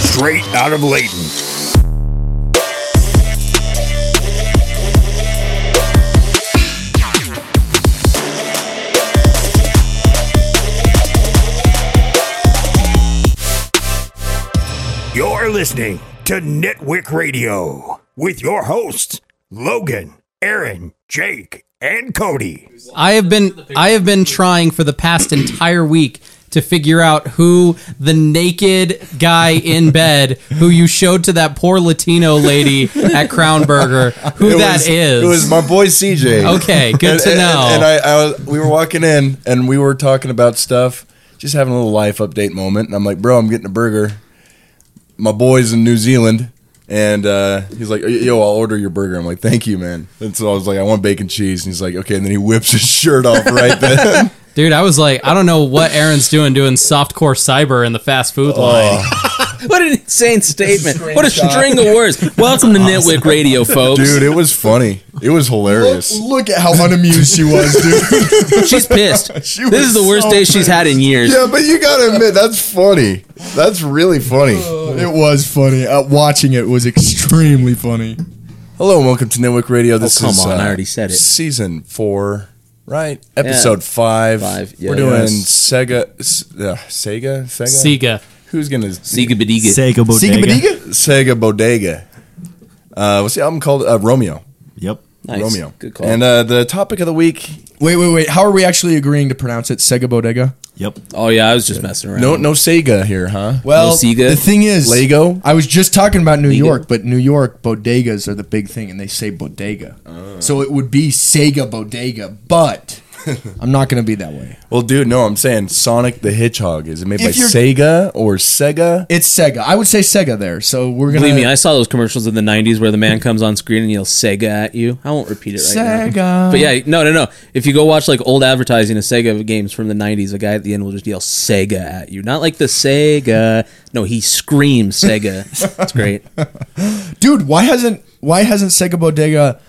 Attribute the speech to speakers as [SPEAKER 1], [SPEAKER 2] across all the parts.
[SPEAKER 1] straight out of Layton. You're listening to Nitwick Radio with your hosts, Logan, Aaron, Jake, and Cody.
[SPEAKER 2] I have been I have been trying for the past entire week to figure out who the naked guy in bed who you showed to that poor Latino lady at Crown Burger who
[SPEAKER 3] It
[SPEAKER 2] that
[SPEAKER 3] was-
[SPEAKER 2] is.
[SPEAKER 3] It was my boy CJ.
[SPEAKER 2] Okay, good
[SPEAKER 3] And-
[SPEAKER 2] to
[SPEAKER 3] and-
[SPEAKER 2] know.
[SPEAKER 3] And, I, I was, we were walking in, and we were talking about stuff, just having a little life update moment. And I'm like, bro, I'm getting a burger. My boy's in New Zealand, and uh, he's like, yo, I'll order your burger. I'm like, thank you, man. And so I was like, I want bacon cheese, and he's like, okay. And then he whips his shirt off right then.
[SPEAKER 2] Dude, I was like, I don't know what Aaron's doing doing softcore cyber in the fast food
[SPEAKER 3] Oh.
[SPEAKER 2] line.
[SPEAKER 4] What an insane statement. What a string of words. Welcome to Network Radio, folks.
[SPEAKER 3] dude, it was funny. It was hilarious.
[SPEAKER 5] Look at how unamused she was, dude.
[SPEAKER 4] She's pissed.
[SPEAKER 3] She
[SPEAKER 4] this
[SPEAKER 3] was
[SPEAKER 4] is the worst
[SPEAKER 3] so
[SPEAKER 4] day she's had in years.
[SPEAKER 3] Yeah, but you gotta admit that's funny. That's really funny.
[SPEAKER 5] it was funny. Uh, watching it was extremely funny.
[SPEAKER 3] Hello and welcome to Network Radio. This
[SPEAKER 4] Oh, come
[SPEAKER 3] is uh,
[SPEAKER 4] on, I already said it.
[SPEAKER 3] Season four, right? Episode five.
[SPEAKER 4] Five,
[SPEAKER 3] We're
[SPEAKER 4] yeah.
[SPEAKER 3] doing
[SPEAKER 4] Yes.
[SPEAKER 3] Sega, s- uh, Sega, Sega.
[SPEAKER 2] Sega.
[SPEAKER 3] Who's gonna
[SPEAKER 4] Siga badiga.
[SPEAKER 6] Sega Bodega.
[SPEAKER 3] Sega Bodega? Uh, what's the album called? Uh, Romeo.
[SPEAKER 6] Yep.
[SPEAKER 4] Nice.
[SPEAKER 3] Romeo.
[SPEAKER 4] Good call.
[SPEAKER 3] And uh, the topic of the week.
[SPEAKER 5] Wait, wait, wait. How are we actually agreeing to pronounce it? Sega Bodega?
[SPEAKER 6] Yep.
[SPEAKER 4] oh, yeah, I was just messing around.
[SPEAKER 3] No, no Sega here, huh?
[SPEAKER 5] Well,
[SPEAKER 4] No Sega?
[SPEAKER 5] the thing is,
[SPEAKER 3] Lego?
[SPEAKER 5] I was just talking about New York, but New York bodegas are the big thing, and they say bodega.
[SPEAKER 4] Oh.
[SPEAKER 5] So it would be Sega Bodega, but I'm not going to be that way.
[SPEAKER 3] Well, dude, no, I'm saying Sonic the Hedgehog. Is it made by
[SPEAKER 5] If you're-
[SPEAKER 3] Sega or Sega?
[SPEAKER 5] It's Sega. I would say Sega there. So we're going to
[SPEAKER 4] Believe me, I saw those commercials in the 90s where the man comes on screen and yells Sega at you. I won't repeat it right now.
[SPEAKER 5] Sega.
[SPEAKER 4] But yeah, no, no, no. If you go watch like old advertising of Sega games from the 90s, a guy at the end will just yell Sega at you. Not like the Sega. No, he screams Sega. It's great.
[SPEAKER 5] dude, why hasn't why hasn't Sega Bodega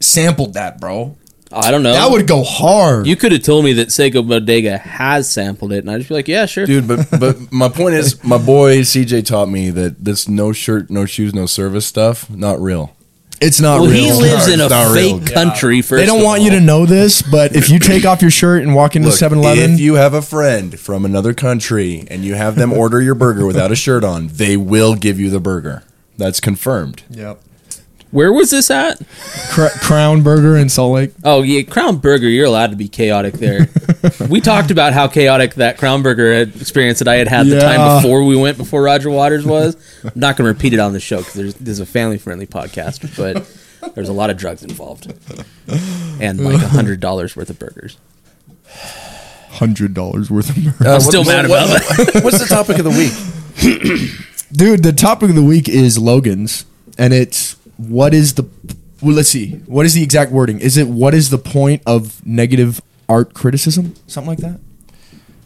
[SPEAKER 5] sampled that, bro?
[SPEAKER 4] I don't know.
[SPEAKER 5] That would go hard.
[SPEAKER 4] You could have told me that Sega Bodega has sampled it, and I'd just be like, yeah, sure.
[SPEAKER 3] Dude, but but my point is, my boy CJ taught me that this no shirt, no shoes, no service stuff not real.
[SPEAKER 5] it's not
[SPEAKER 4] well,
[SPEAKER 5] real.
[SPEAKER 4] he lives in a
[SPEAKER 3] Not real.
[SPEAKER 4] fake country. First,
[SPEAKER 5] They don't
[SPEAKER 4] of
[SPEAKER 5] want you to know this, but if you take off your shirt and walk into
[SPEAKER 3] Look,
[SPEAKER 5] 7 Eleven,
[SPEAKER 3] If you have a friend from another country and you have them order your burger without a shirt on, they will give you the burger. That's confirmed.
[SPEAKER 5] yep.
[SPEAKER 4] all. Where was this at?
[SPEAKER 5] Cr- Crown Burger in Salt Lake.
[SPEAKER 4] Oh yeah, Crown Burger. You're allowed to be chaotic there. we talked about how chaotic that Crown Burger had- experience that I had had the
[SPEAKER 5] Yeah.
[SPEAKER 4] time before we went before Roger Waters was. I'm not going to repeat it on the show because there's this is a family friendly podcast, but there's a lot of drugs involved and like a hundred dollars worth of burgers.
[SPEAKER 5] Hundred dollars worth of burger.
[SPEAKER 3] I'm
[SPEAKER 4] still mad about
[SPEAKER 3] that. What's the topic of the week?
[SPEAKER 5] Dude, the topic of the week is Logan's, and it's what is the well, let's see, what is the exact wording? Is it what is the point of negative art criticism? Something like that.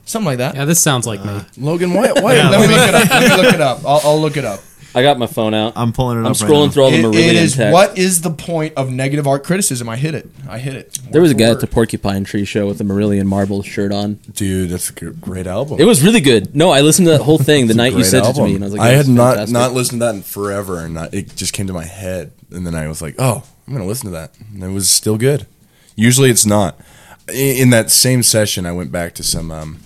[SPEAKER 5] Something like that.
[SPEAKER 2] Yeah, this sounds like me.
[SPEAKER 5] Logan, why? why Let me look it up. Let me look it up. I'll, I'll look it up.
[SPEAKER 4] I got my phone out.
[SPEAKER 6] I'm pulling it
[SPEAKER 4] I'm
[SPEAKER 6] up right
[SPEAKER 4] scrolling
[SPEAKER 6] now.
[SPEAKER 4] through all the
[SPEAKER 5] It- it
[SPEAKER 4] Meridian
[SPEAKER 5] is
[SPEAKER 4] text.
[SPEAKER 5] what is the point of negative art criticism? I hit it. I hit it.
[SPEAKER 4] There was a
[SPEAKER 5] Word
[SPEAKER 4] guy
[SPEAKER 5] for
[SPEAKER 4] at the
[SPEAKER 5] word.
[SPEAKER 4] Porcupine Tree show with a Marillion Marble shirt on.
[SPEAKER 3] Dude, that's a gr- great album.
[SPEAKER 4] It was really good. No, I listened to that whole thing the night you
[SPEAKER 3] Great
[SPEAKER 4] sent it to
[SPEAKER 3] album.
[SPEAKER 4] me, and I was like,
[SPEAKER 3] I
[SPEAKER 4] "That
[SPEAKER 3] had
[SPEAKER 4] was
[SPEAKER 3] not
[SPEAKER 4] fantastic."
[SPEAKER 3] not listened to that in forever, and I, it just came to my head, and then I was like, "Oh, I'm gonna listen to that," and it was still good. Usually, it's not. I- In that same session, I went back to some um,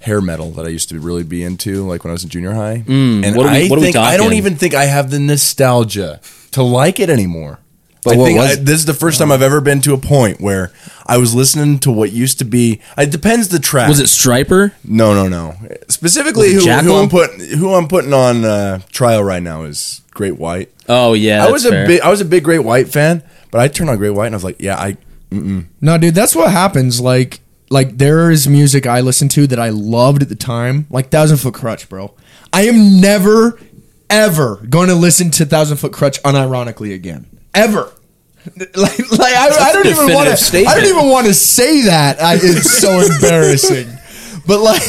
[SPEAKER 3] hair metal that I used to really be into, like when I was in junior high. and
[SPEAKER 4] Mm, what are we-
[SPEAKER 3] I
[SPEAKER 4] what are we
[SPEAKER 3] think I don't
[SPEAKER 4] talking?
[SPEAKER 3] even think I have the nostalgia to like it anymore.
[SPEAKER 4] But
[SPEAKER 3] I
[SPEAKER 4] what
[SPEAKER 3] think
[SPEAKER 4] was
[SPEAKER 3] I-
[SPEAKER 4] it? Oh.
[SPEAKER 3] this is the first time I've ever been to a point where I was listening to what used to be. It depends the track.
[SPEAKER 4] Was it Striper?
[SPEAKER 3] No, no, no. Specifically,
[SPEAKER 4] Was it
[SPEAKER 3] who, who
[SPEAKER 4] Jackal?
[SPEAKER 3] I'm putting who I'm putting on uh, trial right now is Great White.
[SPEAKER 4] Oh yeah,
[SPEAKER 3] I was a big I was a big Great White fan, but I turned on Great White and I was like, yeah, I
[SPEAKER 5] No, dude, that's what happens. Like, like there is music I listened to that I loved at the time, like Thousand Foot Crutch, bro. I am never, ever going to listen to Thousand Foot Crutch unironically again, ever. Like, like I, I don't even
[SPEAKER 4] definitive
[SPEAKER 5] want to. I
[SPEAKER 4] statement.
[SPEAKER 5] don't even want to say that. I, it's so embarrassing. But like,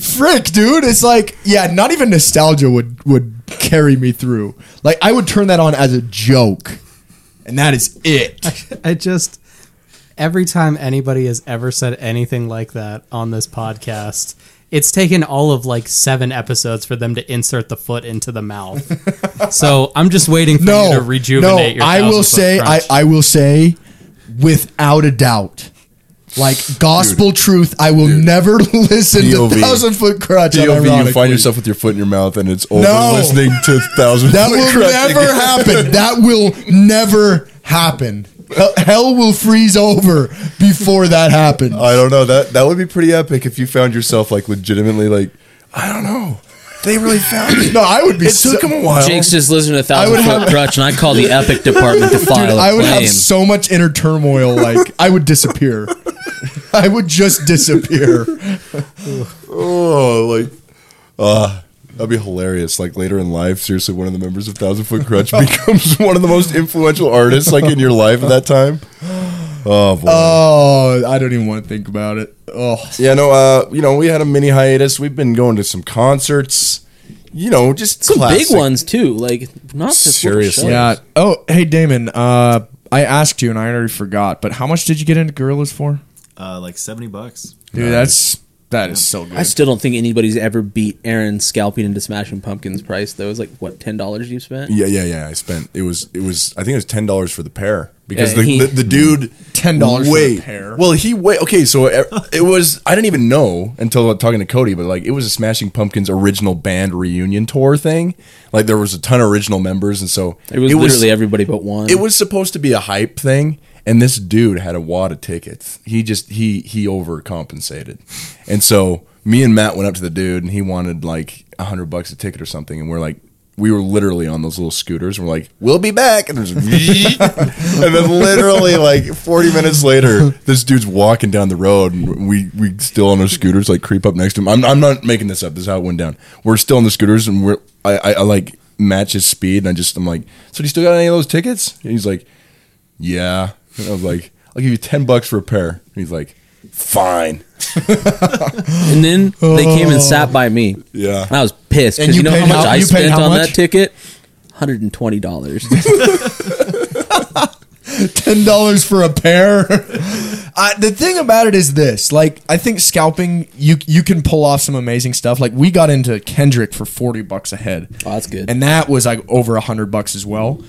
[SPEAKER 5] frick, dude, it's like, yeah, not even nostalgia would would carry me through. Like, I would turn that on as a joke, and that is it.
[SPEAKER 2] I just every time anybody has ever said anything like that on this podcast, it's taken all of like seven episodes for them to insert the foot into the mouth. so I'm just waiting for you to rejuvenate your
[SPEAKER 5] I will
[SPEAKER 2] 1,000 foot
[SPEAKER 5] say, I,
[SPEAKER 2] crunch.
[SPEAKER 5] I will say, without a doubt, like gospel truth, I will never listen
[SPEAKER 3] DOV.
[SPEAKER 5] to thousand foot crutch.
[SPEAKER 3] DOV, you find
[SPEAKER 5] unironically.
[SPEAKER 3] yourself with your foot in your mouth, and it's over
[SPEAKER 5] No.
[SPEAKER 3] listening to thousand.
[SPEAKER 5] That
[SPEAKER 3] Foot
[SPEAKER 5] will
[SPEAKER 3] Crutch
[SPEAKER 5] never
[SPEAKER 3] again.
[SPEAKER 5] happen. That will never happen. Hell- Hell will freeze over before that happens.
[SPEAKER 3] I don't know. That that would be pretty epic if you found yourself like legitimately like I don't know. They really found me.
[SPEAKER 5] no, I would be.
[SPEAKER 3] It took him a while.
[SPEAKER 4] Jake's just listening to
[SPEAKER 5] I would
[SPEAKER 4] Thousand Foot
[SPEAKER 5] have-
[SPEAKER 4] Crutch, and I call the Epic Department to file
[SPEAKER 5] Dude, I
[SPEAKER 4] a
[SPEAKER 5] would
[SPEAKER 4] claim.
[SPEAKER 5] have so much inner turmoil. Like I would disappear. I would just disappear.
[SPEAKER 3] oh, like uh that'd be hilarious. Like later in life, seriously, one of the members of Thousand Foot Crutch becomes one of the most influential artists like in your life at that time. Oh boy.
[SPEAKER 4] Uh,
[SPEAKER 5] Oh, I don't even want to think about it. Oh,
[SPEAKER 3] yeah, no, uh, you know, we had a mini hiatus. We've been going to some concerts. You know, just
[SPEAKER 4] Some
[SPEAKER 3] classic.
[SPEAKER 4] big ones too, like not just little
[SPEAKER 3] Seriously.
[SPEAKER 4] shows.
[SPEAKER 5] yeah. Oh, hey Damon. Uh, I asked you and I already forgot. But how much did you get into gorillas for,
[SPEAKER 6] Uh, like seventy bucks.
[SPEAKER 5] dude? That's that is so good.
[SPEAKER 4] I still don't think anybody's ever beat Aaron scalping into Smashing Pumpkins price. though. It was like what ten dollars you spent?
[SPEAKER 3] Yeah, yeah, yeah. I spent it was it was I think it was ten dollars for the pair because the,
[SPEAKER 4] Yeah, he-
[SPEAKER 3] the the dude
[SPEAKER 5] $10 for the
[SPEAKER 3] weighed-
[SPEAKER 5] pair.
[SPEAKER 3] Well, he weighed okay. So it, it was I didn't even know until talking to Cody, but like it was a Smashing Pumpkins original band reunion tour thing. Like there was a ton of original members, and so
[SPEAKER 4] It was literally everybody but one.
[SPEAKER 3] it was supposed to be a hype thing, and this dude had a wad of tickets. He just he he overcompensated, and so me and Matt went up to the dude, and he wanted like a hundred bucks a ticket or something, and we're like. We were literally on those little scooters. And we're like, "We'll be back," and, there's, and then literally like 40 minutes later, this dude's walking down the road, and we we still on our scooters, like creep up next to him. I'm, I'm not making this up. This is how it went down. We're still on the scooters, and we're I, I, I like match his speed, and I just I'm like, "So do you still got any of those tickets?" And he's like, yeah. And I was like, I'll give you 10 bucks for a pair. And he's like, fine.
[SPEAKER 4] and then they came and sat by me.
[SPEAKER 3] Yeah.
[SPEAKER 4] I was pissed
[SPEAKER 5] And
[SPEAKER 4] because
[SPEAKER 5] you
[SPEAKER 4] you, know how
[SPEAKER 5] paid
[SPEAKER 4] much
[SPEAKER 5] how-
[SPEAKER 4] I
[SPEAKER 5] you paid
[SPEAKER 4] spent
[SPEAKER 5] how
[SPEAKER 4] on
[SPEAKER 5] much?
[SPEAKER 4] that ticket. Hundred and twenty dollars.
[SPEAKER 5] ten dollars for a pair. I, the thing about it is this: like, I think scalping you you can pull off some amazing stuff. Like, we got into Kendrick for forty bucks a head.
[SPEAKER 4] Oh, that's good.
[SPEAKER 5] and that was like over a hundred bucks as well.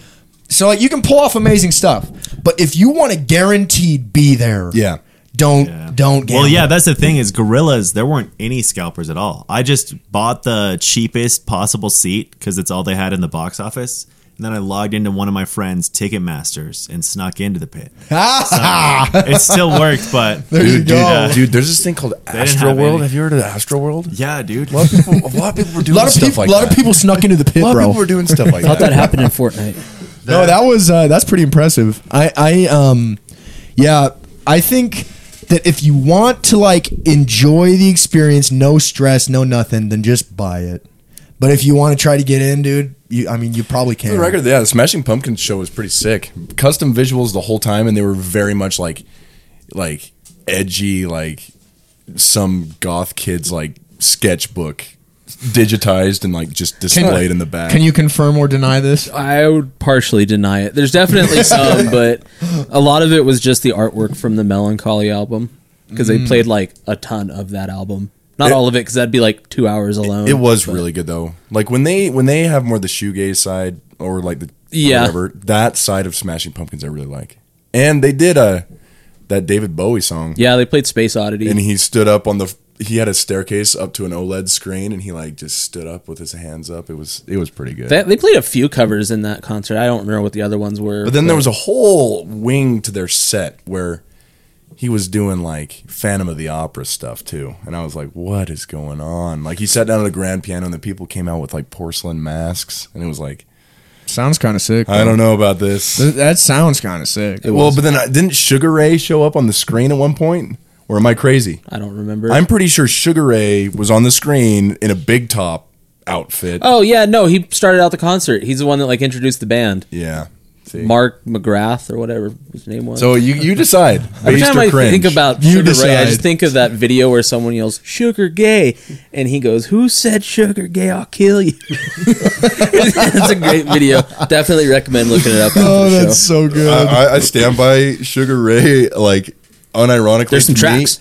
[SPEAKER 5] So like, you can pull off amazing stuff, but if you want to guaranteed be there,
[SPEAKER 3] Yeah.
[SPEAKER 5] don't don't. Gamble.
[SPEAKER 6] Well, yeah, that's the thing is gorillas. There weren't any scalpers at all. I just bought the cheapest possible seat because it's all they had in the box office. And then I logged into one of my friends' Ticketmasters and snuck into the pit. So, it still worked, but
[SPEAKER 5] There you
[SPEAKER 3] Dude, dude,
[SPEAKER 5] go.
[SPEAKER 6] uh,
[SPEAKER 3] dude, there's this thing called
[SPEAKER 6] didn't
[SPEAKER 3] Astro
[SPEAKER 6] have
[SPEAKER 3] World.
[SPEAKER 6] any.
[SPEAKER 3] Have you heard of the Astro World?
[SPEAKER 6] yeah, dude.
[SPEAKER 3] A lot of people, a lot of people were
[SPEAKER 5] a
[SPEAKER 3] doing
[SPEAKER 5] lot of
[SPEAKER 3] stuff
[SPEAKER 5] people,
[SPEAKER 3] like
[SPEAKER 5] a lot
[SPEAKER 3] that.
[SPEAKER 5] of people snuck into the
[SPEAKER 3] a
[SPEAKER 5] pit,
[SPEAKER 3] lot of
[SPEAKER 5] bro.
[SPEAKER 3] people were doing stuff like
[SPEAKER 4] Thought that
[SPEAKER 3] that.
[SPEAKER 4] happened in Fortnite.
[SPEAKER 5] no, that was uh, that's pretty impressive. I I um yeah, I think that if you want to like enjoy the experience, no stress, no nothing, then just buy it. But if you want to try to get in, dude, you I mean you probably
[SPEAKER 3] For
[SPEAKER 5] can.
[SPEAKER 3] the record, yeah, the Smashing Pumpkins show was pretty sick. Custom visuals the whole time, and they were very much like, like edgy, like some goth kids like sketchbook digitized and like just displayed in the back.
[SPEAKER 5] Can you confirm or deny this?
[SPEAKER 4] I would partially deny it. There's definitely some, but a lot of it was just the artwork from the Melancholy album because they played like a ton of that album. Not
[SPEAKER 3] Mm. It-
[SPEAKER 4] all of it because that'd be like two hours alone.
[SPEAKER 3] It was really good though. Like when they when they have more the shoegaze side or like the
[SPEAKER 4] Yeah.
[SPEAKER 3] whatever that side of Smashing Pumpkins I really like. And they did uh that David Bowie song.
[SPEAKER 4] Yeah, they played Space Oddity.
[SPEAKER 3] And he stood up on the he had a staircase up to an OLED screen and he like just stood up with his hands up. It was it was pretty good.
[SPEAKER 4] That- they played a few covers in that concert. I don't remember what the other ones were.
[SPEAKER 3] but then there was a whole wing to their set where he was doing like Phantom of the Opera stuff too. And I was like, what is going on? Like he sat down at a grand piano and the people came out with like porcelain masks and it was like
[SPEAKER 5] Sounds kind of sick.
[SPEAKER 3] I don't know about this.
[SPEAKER 5] That sounds kind of sick.
[SPEAKER 3] Well, but then uh, didn't Sugar Ray show up on the screen at one point? Or am I crazy?
[SPEAKER 4] I don't remember.
[SPEAKER 3] I'm pretty sure Sugar Ray was on the screen in a big top outfit.
[SPEAKER 4] oh yeah, no, he started out the concert. He's the one that like introduced the band.
[SPEAKER 3] Yeah. See.
[SPEAKER 4] Mark McGrath or whatever his name was.
[SPEAKER 3] so you you decide.
[SPEAKER 4] Every
[SPEAKER 3] Based
[SPEAKER 4] time
[SPEAKER 3] or
[SPEAKER 4] I
[SPEAKER 3] cringe.
[SPEAKER 4] think about
[SPEAKER 5] You
[SPEAKER 4] Sugar Ray, I
[SPEAKER 5] decide.
[SPEAKER 4] just think of that video where someone yells "Sugar Gay," and he goes, "Who said Sugar Gay? I'll kill you." it's a great video. Definitely recommend looking it up. After
[SPEAKER 5] Oh,
[SPEAKER 4] the
[SPEAKER 5] that's
[SPEAKER 4] show.
[SPEAKER 5] so good.
[SPEAKER 3] I, I- I stand by Sugar Ray like unironically,
[SPEAKER 4] There's some
[SPEAKER 3] to me,
[SPEAKER 4] tracks.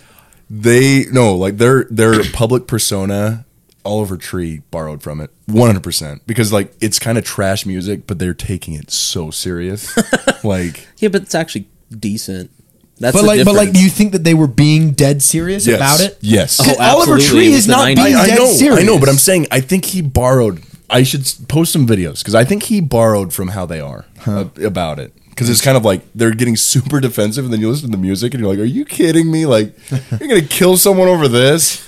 [SPEAKER 3] They no, like their their public persona. Oliver Tree borrowed from it 100% because like it's kind of trash music, but they're taking it so serious. like
[SPEAKER 4] Yeah, but it's actually decent. That's
[SPEAKER 5] But
[SPEAKER 4] the
[SPEAKER 5] like, but like, do
[SPEAKER 4] difference.
[SPEAKER 5] you think that they were being dead serious
[SPEAKER 3] yes,
[SPEAKER 5] about it?
[SPEAKER 3] yes.
[SPEAKER 4] Oh,
[SPEAKER 5] Oliver
[SPEAKER 4] absolutely,
[SPEAKER 5] Tree
[SPEAKER 4] it was
[SPEAKER 5] is
[SPEAKER 4] the
[SPEAKER 5] not
[SPEAKER 4] 90s.
[SPEAKER 5] being
[SPEAKER 4] I-
[SPEAKER 5] dead
[SPEAKER 3] I know,
[SPEAKER 5] serious.
[SPEAKER 3] I know, but I'm saying I think he borrowed. I should s- post some videos because I think he borrowed from how they are ab- about it. Because it's kind of like they're getting super defensive, and then you listen to the music, and you're like, "Are you kidding me? Like, you're gonna kill someone over this?"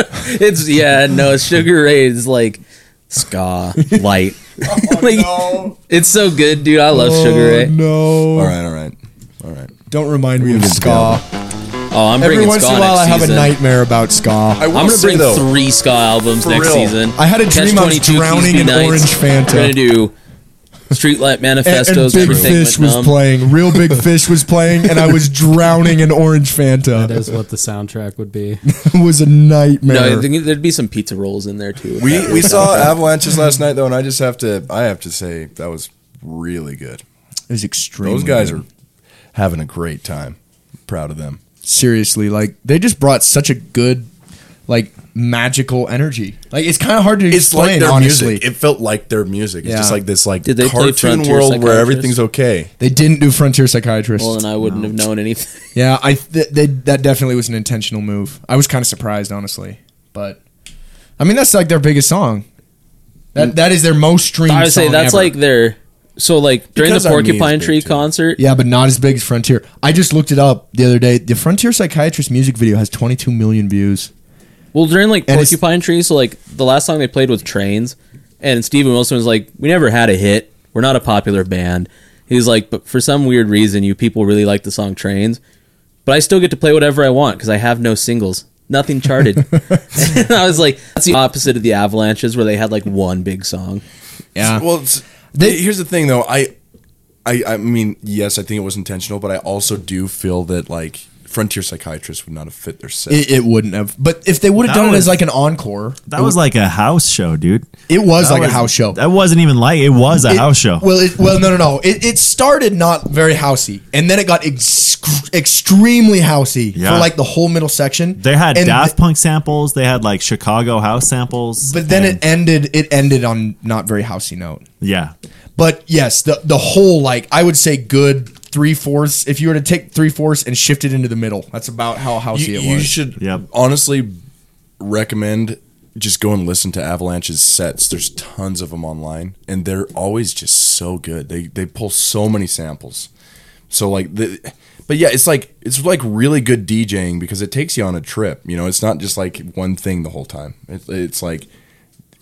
[SPEAKER 4] It's yeah, no, it's Sugar Ray is like ska light. Like, It's so good, dude. I love Oh, Sugar Ray.
[SPEAKER 5] Oh, no!
[SPEAKER 3] All right, all right, all right.
[SPEAKER 5] Don't remind me
[SPEAKER 3] We're
[SPEAKER 5] of
[SPEAKER 3] gonna get
[SPEAKER 5] ska.
[SPEAKER 4] Oh, I'm
[SPEAKER 5] Every
[SPEAKER 4] bringing
[SPEAKER 5] once
[SPEAKER 4] ska
[SPEAKER 5] in a while, I
[SPEAKER 4] next
[SPEAKER 5] have
[SPEAKER 4] season.
[SPEAKER 5] a nightmare about ska. I,
[SPEAKER 4] I'm gonna
[SPEAKER 3] say,
[SPEAKER 4] bring
[SPEAKER 3] though,
[SPEAKER 4] three ska albums
[SPEAKER 3] for
[SPEAKER 4] next
[SPEAKER 3] real,
[SPEAKER 4] season.
[SPEAKER 5] I had a dream I was
[SPEAKER 4] 22
[SPEAKER 5] drowning
[SPEAKER 4] Keys Be
[SPEAKER 5] in
[SPEAKER 4] Nice.
[SPEAKER 5] Orange Fanta.
[SPEAKER 4] We're gonna do Streetlight Manifestos.
[SPEAKER 5] Big
[SPEAKER 4] everything
[SPEAKER 5] Fish
[SPEAKER 4] went
[SPEAKER 5] was
[SPEAKER 4] numb.
[SPEAKER 5] playing. Real Big Fish was playing, and I was drowning in Orange Fanta.
[SPEAKER 2] That is what the soundtrack would be.
[SPEAKER 5] It was a nightmare.
[SPEAKER 4] No, I think there'd be some pizza rolls in there too.
[SPEAKER 3] We we saw Avalanches last night though, and I just have to I have to say that was really good.
[SPEAKER 5] it was extremely.
[SPEAKER 3] Those guys
[SPEAKER 5] good.
[SPEAKER 3] are having a great time. Proud of them.
[SPEAKER 5] seriously like they just brought such a good, like magical energy. Like it's kind of hard to
[SPEAKER 3] it's
[SPEAKER 5] explain.
[SPEAKER 3] like their
[SPEAKER 5] honestly,
[SPEAKER 3] music. It felt like their music. It's
[SPEAKER 5] Yeah.
[SPEAKER 3] just like this like
[SPEAKER 4] Did they play
[SPEAKER 3] cartoon
[SPEAKER 4] Frontier
[SPEAKER 3] world where
[SPEAKER 4] Psychiatrist?
[SPEAKER 3] everything's okay.
[SPEAKER 5] they didn't do Frontier Psychiatrist.
[SPEAKER 4] Well, and I wouldn't have known anything.
[SPEAKER 5] Yeah, I th- they, that definitely was an intentional move. I was kind of surprised, honestly, but I mean that's like their biggest song. That that is their most streamed.
[SPEAKER 4] Mm. I would say
[SPEAKER 5] song
[SPEAKER 4] that's
[SPEAKER 5] ever.
[SPEAKER 4] like their. So like during
[SPEAKER 3] Because
[SPEAKER 4] the
[SPEAKER 3] Our Knee is
[SPEAKER 4] Porcupine
[SPEAKER 3] big,
[SPEAKER 4] Tree
[SPEAKER 3] too.
[SPEAKER 4] concert,
[SPEAKER 5] yeah, but not as big as Frontier. I just looked it up the other day. The Frontier Psychiatrist music video has 22 million views.
[SPEAKER 4] Well, during like
[SPEAKER 5] And it's-
[SPEAKER 4] Porcupine Tree, so like the last song they played was Trains, and Steven Wilson was like, "We never had a hit. We're not a popular band." He's like, "But for some weird reason, you people really like the song Trains, but I still get to play whatever I want because I have no singles, nothing charted." and I was like, "That's the opposite of the Avalanches, where they had like one big song."
[SPEAKER 5] Yeah,
[SPEAKER 3] Well, it's,
[SPEAKER 5] They-
[SPEAKER 3] here's the thing though. I, I, I mean, yes, I think it was intentional, but I also do feel that like Frontier Psychiatrist would not have fit their set.
[SPEAKER 5] it, it wouldn't have. But if they would have
[SPEAKER 6] That
[SPEAKER 5] done it
[SPEAKER 6] was-
[SPEAKER 5] as like an encore,
[SPEAKER 6] That was like a house show, dude.
[SPEAKER 5] it was
[SPEAKER 6] That
[SPEAKER 5] like a
[SPEAKER 6] was-
[SPEAKER 5] house show.
[SPEAKER 6] That wasn't even like it was a
[SPEAKER 5] It-
[SPEAKER 6] house show.
[SPEAKER 5] Well, it, well, no, no, no. It, it started not very housey, and then it got ex- extremely housey
[SPEAKER 6] Yeah.
[SPEAKER 5] for like the whole middle section.
[SPEAKER 6] they had
[SPEAKER 5] and
[SPEAKER 6] Daft
[SPEAKER 5] th-
[SPEAKER 6] Punk samples. They had like Chicago house samples.
[SPEAKER 5] but then
[SPEAKER 6] and-
[SPEAKER 5] it ended. It ended on not very housey note.
[SPEAKER 6] yeah,
[SPEAKER 5] But yes, the the whole like I would say good three fourths. If you were to take three fourths and shift it into the middle, that's about how housey
[SPEAKER 3] you,
[SPEAKER 5] it
[SPEAKER 3] you
[SPEAKER 5] was.
[SPEAKER 3] should
[SPEAKER 6] Yep.
[SPEAKER 3] honestly recommend just go and listen to Avalanche's sets. There's tons of them online, and they're always just so good. They they pull so many samples. So like the. But yeah, it's like it's like really good DJing because it takes you on a trip. You know, it's not just like one thing the whole time. It, it's like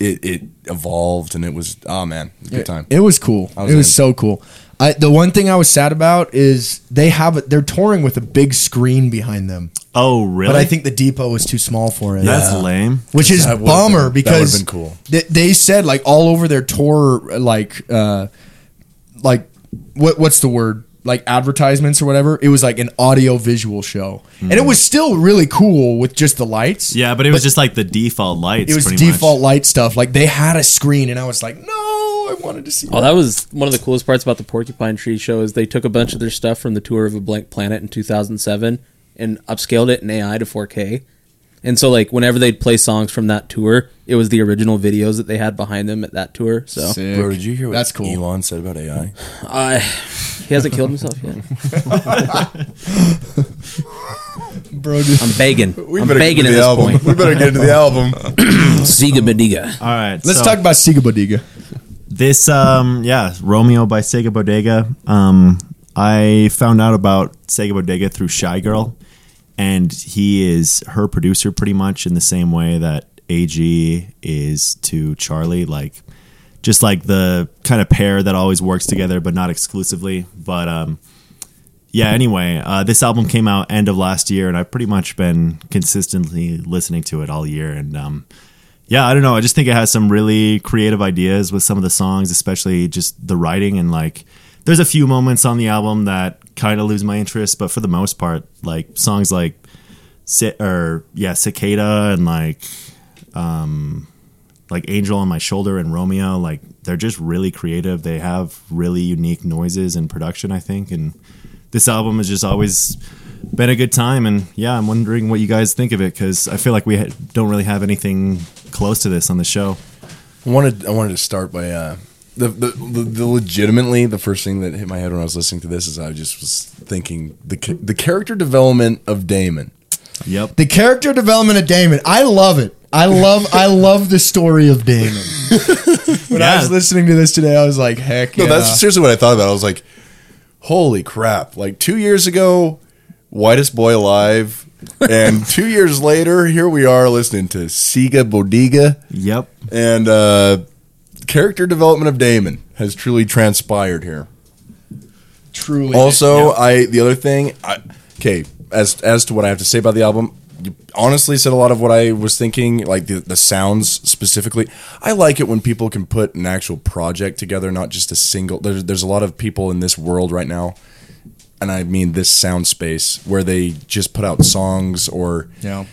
[SPEAKER 3] it, it evolved and it was oh man, it was a good time.
[SPEAKER 5] It was cool.
[SPEAKER 3] was
[SPEAKER 5] it was
[SPEAKER 3] in.
[SPEAKER 5] so cool. I, the one thing I was sad about is they have a, they're touring with a big screen behind them,
[SPEAKER 6] Oh, really?
[SPEAKER 5] but I think the depot is too small for it.
[SPEAKER 6] that's lame.
[SPEAKER 5] which is
[SPEAKER 3] That would've
[SPEAKER 5] bummer
[SPEAKER 3] been- that
[SPEAKER 5] because
[SPEAKER 3] would've been cool.
[SPEAKER 5] They, they said like all over their tour, like uh, like what what's the word? Like advertisements or whatever. It was like an audio visual show, and
[SPEAKER 3] Hmm.
[SPEAKER 5] it was still really cool with just the lights.
[SPEAKER 6] Yeah, but it was just like the default lights.
[SPEAKER 5] it was
[SPEAKER 6] pretty much.
[SPEAKER 5] default light stuff. Like they had a screen, and I was like, no, I wanted to see.
[SPEAKER 4] Oh, that was one of the coolest parts about the Porcupine Tree show is they took a bunch of their stuff from the tour of a blank planet in 2007 and upscaled it in AI to 4K. And so, like, whenever they'd play songs from that tour, it was the original videos that they had behind them at that tour. So
[SPEAKER 3] Bro, did you hear what
[SPEAKER 5] That's cool.
[SPEAKER 3] Elon said about AI?
[SPEAKER 4] I, he hasn't killed himself yet.
[SPEAKER 5] bro? Dude.
[SPEAKER 4] I'm begging. I'm begging at this point.
[SPEAKER 3] We better get into the album.
[SPEAKER 4] Ziga Beniga.
[SPEAKER 6] All right,
[SPEAKER 5] Let's
[SPEAKER 6] so
[SPEAKER 5] talk about Siga Bodega.
[SPEAKER 6] this. Um, yeah, Romeo by Sega Bodega. Um, I found out about Sega Bodega through Shy Girl, and he is her producer pretty much in the same way that AG is to Charlie. Like, just like the kind of pair that always works together, but not exclusively. But um, yeah anyway uh, this album came out end of last year and i've pretty much been consistently listening to it all year and um, yeah i don't know i just think it has some really creative ideas with some of the songs especially just the writing and like there's a few moments on the album that kind of lose my interest but for the most part like songs like Ci- or yeah cicada and like um, like Angel on My Shoulder and Romeo, like they're just really creative. They have really unique noises and production, I think. And this album is just always been a good time, and yeah, I'm wondering what you guys think of it because I feel like we ha- don't really have anything close to this on the show.
[SPEAKER 3] I wanted I wanted to start by uh, the, the, the the legitimately the first thing that hit my head when I was listening to this is I just was thinking the ca- the character development of Damon.
[SPEAKER 6] Yep.
[SPEAKER 5] The character development of Damon, I love it. I love, I love the story of Damon. when I was
[SPEAKER 6] Yeah.
[SPEAKER 5] listening to this today, I was like, heck,
[SPEAKER 3] No,
[SPEAKER 5] yeah.
[SPEAKER 3] that's seriously what I thought about. I was like, holy crap! Like two years ago, whitest boy alive, and two years later, here we are listening to Siga Bodega.
[SPEAKER 6] Yep.
[SPEAKER 3] and uh, character development of Damon has truly transpired here.
[SPEAKER 5] truly.
[SPEAKER 3] Also, I the other thing, I, okay, as as to what I have to say about the album, you honestly said a lot of what I was thinking, like the the sounds specifically. I like it when people can put an actual project together, not just a single. There's there's a lot of people in this world right now. And I mean this sound space where they just put out songs or
[SPEAKER 5] yeah.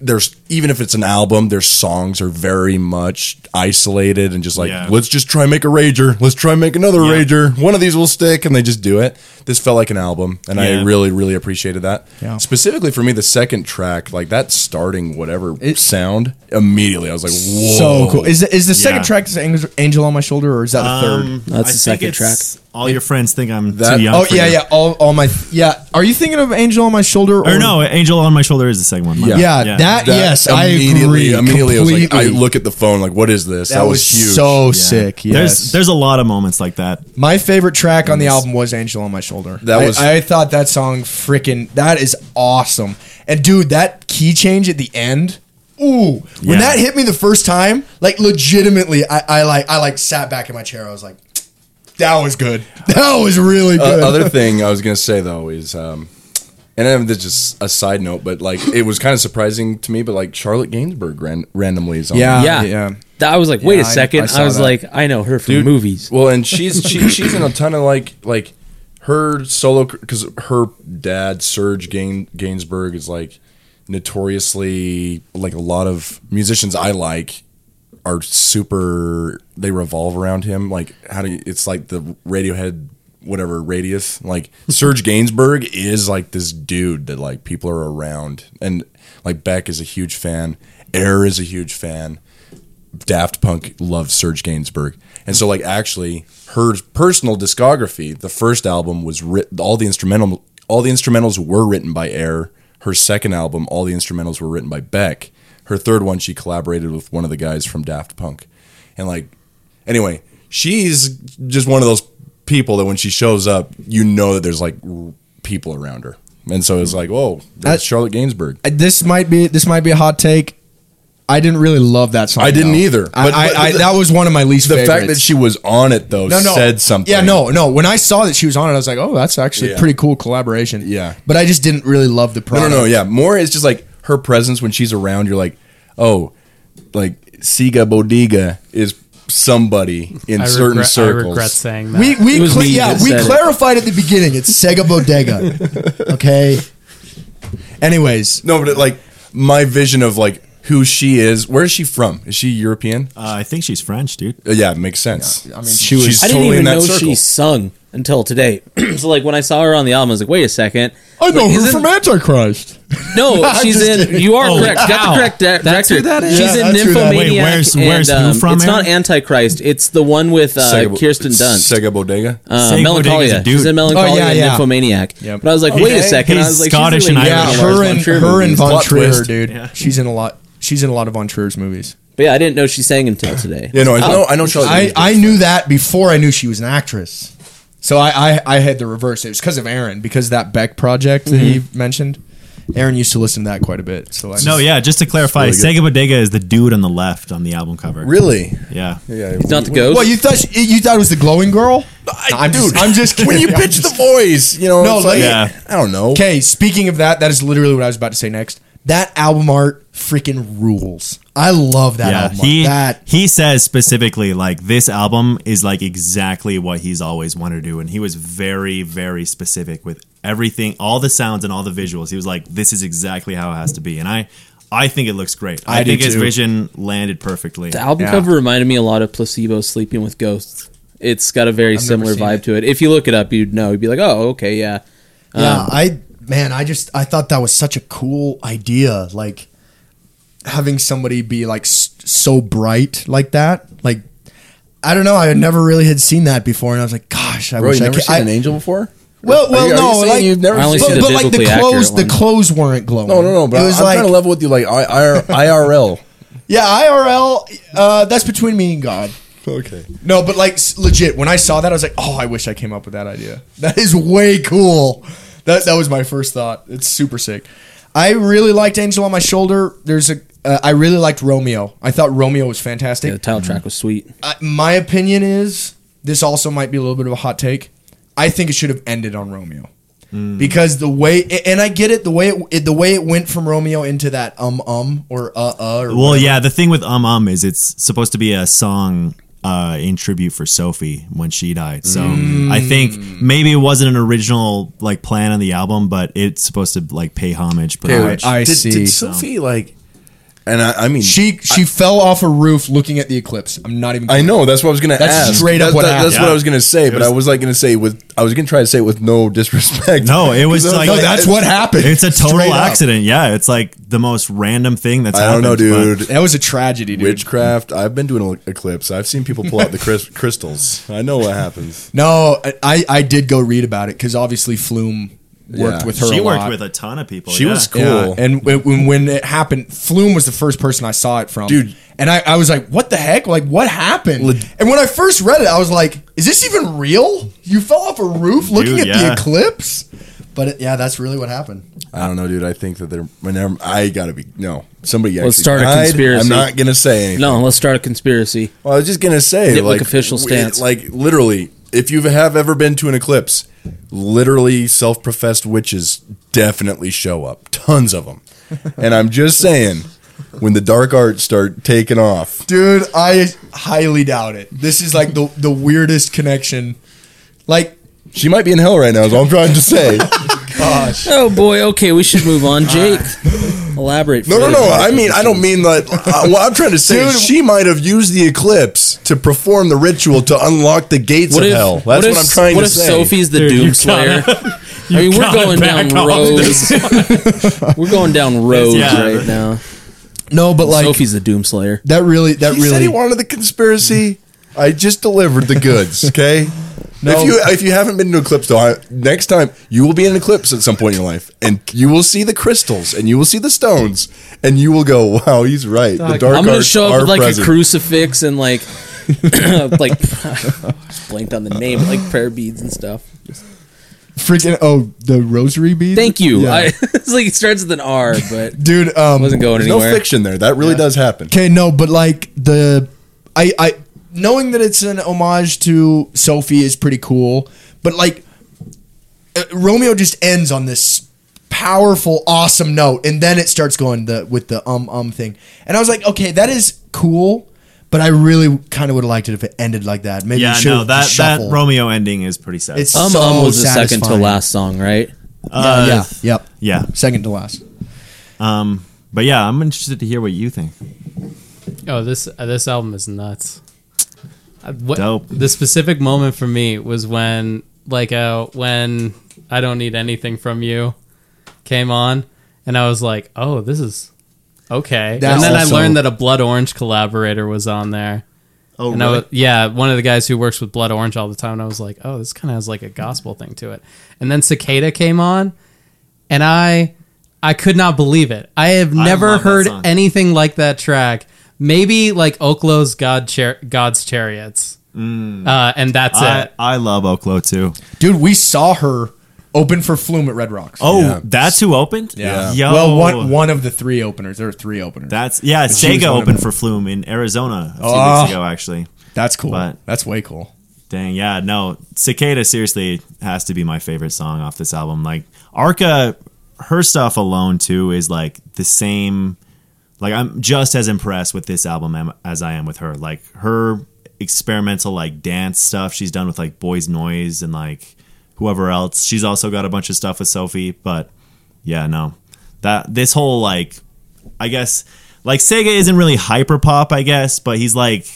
[SPEAKER 3] there's even if it's an album, their songs are very much isolated and just like
[SPEAKER 6] Yeah.
[SPEAKER 3] let's just try and make a rager, let's try and make another
[SPEAKER 6] Yeah.
[SPEAKER 3] rager. One of these will stick, and they just do it. This felt like an album, and I
[SPEAKER 6] Yeah.
[SPEAKER 3] really, really appreciated that.
[SPEAKER 5] Yeah.
[SPEAKER 3] Specifically for me, the second track, like that starting whatever
[SPEAKER 5] It-
[SPEAKER 3] sound immediately, I was like, whoa,
[SPEAKER 5] So cool. Is the, is the second
[SPEAKER 6] Yeah.
[SPEAKER 5] track this Angel- Angel on My Shoulder or is that the third?
[SPEAKER 6] Um,
[SPEAKER 4] That's the
[SPEAKER 6] think
[SPEAKER 4] second
[SPEAKER 6] it's All your friends think I'm
[SPEAKER 3] That-
[SPEAKER 6] too young.
[SPEAKER 5] Oh
[SPEAKER 6] for
[SPEAKER 5] yeah,
[SPEAKER 6] you.
[SPEAKER 5] yeah. All, all my yeah. Are you thinking of Angel on my shoulder?
[SPEAKER 6] Or no, Angel on My Shoulder is the second one. My
[SPEAKER 5] Yeah,
[SPEAKER 6] bad.
[SPEAKER 3] That
[SPEAKER 5] that, yes, I
[SPEAKER 3] immediately,
[SPEAKER 5] agree.
[SPEAKER 3] Immediately, I was like, I
[SPEAKER 5] completely.
[SPEAKER 3] look at the phone, like, what is this?
[SPEAKER 5] that, was,
[SPEAKER 3] huge.
[SPEAKER 5] so
[SPEAKER 6] Yeah.
[SPEAKER 5] sick. Yes,
[SPEAKER 6] There's there's a lot of moments like that.
[SPEAKER 5] my favorite track on the album was Angel on my shoulder.
[SPEAKER 3] That
[SPEAKER 5] I-
[SPEAKER 3] was-
[SPEAKER 5] I, thought that song freaking that is awesome. And dude, that key change at the end. Ooh, when
[SPEAKER 6] Yeah.
[SPEAKER 5] that hit me the first time, like legitimately, I, I like I like sat back in my chair. I was like, that was good. That was really good.
[SPEAKER 3] Uh, other thing I was gonna say though is, um, and I this is just a side note, but like it was kind of surprising to me, but like Charlotte Gainsbourg ran- randomly is on.
[SPEAKER 5] Yeah.
[SPEAKER 4] yeah.
[SPEAKER 5] Uh, yeah.
[SPEAKER 4] That, I was like, wait
[SPEAKER 5] Yeah,
[SPEAKER 4] a
[SPEAKER 5] I-
[SPEAKER 4] second.
[SPEAKER 5] I
[SPEAKER 4] I,
[SPEAKER 5] saw
[SPEAKER 4] was
[SPEAKER 5] that.
[SPEAKER 4] like, I know her from
[SPEAKER 3] Dude,
[SPEAKER 4] movies.
[SPEAKER 3] Well, and she's she, she's in a ton of like like her solo because her dad Serge Gain, Gainsbourg is like notoriously like a lot of musicians I like are super they revolve around him like how do you, it's like the Radiohead whatever radius like Serge Gainsbourg is like this dude that like people are around and like Beck is a huge fan Air is a huge fan Daft Punk loves Serge Gainsbourg. And so like actually her personal discography, the first album was writ- all the instrumental all the instrumentals were written by Air. Her second album, all the instrumentals were written by Beck. Her third one she collaborated with one of the guys from Daft Punk. And like anyway, she's just one of those people that when she shows up, you know that there's like r- people around her. And so it's like, "Whoa, that's
[SPEAKER 5] That-
[SPEAKER 3] Charlotte Gainsbourg."
[SPEAKER 5] this might be this might be a hot take. I didn't really love that song.
[SPEAKER 3] I didn't
[SPEAKER 5] though.
[SPEAKER 3] either,
[SPEAKER 5] I,
[SPEAKER 3] but-
[SPEAKER 5] I,
[SPEAKER 3] but
[SPEAKER 5] I-
[SPEAKER 3] the-
[SPEAKER 5] that was one of my least.
[SPEAKER 3] The
[SPEAKER 5] favorites.
[SPEAKER 3] fact that she was on it though said something.
[SPEAKER 5] Yeah, no, no. When I saw that she was on it, I was like, oh, that's actually
[SPEAKER 3] Yeah.
[SPEAKER 5] a pretty cool collaboration.
[SPEAKER 3] Yeah.
[SPEAKER 5] but I just didn't really love the
[SPEAKER 3] No,
[SPEAKER 5] product.
[SPEAKER 3] no, no. Yeah, more is just like her presence when she's around. You're like, oh, like Siga Bodega is somebody in
[SPEAKER 2] I
[SPEAKER 3] certain
[SPEAKER 2] regret,
[SPEAKER 3] circles.
[SPEAKER 2] I regret saying that.
[SPEAKER 5] We we
[SPEAKER 4] It was
[SPEAKER 5] cle-
[SPEAKER 4] me
[SPEAKER 5] yeah
[SPEAKER 4] that
[SPEAKER 5] we
[SPEAKER 4] said it.
[SPEAKER 5] clarified at the beginning. It's Sega Bodega. okay. Anyways,
[SPEAKER 3] No, but like my vision of like who she is. Where is she from? Is she European?
[SPEAKER 6] Uh, I think she's French, dude.
[SPEAKER 3] Uh, yeah, it makes sense.
[SPEAKER 5] I mean,
[SPEAKER 3] she was.
[SPEAKER 4] I didn't even know she sung until today. so like when I saw her on the album, I was like, wait a second.
[SPEAKER 5] I know
[SPEAKER 4] Like,
[SPEAKER 5] her
[SPEAKER 4] isn't-
[SPEAKER 5] from Antichrist.
[SPEAKER 4] No,
[SPEAKER 5] I'm
[SPEAKER 4] she's
[SPEAKER 5] just
[SPEAKER 4] in.
[SPEAKER 5] kidding.
[SPEAKER 4] You are
[SPEAKER 6] Oh,
[SPEAKER 4] correct. Got
[SPEAKER 6] wow.
[SPEAKER 4] the correct di-
[SPEAKER 2] That's who
[SPEAKER 4] director.
[SPEAKER 2] that is?
[SPEAKER 4] She's
[SPEAKER 5] Yeah,
[SPEAKER 4] in
[SPEAKER 5] that's who that is.
[SPEAKER 4] Nymphomaniac.
[SPEAKER 6] Wait, where's-
[SPEAKER 4] and,
[SPEAKER 6] where's who
[SPEAKER 4] um,
[SPEAKER 6] from,
[SPEAKER 4] It's not
[SPEAKER 6] Aaron?
[SPEAKER 4] Antichrist. It's the one with uh, Kirsten Dunst.
[SPEAKER 3] Sega Bodega.
[SPEAKER 4] uh,
[SPEAKER 6] Sega Bodega's
[SPEAKER 4] Melancholia.
[SPEAKER 6] a dude.
[SPEAKER 4] She's in Melancholia
[SPEAKER 5] Oh, yeah,
[SPEAKER 4] and
[SPEAKER 5] yeah.
[SPEAKER 4] Nymphomaniac.
[SPEAKER 5] Yep.
[SPEAKER 4] But I was like, wait a
[SPEAKER 6] Okay.
[SPEAKER 4] second. I
[SPEAKER 6] He's
[SPEAKER 4] was like,
[SPEAKER 6] Scottish
[SPEAKER 4] she's really
[SPEAKER 6] and
[SPEAKER 4] young
[SPEAKER 5] Yeah,
[SPEAKER 6] Irish.
[SPEAKER 4] in a
[SPEAKER 5] her
[SPEAKER 4] lot of
[SPEAKER 5] and
[SPEAKER 4] Von Trier
[SPEAKER 5] her and
[SPEAKER 4] movies.
[SPEAKER 5] Von
[SPEAKER 3] Plot
[SPEAKER 5] Trier,
[SPEAKER 3] twist.
[SPEAKER 5] dude. She's in a lot. She's in a lot of Von Trier's movies.
[SPEAKER 4] But yeah, I didn't know she sang until today.
[SPEAKER 3] Oh, Yeah, no, I know. I know Charlotte.
[SPEAKER 5] I,
[SPEAKER 3] Gainsbourg.
[SPEAKER 5] I knew that before I knew she was an actress. So I, I, I had the reverse. It was because of Aaron, because of that Beck project that he mentioned. Aaron used to listen to that quite a bit. So I
[SPEAKER 6] No, yeah. Just to clarify,
[SPEAKER 3] really
[SPEAKER 6] Sega Bodega is the dude on the left on the album cover.
[SPEAKER 3] really.
[SPEAKER 6] Yeah.
[SPEAKER 3] Yeah,
[SPEAKER 4] It's not the ghost.
[SPEAKER 5] Well, you thought she, you thought it was the glowing girl?
[SPEAKER 3] I,
[SPEAKER 5] I'm
[SPEAKER 3] dude,
[SPEAKER 5] just- I'm just
[SPEAKER 3] When you
[SPEAKER 5] kidding. I'm
[SPEAKER 3] pitch the voice, you know,
[SPEAKER 5] No,
[SPEAKER 3] it's like,
[SPEAKER 5] like-
[SPEAKER 6] Yeah.
[SPEAKER 3] I don't know.
[SPEAKER 5] Okay, speaking of that, that is literally what I was about to say next. That album art freaking rules. I love that
[SPEAKER 6] yeah,
[SPEAKER 5] album. art.
[SPEAKER 6] he
[SPEAKER 5] That
[SPEAKER 6] he says specifically like this album is like exactly what he's always wanted to do, and he was very very specific with everything, all the sounds and all the visuals. He was like, "This is exactly how it has to be," and I I think it looks great. I,
[SPEAKER 5] I do
[SPEAKER 6] think his
[SPEAKER 5] too.
[SPEAKER 6] vision landed perfectly.
[SPEAKER 4] The album
[SPEAKER 5] Yeah.
[SPEAKER 4] cover reminded me a lot of Placebo Sleeping with Ghosts. It's got a very
[SPEAKER 5] never
[SPEAKER 4] similar
[SPEAKER 5] seen
[SPEAKER 4] vibe
[SPEAKER 5] it.
[SPEAKER 4] to it. If you look it up, you'd know. You'd be like, oh, okay, yeah.
[SPEAKER 5] yeah, I man, I just I thought that was such a cool idea. Like having somebody be like s- so bright like that. Like I don't know. I never really had seen that before, and I was like, gosh, I
[SPEAKER 3] Bro,
[SPEAKER 5] wish
[SPEAKER 3] you
[SPEAKER 5] I
[SPEAKER 3] never
[SPEAKER 5] could.
[SPEAKER 3] seen
[SPEAKER 5] I,
[SPEAKER 3] an angel before?
[SPEAKER 5] well,
[SPEAKER 3] Are you-
[SPEAKER 5] well,
[SPEAKER 3] are you
[SPEAKER 5] no,
[SPEAKER 3] saying
[SPEAKER 5] like
[SPEAKER 3] you've never
[SPEAKER 4] I only
[SPEAKER 3] seen
[SPEAKER 4] seen
[SPEAKER 5] but, but
[SPEAKER 4] the
[SPEAKER 5] like the
[SPEAKER 4] biblically accurate
[SPEAKER 5] clothes, the
[SPEAKER 4] one.
[SPEAKER 5] clothes weren't glowing.
[SPEAKER 3] No, no, no. But
[SPEAKER 5] it was
[SPEAKER 3] I'm
[SPEAKER 5] like
[SPEAKER 3] trying to level with you, like I, I, IRL.
[SPEAKER 5] yeah, IRL. Uh, that's between me and God.
[SPEAKER 3] okay.
[SPEAKER 5] No, but like s- legit, when I saw that, I was like, oh, I wish I came up with that idea. That is way cool. That that was my first thought. It's super sick. I really liked Angel on My Shoulder. There's a. Uh, I really liked Romeo. I thought Romeo was fantastic.
[SPEAKER 4] Yeah, the title track was sweet.
[SPEAKER 5] I, my opinion is this also might be a little bit of a hot take. I think it should have ended on Romeo because the way and I get it the way it, it the way it went from Romeo into that um um or uh uh or
[SPEAKER 6] Well, yeah, the thing with Um Um is it's supposed to be a song uh, in tribute for Sophie when she died. So I think
[SPEAKER 5] Mm.
[SPEAKER 6] maybe it wasn't an original like plan on the album, but it's supposed to like pay homage. Pretty much.
[SPEAKER 5] I
[SPEAKER 3] did,
[SPEAKER 5] see.
[SPEAKER 3] Did Sophie like? And I, I mean,
[SPEAKER 5] she she fell off a roof looking at the eclipse. I'm not even.
[SPEAKER 3] I know that's what I was gonna.
[SPEAKER 5] That's
[SPEAKER 3] ask.
[SPEAKER 5] straight up
[SPEAKER 3] That-
[SPEAKER 5] what
[SPEAKER 3] that-
[SPEAKER 5] happened.
[SPEAKER 3] That's what
[SPEAKER 6] Yeah.
[SPEAKER 3] I was gonna say, but
[SPEAKER 6] was-
[SPEAKER 3] I was like gonna say with I was gonna try to say it with no disrespect.
[SPEAKER 6] No, it was
[SPEAKER 3] 'Cause I
[SPEAKER 6] like-
[SPEAKER 5] No, that's what happened.
[SPEAKER 6] it's a
[SPEAKER 5] Straight
[SPEAKER 6] total
[SPEAKER 5] up.
[SPEAKER 6] accident. Yeah, it's like the most random thing that's.
[SPEAKER 3] I don't know,
[SPEAKER 6] happened, but-
[SPEAKER 3] dude.
[SPEAKER 5] That was a tragedy, dude.
[SPEAKER 3] Witchcraft. I've been doing an eclipse. I've seen people pull out the crys- crystals. I know what happens.
[SPEAKER 5] No, I I did go read about it because obviously Flume worked
[SPEAKER 3] Yeah.
[SPEAKER 5] with her.
[SPEAKER 6] she
[SPEAKER 5] a
[SPEAKER 6] worked
[SPEAKER 5] lot.
[SPEAKER 6] with a ton of people.
[SPEAKER 3] She
[SPEAKER 6] yeah.
[SPEAKER 3] was cool.
[SPEAKER 5] Yeah, and w- when, when it happened, Flume was the first person I saw it from,
[SPEAKER 3] Dude.
[SPEAKER 5] And I, I was like, "What the heck? Like, what happened?"
[SPEAKER 3] Leg-
[SPEAKER 5] and when I first read it, I was like, "Is this even real? You fell off a roof looking
[SPEAKER 6] Dude,
[SPEAKER 5] at the
[SPEAKER 6] yeah.
[SPEAKER 5] eclipse?" But it, yeah, that's really what happened.
[SPEAKER 3] I don't know, dude. I think that they're whenever I gotta be no somebody.
[SPEAKER 4] Let's
[SPEAKER 3] actually
[SPEAKER 4] start a
[SPEAKER 3] died.
[SPEAKER 4] conspiracy.
[SPEAKER 3] I'm not gonna say anything.
[SPEAKER 4] No, let's start a conspiracy.
[SPEAKER 3] Well, I was just gonna say,
[SPEAKER 4] Nitwick
[SPEAKER 3] like
[SPEAKER 4] official
[SPEAKER 3] we-
[SPEAKER 4] stance.
[SPEAKER 3] like literally, if you have ever been to an eclipse, literally self-professed witches definitely show up, tons of them. and I'm just saying, when the dark arts start taking off,
[SPEAKER 5] Dude, I highly doubt it. This is like the the weirdest connection. Like,
[SPEAKER 3] she might be in hell right now. Is all I'm trying to say.
[SPEAKER 5] gosh,
[SPEAKER 4] Oh boy, okay, we should move on. Jake, elaborate.
[SPEAKER 3] No, no,
[SPEAKER 4] further.
[SPEAKER 3] no. I mean, I don't mean that. Uh, what I'm trying to say, is
[SPEAKER 5] Dude.
[SPEAKER 3] she might have used the eclipse to perform the ritual to unlock the gates
[SPEAKER 4] What
[SPEAKER 3] of
[SPEAKER 4] if,
[SPEAKER 3] hell. That's what,
[SPEAKER 4] if,
[SPEAKER 3] I'm trying
[SPEAKER 4] what
[SPEAKER 3] to
[SPEAKER 4] if
[SPEAKER 3] say.
[SPEAKER 4] Sophie's the
[SPEAKER 6] Dude, you
[SPEAKER 4] doomslayer? I mean, we're
[SPEAKER 6] gotta
[SPEAKER 4] going down
[SPEAKER 6] back off
[SPEAKER 4] roads. we're going down roads
[SPEAKER 6] Yeah.
[SPEAKER 4] right now.
[SPEAKER 5] no, but like
[SPEAKER 4] Sophie's the doomslayer.
[SPEAKER 5] that really that
[SPEAKER 3] he
[SPEAKER 5] really
[SPEAKER 3] said he wanted the conspiracy. I just delivered the goods. Okay.
[SPEAKER 5] No.
[SPEAKER 3] If you if you haven't been to Eclipse though, I, next time you will be in an eclipse at some point in your life, and you will see the crystals, and you will see the stones, and you will go, "Wow, he's right." The dark
[SPEAKER 4] I'm gonna
[SPEAKER 3] arts
[SPEAKER 4] show up
[SPEAKER 3] are
[SPEAKER 4] with like
[SPEAKER 3] present.
[SPEAKER 4] a crucifix and like, like, just blanked on the name, like prayer beads and stuff.
[SPEAKER 5] freaking oh the rosary beads.
[SPEAKER 4] Thank you.
[SPEAKER 5] Yeah.
[SPEAKER 4] I, it's like it starts with an R, but
[SPEAKER 5] dude. Um,
[SPEAKER 4] wasn't going
[SPEAKER 3] There's no
[SPEAKER 4] anywhere.
[SPEAKER 3] fiction there. That really does happen.
[SPEAKER 5] Okay, no, but like the I I knowing that it's an homage to Sophie is pretty cool, but like uh, Romeo just ends on this powerful awesome note and then it starts going the with the um um thing. And I was like, "Okay, that is cool." But I really kind of would have liked it if it ended like that. Maybe
[SPEAKER 6] Yeah,
[SPEAKER 5] it should
[SPEAKER 6] no, that that
[SPEAKER 5] shuffled.
[SPEAKER 6] Romeo ending is pretty sad.
[SPEAKER 5] It's
[SPEAKER 4] Um,
[SPEAKER 5] so
[SPEAKER 4] um was the
[SPEAKER 5] satisfying.
[SPEAKER 4] second to last song, right?
[SPEAKER 6] Uh,
[SPEAKER 5] yeah, yeah, yep.
[SPEAKER 6] yeah.
[SPEAKER 5] Second to last.
[SPEAKER 6] Um, but yeah, I'm interested to hear what you think.
[SPEAKER 2] Oh, this uh, this album is nuts. Uh, What,
[SPEAKER 6] Dope.
[SPEAKER 2] The specific moment for me was when, like, uh, when I don't need anything from you came on, and I was like, oh, this is okay.
[SPEAKER 5] That's
[SPEAKER 2] and then
[SPEAKER 5] also-
[SPEAKER 2] I learned that a Blood Orange collaborator was on there.
[SPEAKER 6] Oh,
[SPEAKER 2] And I was, yeah, one of the guys who works with Blood Orange all the time. And I was like, oh, this kind of has like a gospel thing to it. And then Cicada came on, and I I could not believe it. I have never
[SPEAKER 6] love that
[SPEAKER 2] heard
[SPEAKER 6] song.
[SPEAKER 2] anything like that track. Maybe like Oklo's God Char- God's Chariots, uh, and that's
[SPEAKER 6] I,
[SPEAKER 2] it.
[SPEAKER 6] I love Oklo too.
[SPEAKER 5] Dude, we saw her open for Flume at Red Rocks.
[SPEAKER 6] Oh, that's who opened.
[SPEAKER 3] Yeah.
[SPEAKER 6] Yo.
[SPEAKER 5] Well, one one of the three openers. There are three openers.
[SPEAKER 6] That's yeah.
[SPEAKER 5] she was
[SPEAKER 6] Sega
[SPEAKER 5] one of
[SPEAKER 6] opened
[SPEAKER 5] them.
[SPEAKER 6] for Flume in Arizona a few
[SPEAKER 5] Oh.
[SPEAKER 6] weeks ago, actually.
[SPEAKER 5] That's cool.
[SPEAKER 6] But-
[SPEAKER 5] That's way cool.
[SPEAKER 6] Dang, yeah, no. Cicada seriously has to be my favorite song off this album. Like Arca, her stuff alone too is like the same. Like I'm just as impressed with this album am- as I am with her. Like her experimental like dance stuff she's done with like Boys Noise and like whoever else. She's also got a bunch of stuff with Sophie, but yeah, no. That this whole like I guess like Sega isn't really hyper pop, I guess, but he's like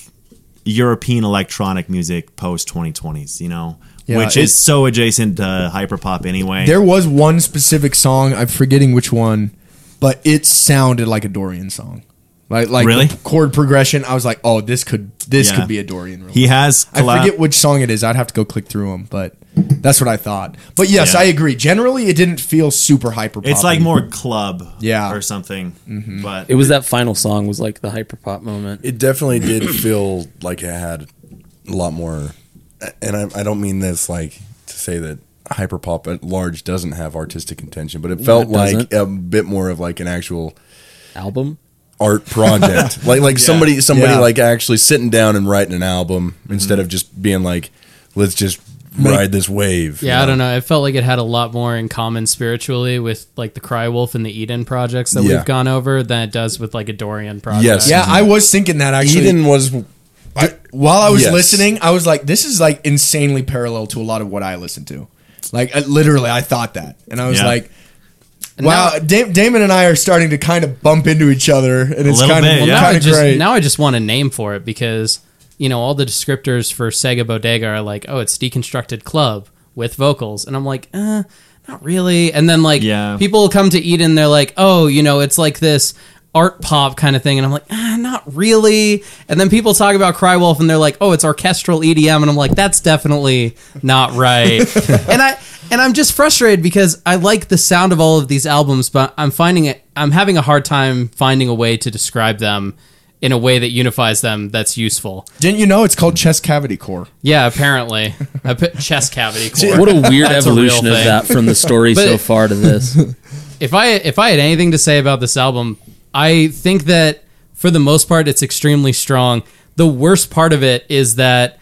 [SPEAKER 6] European electronic music post 2020s, you know,
[SPEAKER 5] Yeah,
[SPEAKER 6] which is so adjacent to hyperpop anyway.
[SPEAKER 5] There was one specific song I'm forgetting which one, but it sounded like a Dorian song. Like like
[SPEAKER 6] Really?
[SPEAKER 5] the chord progression. I was like, oh, this could this
[SPEAKER 6] Yeah.
[SPEAKER 5] could be a Dorian.
[SPEAKER 6] he has
[SPEAKER 5] I
[SPEAKER 6] collab-
[SPEAKER 5] forget which song it is. I'd have to go click through them, but that's what I thought. But yes,
[SPEAKER 6] Yeah.
[SPEAKER 5] I agree. Generally, it didn't feel super hyper.
[SPEAKER 6] It's like more club,
[SPEAKER 5] Yeah. Mm-hmm.
[SPEAKER 6] or something. But
[SPEAKER 4] It was that final song was like the hyperpop moment.
[SPEAKER 3] It definitely did feel like it had a lot more, and I, I don't mean this like to say that hyperpop at large doesn't have artistic intention, but it felt
[SPEAKER 4] it
[SPEAKER 3] like
[SPEAKER 4] doesn't.
[SPEAKER 3] a bit more of like an actual
[SPEAKER 4] Album.
[SPEAKER 3] art project, like like somebody somebody
[SPEAKER 5] Yeah. Mm-hmm.
[SPEAKER 3] like actually sitting down and writing an album instead of just being like, let's just ride this wave.
[SPEAKER 2] Yeah,
[SPEAKER 3] you
[SPEAKER 2] I don't know. It felt like it had a lot more in common spiritually with like the Cry Wolf and the Eden projects that
[SPEAKER 3] Yeah.
[SPEAKER 2] we've gone over than it does with like a Dorian project.
[SPEAKER 3] Yes.
[SPEAKER 5] Yeah, I was thinking that actually.
[SPEAKER 3] Eden was
[SPEAKER 5] I- while I was
[SPEAKER 3] Yes.
[SPEAKER 5] listening, I was like, this is like insanely parallel to a lot of what I listen to. Like, I, literally, I thought that. And I was
[SPEAKER 6] Yeah.
[SPEAKER 5] like, wow,
[SPEAKER 2] now-
[SPEAKER 5] da- Damon and I are starting to kind of bump into each other. And it's
[SPEAKER 6] little
[SPEAKER 5] kind of,
[SPEAKER 6] bit, yeah.
[SPEAKER 2] Now
[SPEAKER 5] kind
[SPEAKER 2] I
[SPEAKER 5] of
[SPEAKER 2] just
[SPEAKER 5] great.
[SPEAKER 2] now I just want a name for it because you know all the descriptors for Sega Bodega are like, oh, it's deconstructed club with vocals, and I'm like, uh, not really. And then like
[SPEAKER 6] Yeah.
[SPEAKER 2] people come to Eden, they're like, oh, you know, it's like this art pop kind of thing, and I'm like, ah, not really. And then people talk about Cry Wolf, and they're like, oh, it's orchestral EDM, and I'm like, that's definitely not right. and I and I'm just frustrated because I like the sound of all of these albums, but I'm finding it. I'm having a hard time finding a way to describe them in a way that unifies them that's useful.
[SPEAKER 5] Didn't you know it's called chest cavity core?
[SPEAKER 2] Yeah, apparently. I put chest cavity core.
[SPEAKER 4] What a weird
[SPEAKER 2] That's a
[SPEAKER 4] evolution
[SPEAKER 2] real
[SPEAKER 4] of
[SPEAKER 2] thing.
[SPEAKER 4] that from the story
[SPEAKER 2] But-
[SPEAKER 4] so far to this.
[SPEAKER 2] If I if I had anything to say about this album, I think that for the most part it's extremely strong. The worst part of it is that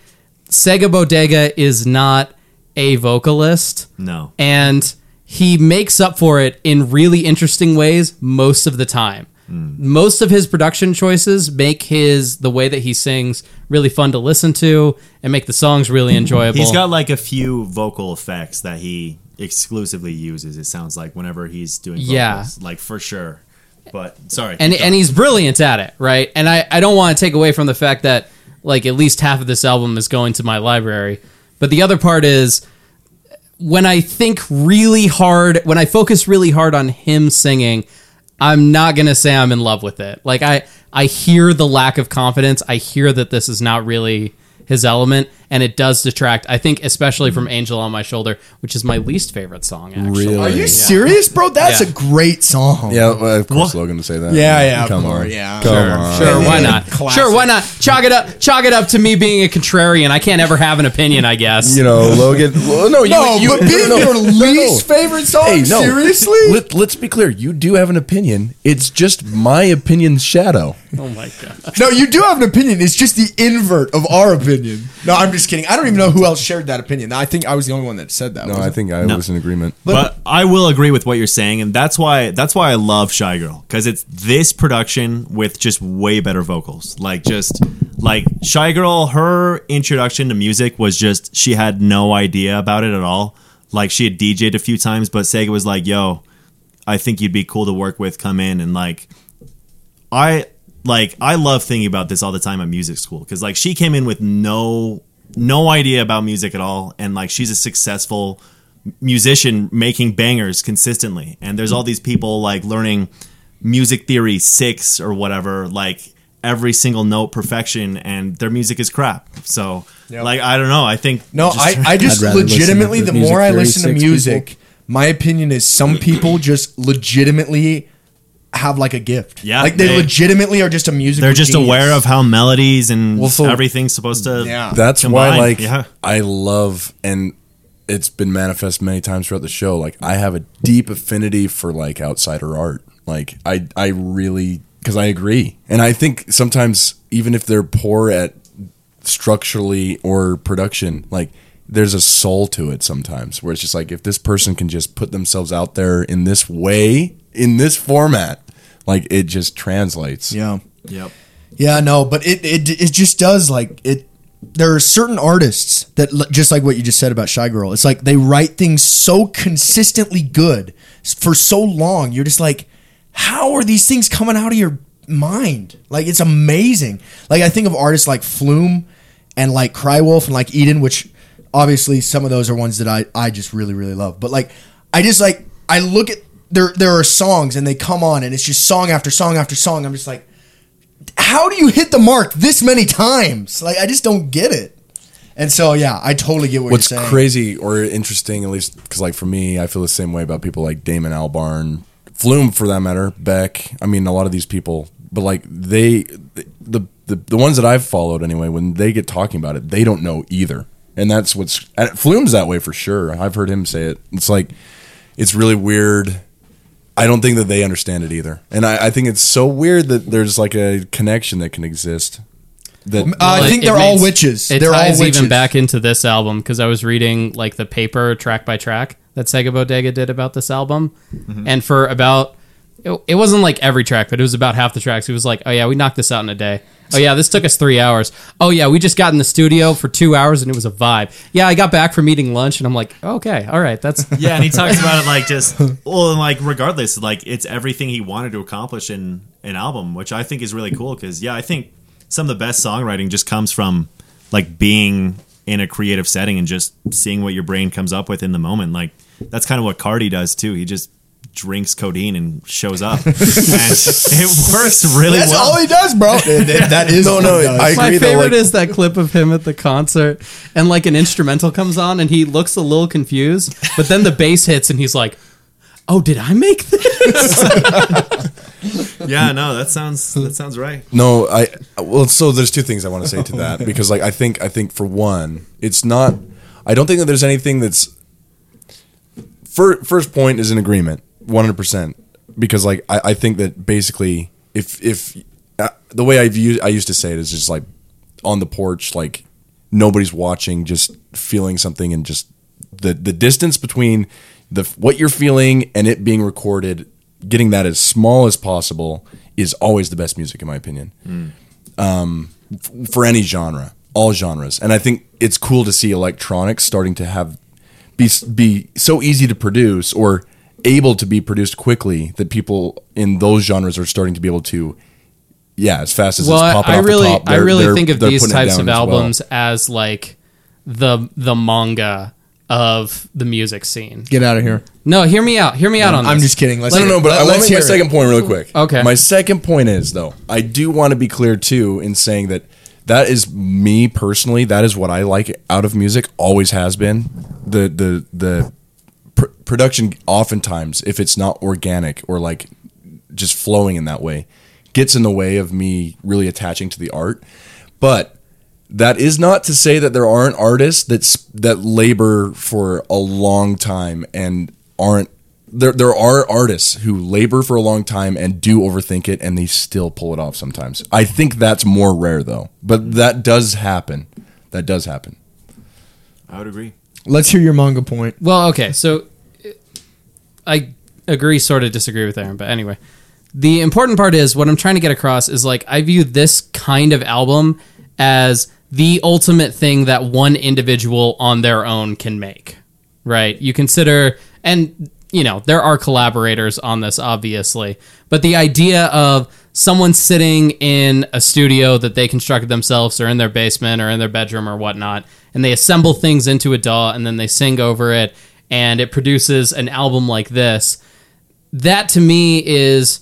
[SPEAKER 2] Sega Bodega is not a vocalist.
[SPEAKER 6] no,
[SPEAKER 2] and he makes up for it in really interesting ways most of the time. Most of his production choices make his the way that he sings really fun to listen to and make the songs really enjoyable.
[SPEAKER 6] he's got like a few vocal effects that he exclusively uses. It sounds like whenever he's doing, vocals,
[SPEAKER 2] Yeah.
[SPEAKER 6] like for sure. But sorry,
[SPEAKER 2] and
[SPEAKER 6] keep
[SPEAKER 2] and he's brilliant at it, right? And I I don't want to take away from the fact that like at least half of this album is going to my library, but the other part is when I think really hard, when I focus really hard on him singing, I'm not gonna say I'm in love with it. Like I I hear the lack of confidence. I hear that this is not really his element, and it does detract. I think especially from "Angel on My Shoulder," which is my least favorite song. Actually,
[SPEAKER 5] Are you serious, bro? That's
[SPEAKER 2] Yeah.
[SPEAKER 5] a great song.
[SPEAKER 3] Yeah, well, of course,
[SPEAKER 6] What?
[SPEAKER 3] Logan to say that.
[SPEAKER 5] Yeah, yeah,
[SPEAKER 3] Come
[SPEAKER 5] of course,
[SPEAKER 3] on,
[SPEAKER 5] yeah.
[SPEAKER 3] Come
[SPEAKER 5] Sure,
[SPEAKER 3] on.
[SPEAKER 2] Sure, why not? Sure, why not? Chalk it up. Chalk it up to me being a contrarian. I can't ever have an opinion, I guess.
[SPEAKER 3] You know, Logan. Well, no, you,
[SPEAKER 5] No,
[SPEAKER 3] you,
[SPEAKER 5] but being
[SPEAKER 3] no,
[SPEAKER 5] your
[SPEAKER 3] no.
[SPEAKER 5] least favorite song,
[SPEAKER 3] Hey, no.
[SPEAKER 5] seriously?
[SPEAKER 3] Let, let's be clear. You do have an opinion. It's just my opinion's shadow.
[SPEAKER 2] oh my god.
[SPEAKER 5] No, you do have an opinion. It's just the invert of our opinion. No, I'm just kidding. I don't even know who else shared that opinion. I think I was the only one that said that.
[SPEAKER 3] No,
[SPEAKER 5] wasn't
[SPEAKER 3] I think I was in agreement.
[SPEAKER 6] but I will agree with what you're saying, and that's why that's why I love Shy Girl because it's this production with just way better vocals. Like just like Shy Girl, her introduction to music was just she had no idea about it at all. Like she had DJ'd a few times, but Sega was like, "Yo, I think you'd be cool to work with. Come in and like I like I love thinking about this all the time at music school because like she came in with no no idea about music at all, and like she's a successful musician making bangers consistently, and there's all these people like learning music theory six or whatever like every single note perfection and their music is crap so like i don't know i think
[SPEAKER 5] No, I, I just
[SPEAKER 3] I'd rather listen
[SPEAKER 5] legitimately,
[SPEAKER 3] to
[SPEAKER 5] the
[SPEAKER 3] music
[SPEAKER 5] more I
[SPEAKER 3] theory
[SPEAKER 5] listen to
[SPEAKER 3] six
[SPEAKER 5] music, my opinion is some people just legitimately have like a gift.
[SPEAKER 6] Yeah,
[SPEAKER 5] Like they,
[SPEAKER 6] they-
[SPEAKER 5] legitimately are just a music.
[SPEAKER 6] they're just aware of how melodies and
[SPEAKER 5] so-
[SPEAKER 6] everything's supposed to
[SPEAKER 5] Yeah.
[SPEAKER 3] That's why,
[SPEAKER 6] Combined,
[SPEAKER 3] like,
[SPEAKER 6] yeah.
[SPEAKER 3] I love, and it's been manifest many times throughout the show. Like, I have a deep affinity for like outsider art. Like, I, I really, because I agree, and I think sometimes even if they're poor at structurally or production, like. There's a soul to it sometimes where it's just like if this person can just put themselves out there in this way, in this format, like it just translates.
[SPEAKER 5] Yeah.
[SPEAKER 6] yep
[SPEAKER 5] Yeah, no, but it, it it just does like it. There are certain artists that l- just like what you just said about Shy Girl. It's like they write things so consistently good s- for so long. You're just like, how are these things coming out of your mind? Like it's amazing. Like I think of artists like Flume and like Cry Wolf and like Eden, which obviously some of those are ones that I I just really really love. But like I just like I look at there there are songs and they come on and it's just song after song after song. I'm just like how do you hit the mark this many times? Like I just don't get it. And so yeah, I totally get what
[SPEAKER 3] What's
[SPEAKER 5] you're saying.
[SPEAKER 3] crazy or interesting, at least, because like for me, I feel the same way about people like Damon Albarn, Flume for that matter, Beck. I mean, a lot of these people, but like they, the the the ones that I've followed anyway, when they get talking about it, they don't know either, and that's what's and Flume's that way for sure. I've heard him say it. It's like it's really weird. I don't think that they understand it either, and I, I think it's so weird that there's like a connection that can exist. That
[SPEAKER 5] Uh, I
[SPEAKER 2] Well,
[SPEAKER 5] think
[SPEAKER 2] it-
[SPEAKER 5] they're
[SPEAKER 2] it
[SPEAKER 5] all
[SPEAKER 2] makes-
[SPEAKER 5] witches.
[SPEAKER 2] It
[SPEAKER 5] They're all
[SPEAKER 2] ties
[SPEAKER 5] witches.
[SPEAKER 2] even back into this album because I was reading like the paper track by track that Sega Bodega did about this album,
[SPEAKER 5] Mm-hmm.
[SPEAKER 2] and for about it, it wasn't like every track, but it was about half the tracks. It was like, oh yeah, we knocked this out in a day. Oh yeah, this took us three hours. Oh yeah, we just got in the studio for two hours and it was a vibe. Yeah, I got back from eating lunch and I'm like, okay, all right, that's
[SPEAKER 6] Yeah, and he talks about it like just well, and like regardless, like it's everything he wanted to accomplish in an album, which I think is really cool. Because yeah, I think some of the best songwriting just comes from like being in a creative setting and just seeing what your brain comes up with in the moment. Like that's kind of what Cardi does too. He just drinks codeine and shows up, and it works really
[SPEAKER 5] That's
[SPEAKER 6] well.
[SPEAKER 5] all he does, bro. that is
[SPEAKER 3] no, no,
[SPEAKER 5] what he does.
[SPEAKER 3] I
[SPEAKER 2] My
[SPEAKER 3] agree. though,
[SPEAKER 2] favorite
[SPEAKER 3] like,
[SPEAKER 2] is that clip of him at the concert, and like an instrumental comes on, and he looks a little confused, but then the bass hits, and he's like, "Oh, did I make this?"
[SPEAKER 6] yeah, no, that sounds that sounds right.
[SPEAKER 3] No, I well, so there's two things I want to say to that because like I think I think for one, it's not. I don't think that there's anything that's. First, first point is an agreement, one hundred percent, because like I, I think that basically if if uh, the way I've used I used to say it is just like on the porch, like nobody's watching, just feeling something and just the the distance between the what you're feeling and it being recorded, getting that as small as possible is always the best music in my opinion for any genre, all genres. And I think it's cool to see electronics starting to have be be so easy to produce or able to be produced quickly that people in those genres are starting to be able to yeah, as fast as
[SPEAKER 2] well,
[SPEAKER 3] it's popping
[SPEAKER 2] I, I
[SPEAKER 3] off the
[SPEAKER 2] really,
[SPEAKER 3] top,
[SPEAKER 2] I
[SPEAKER 3] they're-
[SPEAKER 2] really
[SPEAKER 3] they're-
[SPEAKER 2] think of
[SPEAKER 3] they're
[SPEAKER 2] these
[SPEAKER 3] putting it
[SPEAKER 2] types
[SPEAKER 3] down
[SPEAKER 2] of
[SPEAKER 3] as well.
[SPEAKER 2] albums as like the the manga of the music scene.
[SPEAKER 5] Get out of here.
[SPEAKER 2] No, hear me out. Hear me out on this.
[SPEAKER 5] I'm just kidding. Let's
[SPEAKER 3] No, no, no. But
[SPEAKER 5] let-
[SPEAKER 3] I want
[SPEAKER 5] let's
[SPEAKER 3] to make my
[SPEAKER 5] hear it.
[SPEAKER 3] second point really quick.
[SPEAKER 2] Okay.
[SPEAKER 3] My second point is though, I do want to be clear too in saying that that is me personally. That is what I like out of music. Always has been the the the pr- production. Oftentimes, if it's not organic or like just flowing in that way, gets in the way of me really attaching to the art. But that is not to say that there aren't artists that's that labor for a long time and aren't there there are artists who labor for a long time and do overthink it and they still pull it off sometimes. I think that's more rare though. But that does happen. That does happen.
[SPEAKER 6] I would agree.
[SPEAKER 5] Let's hear your manga point.
[SPEAKER 2] Well, okay, so uh, I agree, sort of disagree with Aaron, but anyway, the important part is what I'm trying to get across is like I view this kind of album as the ultimate thing that one individual on their own can make, right? You consider, and you know, there are collaborators on this, obviously, but the idea of someone sitting in a studio that they constructed themselves or in their basement or in their bedroom or whatnot, and they assemble things into a DAW and then they sing over it and it produces an album like this. That to me is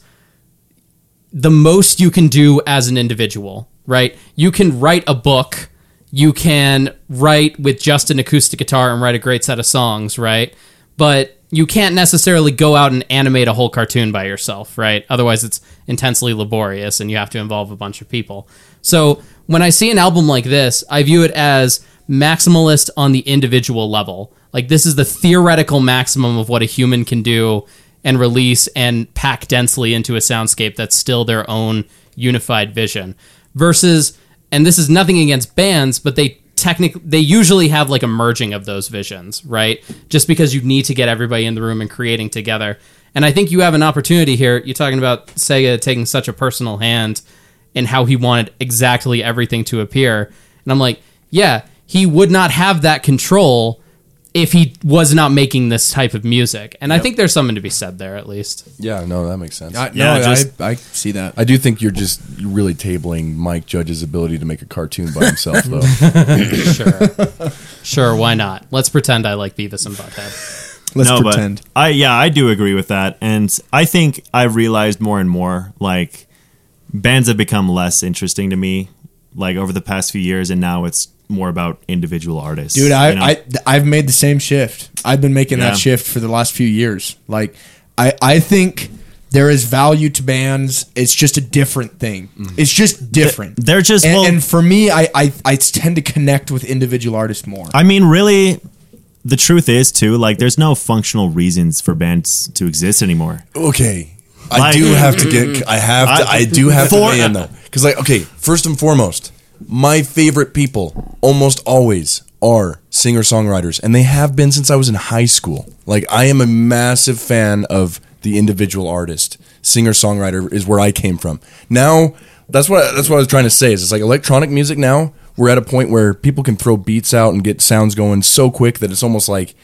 [SPEAKER 2] the most you can do as an individual, right? You can write a book, you can write with just an acoustic guitar and write a great set of songs, right? But you can't necessarily go out and animate a whole cartoon by yourself, right? Otherwise, it's intensely laborious and you have to involve a bunch of people. So when I see an album like this, I view it as maximalist on the individual level. Like, this is the theoretical maximum of what a human can do and release and pack densely into a soundscape that's still their own unified vision versus and this is nothing against bands but they technically they usually have like a merging of those visions right just because you need to get everybody in the room and creating together and i think you have an opportunity here you're talking about sega taking such a personal hand and how he wanted exactly everything to appear and i'm like yeah he would not have that control if he was not making this type of music. And I think there's something to be said there, at least.
[SPEAKER 3] Yeah, no, that makes sense.
[SPEAKER 5] I,
[SPEAKER 3] I,
[SPEAKER 6] Yeah,
[SPEAKER 5] no,
[SPEAKER 6] just-
[SPEAKER 5] I, I see that.
[SPEAKER 3] do think you're just really tabling Mike Judge's ability to make a cartoon by himself, though.
[SPEAKER 2] Sure. sure, why not? Let's pretend I like Beavis and Butthead.
[SPEAKER 5] Let's
[SPEAKER 6] no,
[SPEAKER 5] pretend.
[SPEAKER 6] but I yeah, I do agree with that, and I think I've realized more and more like bands have become less interesting to me, like over the past few years, and now it's more about individual artists.
[SPEAKER 5] Dude, I,
[SPEAKER 6] you know?
[SPEAKER 5] I th- I've made the same shift. I've been making
[SPEAKER 6] Yeah.
[SPEAKER 5] that shift for the last few years. Like I I think there is value to bands. It's just a different thing. It's just different.
[SPEAKER 6] Mm. they're just-
[SPEAKER 5] and,
[SPEAKER 6] well-
[SPEAKER 5] and for me, I, I I tend to connect with individual artists more.
[SPEAKER 6] I mean, really, the truth is too, like, there's no functional reasons for bands to exist anymore.
[SPEAKER 3] okay. I
[SPEAKER 6] Like-
[SPEAKER 3] do have to get. I have to.
[SPEAKER 6] I-
[SPEAKER 3] I, do have
[SPEAKER 6] For-
[SPEAKER 3] to man though, because like, okay, first and foremost, my favorite people almost always are singer songwriters, and they have been since I was in high school. Like, I am a massive fan of the individual artist. Singer songwriter is where I came from. Now, that's what that's what I was trying to say. Is it's like electronic music now. We're at a point where people can throw beats out and get sounds going so quick that it's almost like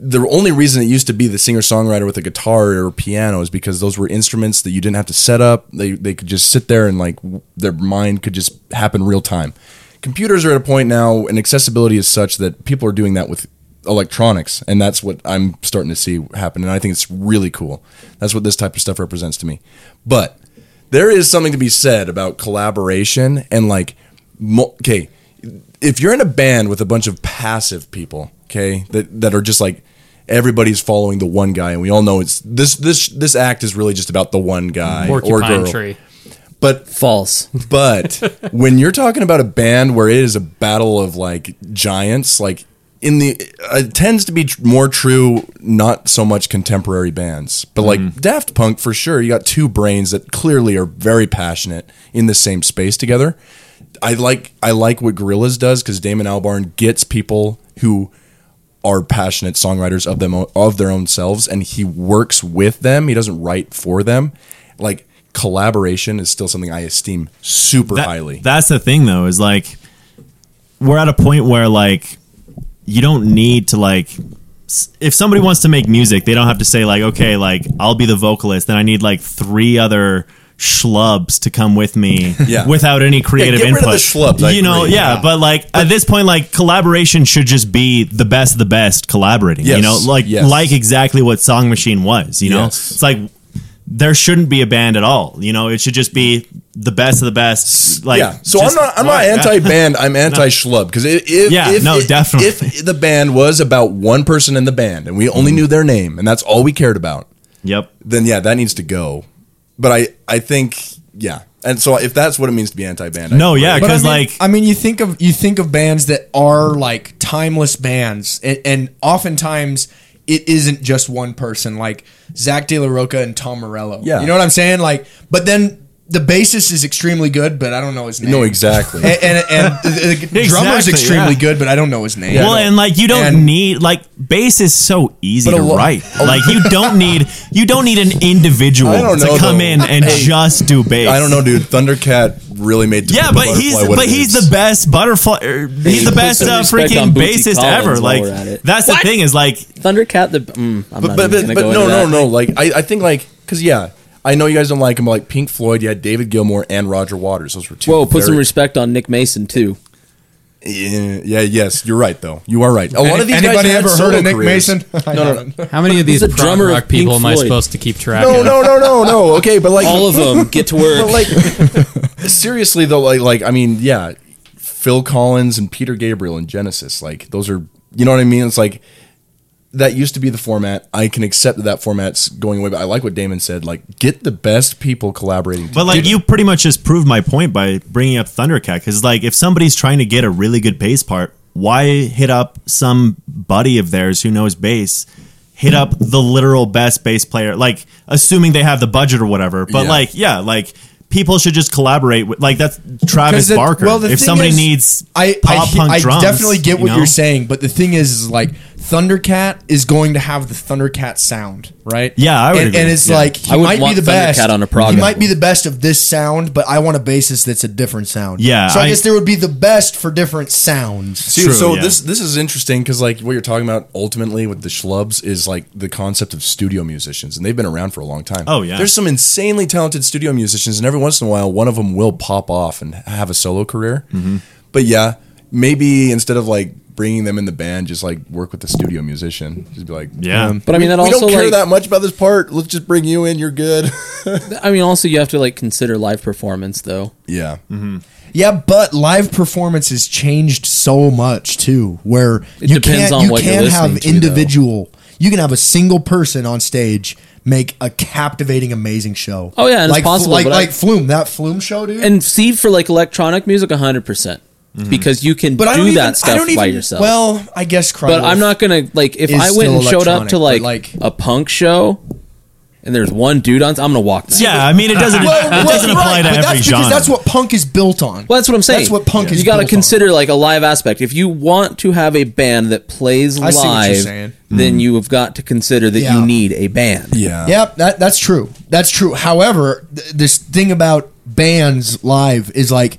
[SPEAKER 3] the only reason it used to be the singer songwriter with a guitar or piano is because those were instruments that you didn't have to set up. They they could just sit there and like w- their mind could just happen real time. Computers are at a point now, and accessibility is such that people are doing that with electronics, and that's what I'm starting to see happen. And I think it's really cool. That's what this type of stuff represents to me. But there is something to be said about collaboration and like, mo- okay, if you're in a band with a bunch of passive people, okay, that that are just like everybody's following the one guy, and we all know it's this this this act is really just about the one guy or
[SPEAKER 2] Porcupine
[SPEAKER 3] girl.
[SPEAKER 2] tree.
[SPEAKER 3] But
[SPEAKER 4] False.
[SPEAKER 3] but when you're talking about a band where it is a battle of like giants, like in the uh, it tends to be tr- more true, not so much contemporary bands, but like
[SPEAKER 2] Mm-hmm.
[SPEAKER 3] Daft Punk for sure. You got two brains that clearly are very passionate in the same space together. I like I like what Gorillaz does because Damon Albarn gets people who are passionate songwriters of them of their own selves, and he works with them. He doesn't write for them. Like collaboration is still something I esteem super
[SPEAKER 6] That-
[SPEAKER 3] highly.
[SPEAKER 6] That's the thing, though, is like we're at a point where like you don't need to like s- if somebody wants to make music, they don't have to say like, okay, like I'll be the vocalist, then I need like three other schlubs to come with me
[SPEAKER 3] Yeah.
[SPEAKER 6] without any creative
[SPEAKER 3] get rid of
[SPEAKER 6] input.
[SPEAKER 3] the schlubs, I
[SPEAKER 6] you know,
[SPEAKER 3] agree.
[SPEAKER 6] yeah, but like at this point, like collaboration should just be the best of the best collaborating. You
[SPEAKER 3] Yes,
[SPEAKER 6] know, like
[SPEAKER 3] yes.
[SPEAKER 6] like exactly what Song Machine was. You know,
[SPEAKER 3] Yes.
[SPEAKER 6] it's like there shouldn't be a band at all. You know, it should just be the best of the best. Like,
[SPEAKER 3] yeah. So
[SPEAKER 6] just-
[SPEAKER 3] I'm not I'm
[SPEAKER 6] why?
[SPEAKER 3] not anti
[SPEAKER 6] Yeah.
[SPEAKER 3] band. I'm anti schlub because if, if
[SPEAKER 6] Yeah,
[SPEAKER 3] if-
[SPEAKER 6] no,
[SPEAKER 3] if-
[SPEAKER 6] definitely. Mm-hmm.
[SPEAKER 3] if the band was about one person in the band and we only knew their name and that's all we cared about,
[SPEAKER 6] Yep.
[SPEAKER 3] then yeah, that needs to go. But I I think yeah, and so if that's what it means to be anti-band, I
[SPEAKER 6] No,
[SPEAKER 3] agree.
[SPEAKER 6] yeah,
[SPEAKER 5] But I
[SPEAKER 6] because
[SPEAKER 5] mean-
[SPEAKER 6] like
[SPEAKER 5] I mean, you think of you think of bands that are like timeless bands, and, and oftentimes it isn't just one person, like Zach De La Roca and Tom Morello.
[SPEAKER 3] Yeah.
[SPEAKER 5] you know what I'm saying? Like, but then the bassist is extremely good, but I don't know his name.
[SPEAKER 3] no, exactly.
[SPEAKER 5] And and, and the, the drummer's
[SPEAKER 6] Exactly,
[SPEAKER 5] extremely
[SPEAKER 6] yeah.
[SPEAKER 5] good, but I don't know his name.
[SPEAKER 6] well, and like you don't
[SPEAKER 5] And-
[SPEAKER 6] need like bass is so easy to
[SPEAKER 3] a lo-
[SPEAKER 6] write. like you don't need you don't need an individual
[SPEAKER 3] I don't
[SPEAKER 6] to
[SPEAKER 3] know,
[SPEAKER 6] come
[SPEAKER 3] though.
[SPEAKER 6] in and
[SPEAKER 3] Hey,
[SPEAKER 6] just do bass.
[SPEAKER 3] I don't know, dude. Thundercat really made.
[SPEAKER 6] Yeah,
[SPEAKER 3] Dependable
[SPEAKER 6] but he's
[SPEAKER 3] Butterfly what
[SPEAKER 6] but
[SPEAKER 3] it is.
[SPEAKER 6] he's the best butterfly. er, he's the
[SPEAKER 4] put
[SPEAKER 6] best
[SPEAKER 4] some
[SPEAKER 6] uh,
[SPEAKER 4] respect
[SPEAKER 6] freaking
[SPEAKER 4] on Bootsy
[SPEAKER 6] bassist
[SPEAKER 4] Collins
[SPEAKER 6] ever.
[SPEAKER 4] while
[SPEAKER 6] Like
[SPEAKER 4] we're at it.
[SPEAKER 6] that's the thing is like
[SPEAKER 4] Thundercat the. Mm, I'm
[SPEAKER 3] But
[SPEAKER 4] not
[SPEAKER 3] but
[SPEAKER 4] even
[SPEAKER 3] but,
[SPEAKER 4] gonna
[SPEAKER 3] but no
[SPEAKER 4] go into
[SPEAKER 3] no
[SPEAKER 4] that.
[SPEAKER 3] no. Like I, I think like because yeah, I know you guys don't like him. But like Pink Floyd, you had David Gilmour and Roger Waters. Those were two.
[SPEAKER 4] Whoa, put some
[SPEAKER 3] very-
[SPEAKER 4] respect on Nick Mason too.
[SPEAKER 3] Yeah, yeah, yes, you're right though. You are right. A lot of these guys
[SPEAKER 5] Anybody
[SPEAKER 3] had
[SPEAKER 5] ever heard
[SPEAKER 3] solo
[SPEAKER 5] of Nick
[SPEAKER 3] careers.
[SPEAKER 5] Mason?
[SPEAKER 3] No, no, no,
[SPEAKER 2] How many of these
[SPEAKER 4] the
[SPEAKER 2] prog
[SPEAKER 4] drummer of
[SPEAKER 2] rock
[SPEAKER 4] Pink
[SPEAKER 2] people am I
[SPEAKER 4] Floyd?
[SPEAKER 2] supposed to keep track
[SPEAKER 3] no,
[SPEAKER 2] of?
[SPEAKER 3] no, no, no, no. Okay, but like
[SPEAKER 4] All of them get to work.
[SPEAKER 3] But like seriously though, like like I mean, yeah, Phil Collins and Peter Gabriel and Genesis, like those are you know what I mean? It's like that used to be the format. I can accept that that format's going away, but I like what Damon said. Like, get the best people collaborating.
[SPEAKER 6] But like
[SPEAKER 3] together.
[SPEAKER 6] you pretty much just proved my point by bringing up Thundercat because like if somebody's trying to get a really good bass part, why hit up some buddy of theirs who knows bass? Hit up the literal best bass player, like assuming they have the budget or whatever. But
[SPEAKER 3] Yeah.
[SPEAKER 6] like yeah, like people should just collaborate with like that's Travis
[SPEAKER 5] 'Cause it-
[SPEAKER 6] Barker.
[SPEAKER 5] well, the
[SPEAKER 6] if
[SPEAKER 5] thing
[SPEAKER 6] somebody
[SPEAKER 5] is,
[SPEAKER 6] needs
[SPEAKER 5] I,
[SPEAKER 6] pop
[SPEAKER 5] I,
[SPEAKER 6] punk
[SPEAKER 5] I
[SPEAKER 6] drums,
[SPEAKER 5] definitely get
[SPEAKER 6] you
[SPEAKER 5] what
[SPEAKER 6] know?
[SPEAKER 5] you're saying, but the thing is, is like Thundercat is going to have the Thundercat sound, right?
[SPEAKER 6] Yeah, I would
[SPEAKER 5] And,
[SPEAKER 6] agree.
[SPEAKER 5] and it's
[SPEAKER 6] Yeah.
[SPEAKER 5] like he
[SPEAKER 4] I would
[SPEAKER 5] might be
[SPEAKER 4] want
[SPEAKER 5] the best.
[SPEAKER 4] Thundercat on a prog
[SPEAKER 5] he might
[SPEAKER 4] album.
[SPEAKER 5] be the best of this sound, but I want a bassist that's a different sound.
[SPEAKER 6] Yeah,
[SPEAKER 5] so I,
[SPEAKER 6] I-
[SPEAKER 5] guess there would be the best for different sounds.
[SPEAKER 3] See,
[SPEAKER 6] True,
[SPEAKER 3] so
[SPEAKER 6] yeah.
[SPEAKER 3] this this is interesting because like what you're talking about ultimately with the schlubs is like the concept of studio musicians, and they've been around for a long time.
[SPEAKER 6] Oh, yeah.
[SPEAKER 3] there's some insanely talented studio musicians, and every once in a while, one of them will pop off and have a solo career.
[SPEAKER 6] Mm-hmm.
[SPEAKER 3] But yeah, maybe instead of like bringing them in the band, just like work with the studio musician, just be like, "Mm,
[SPEAKER 6] Yeah.
[SPEAKER 4] But I mean, that
[SPEAKER 3] we
[SPEAKER 4] also
[SPEAKER 3] don't care
[SPEAKER 4] like,
[SPEAKER 3] that much about this part. Let's just bring you in. You're good.
[SPEAKER 4] I mean, also you have to like consider live performance though.
[SPEAKER 3] yeah,
[SPEAKER 5] Yeah, but live performance has changed so much too, where
[SPEAKER 4] It
[SPEAKER 5] you
[SPEAKER 4] depends
[SPEAKER 5] can't
[SPEAKER 4] on
[SPEAKER 5] you
[SPEAKER 4] what you're
[SPEAKER 5] can
[SPEAKER 4] listening
[SPEAKER 5] have
[SPEAKER 4] to, though.
[SPEAKER 5] individual. You can have a single person on stage make a captivating, amazing show.
[SPEAKER 4] Oh, yeah, and it's
[SPEAKER 5] like
[SPEAKER 4] possible,
[SPEAKER 5] like
[SPEAKER 4] but I-
[SPEAKER 5] like Flume, that Flume show, dude.
[SPEAKER 4] And see for like electronic music, hundred percent, because you can
[SPEAKER 5] but I
[SPEAKER 4] do
[SPEAKER 5] don't
[SPEAKER 4] that
[SPEAKER 5] even,
[SPEAKER 4] stuff
[SPEAKER 5] I don't
[SPEAKER 4] by
[SPEAKER 5] even,
[SPEAKER 4] yourself.
[SPEAKER 5] Well, I guess. Cry
[SPEAKER 4] but I'm not gonna like if
[SPEAKER 5] is
[SPEAKER 4] I went and
[SPEAKER 5] still
[SPEAKER 4] showed
[SPEAKER 5] electronic,
[SPEAKER 4] up to
[SPEAKER 5] but,
[SPEAKER 4] like,
[SPEAKER 5] like-
[SPEAKER 4] a punk show, and there's one dude on, I'm gonna walk. That.
[SPEAKER 6] yeah, I mean, it doesn't,
[SPEAKER 5] Well,
[SPEAKER 6] it
[SPEAKER 5] well,
[SPEAKER 6] doesn't apply
[SPEAKER 5] right,
[SPEAKER 6] to
[SPEAKER 5] but
[SPEAKER 6] every
[SPEAKER 5] that's
[SPEAKER 6] genre.
[SPEAKER 5] Because that's what punk is built on.
[SPEAKER 4] Well, that's what I'm saying.
[SPEAKER 5] That's what punk is.
[SPEAKER 4] You got to
[SPEAKER 5] built on.
[SPEAKER 4] consider like a live aspect. If you want to have a band that plays
[SPEAKER 5] I see what you're
[SPEAKER 4] live,
[SPEAKER 5] saying.
[SPEAKER 4] then you have got to consider that
[SPEAKER 5] Yeah.
[SPEAKER 4] you need a band.
[SPEAKER 3] yeah,
[SPEAKER 5] Yep, that that's true. That's true. However, th- this thing about bands live is like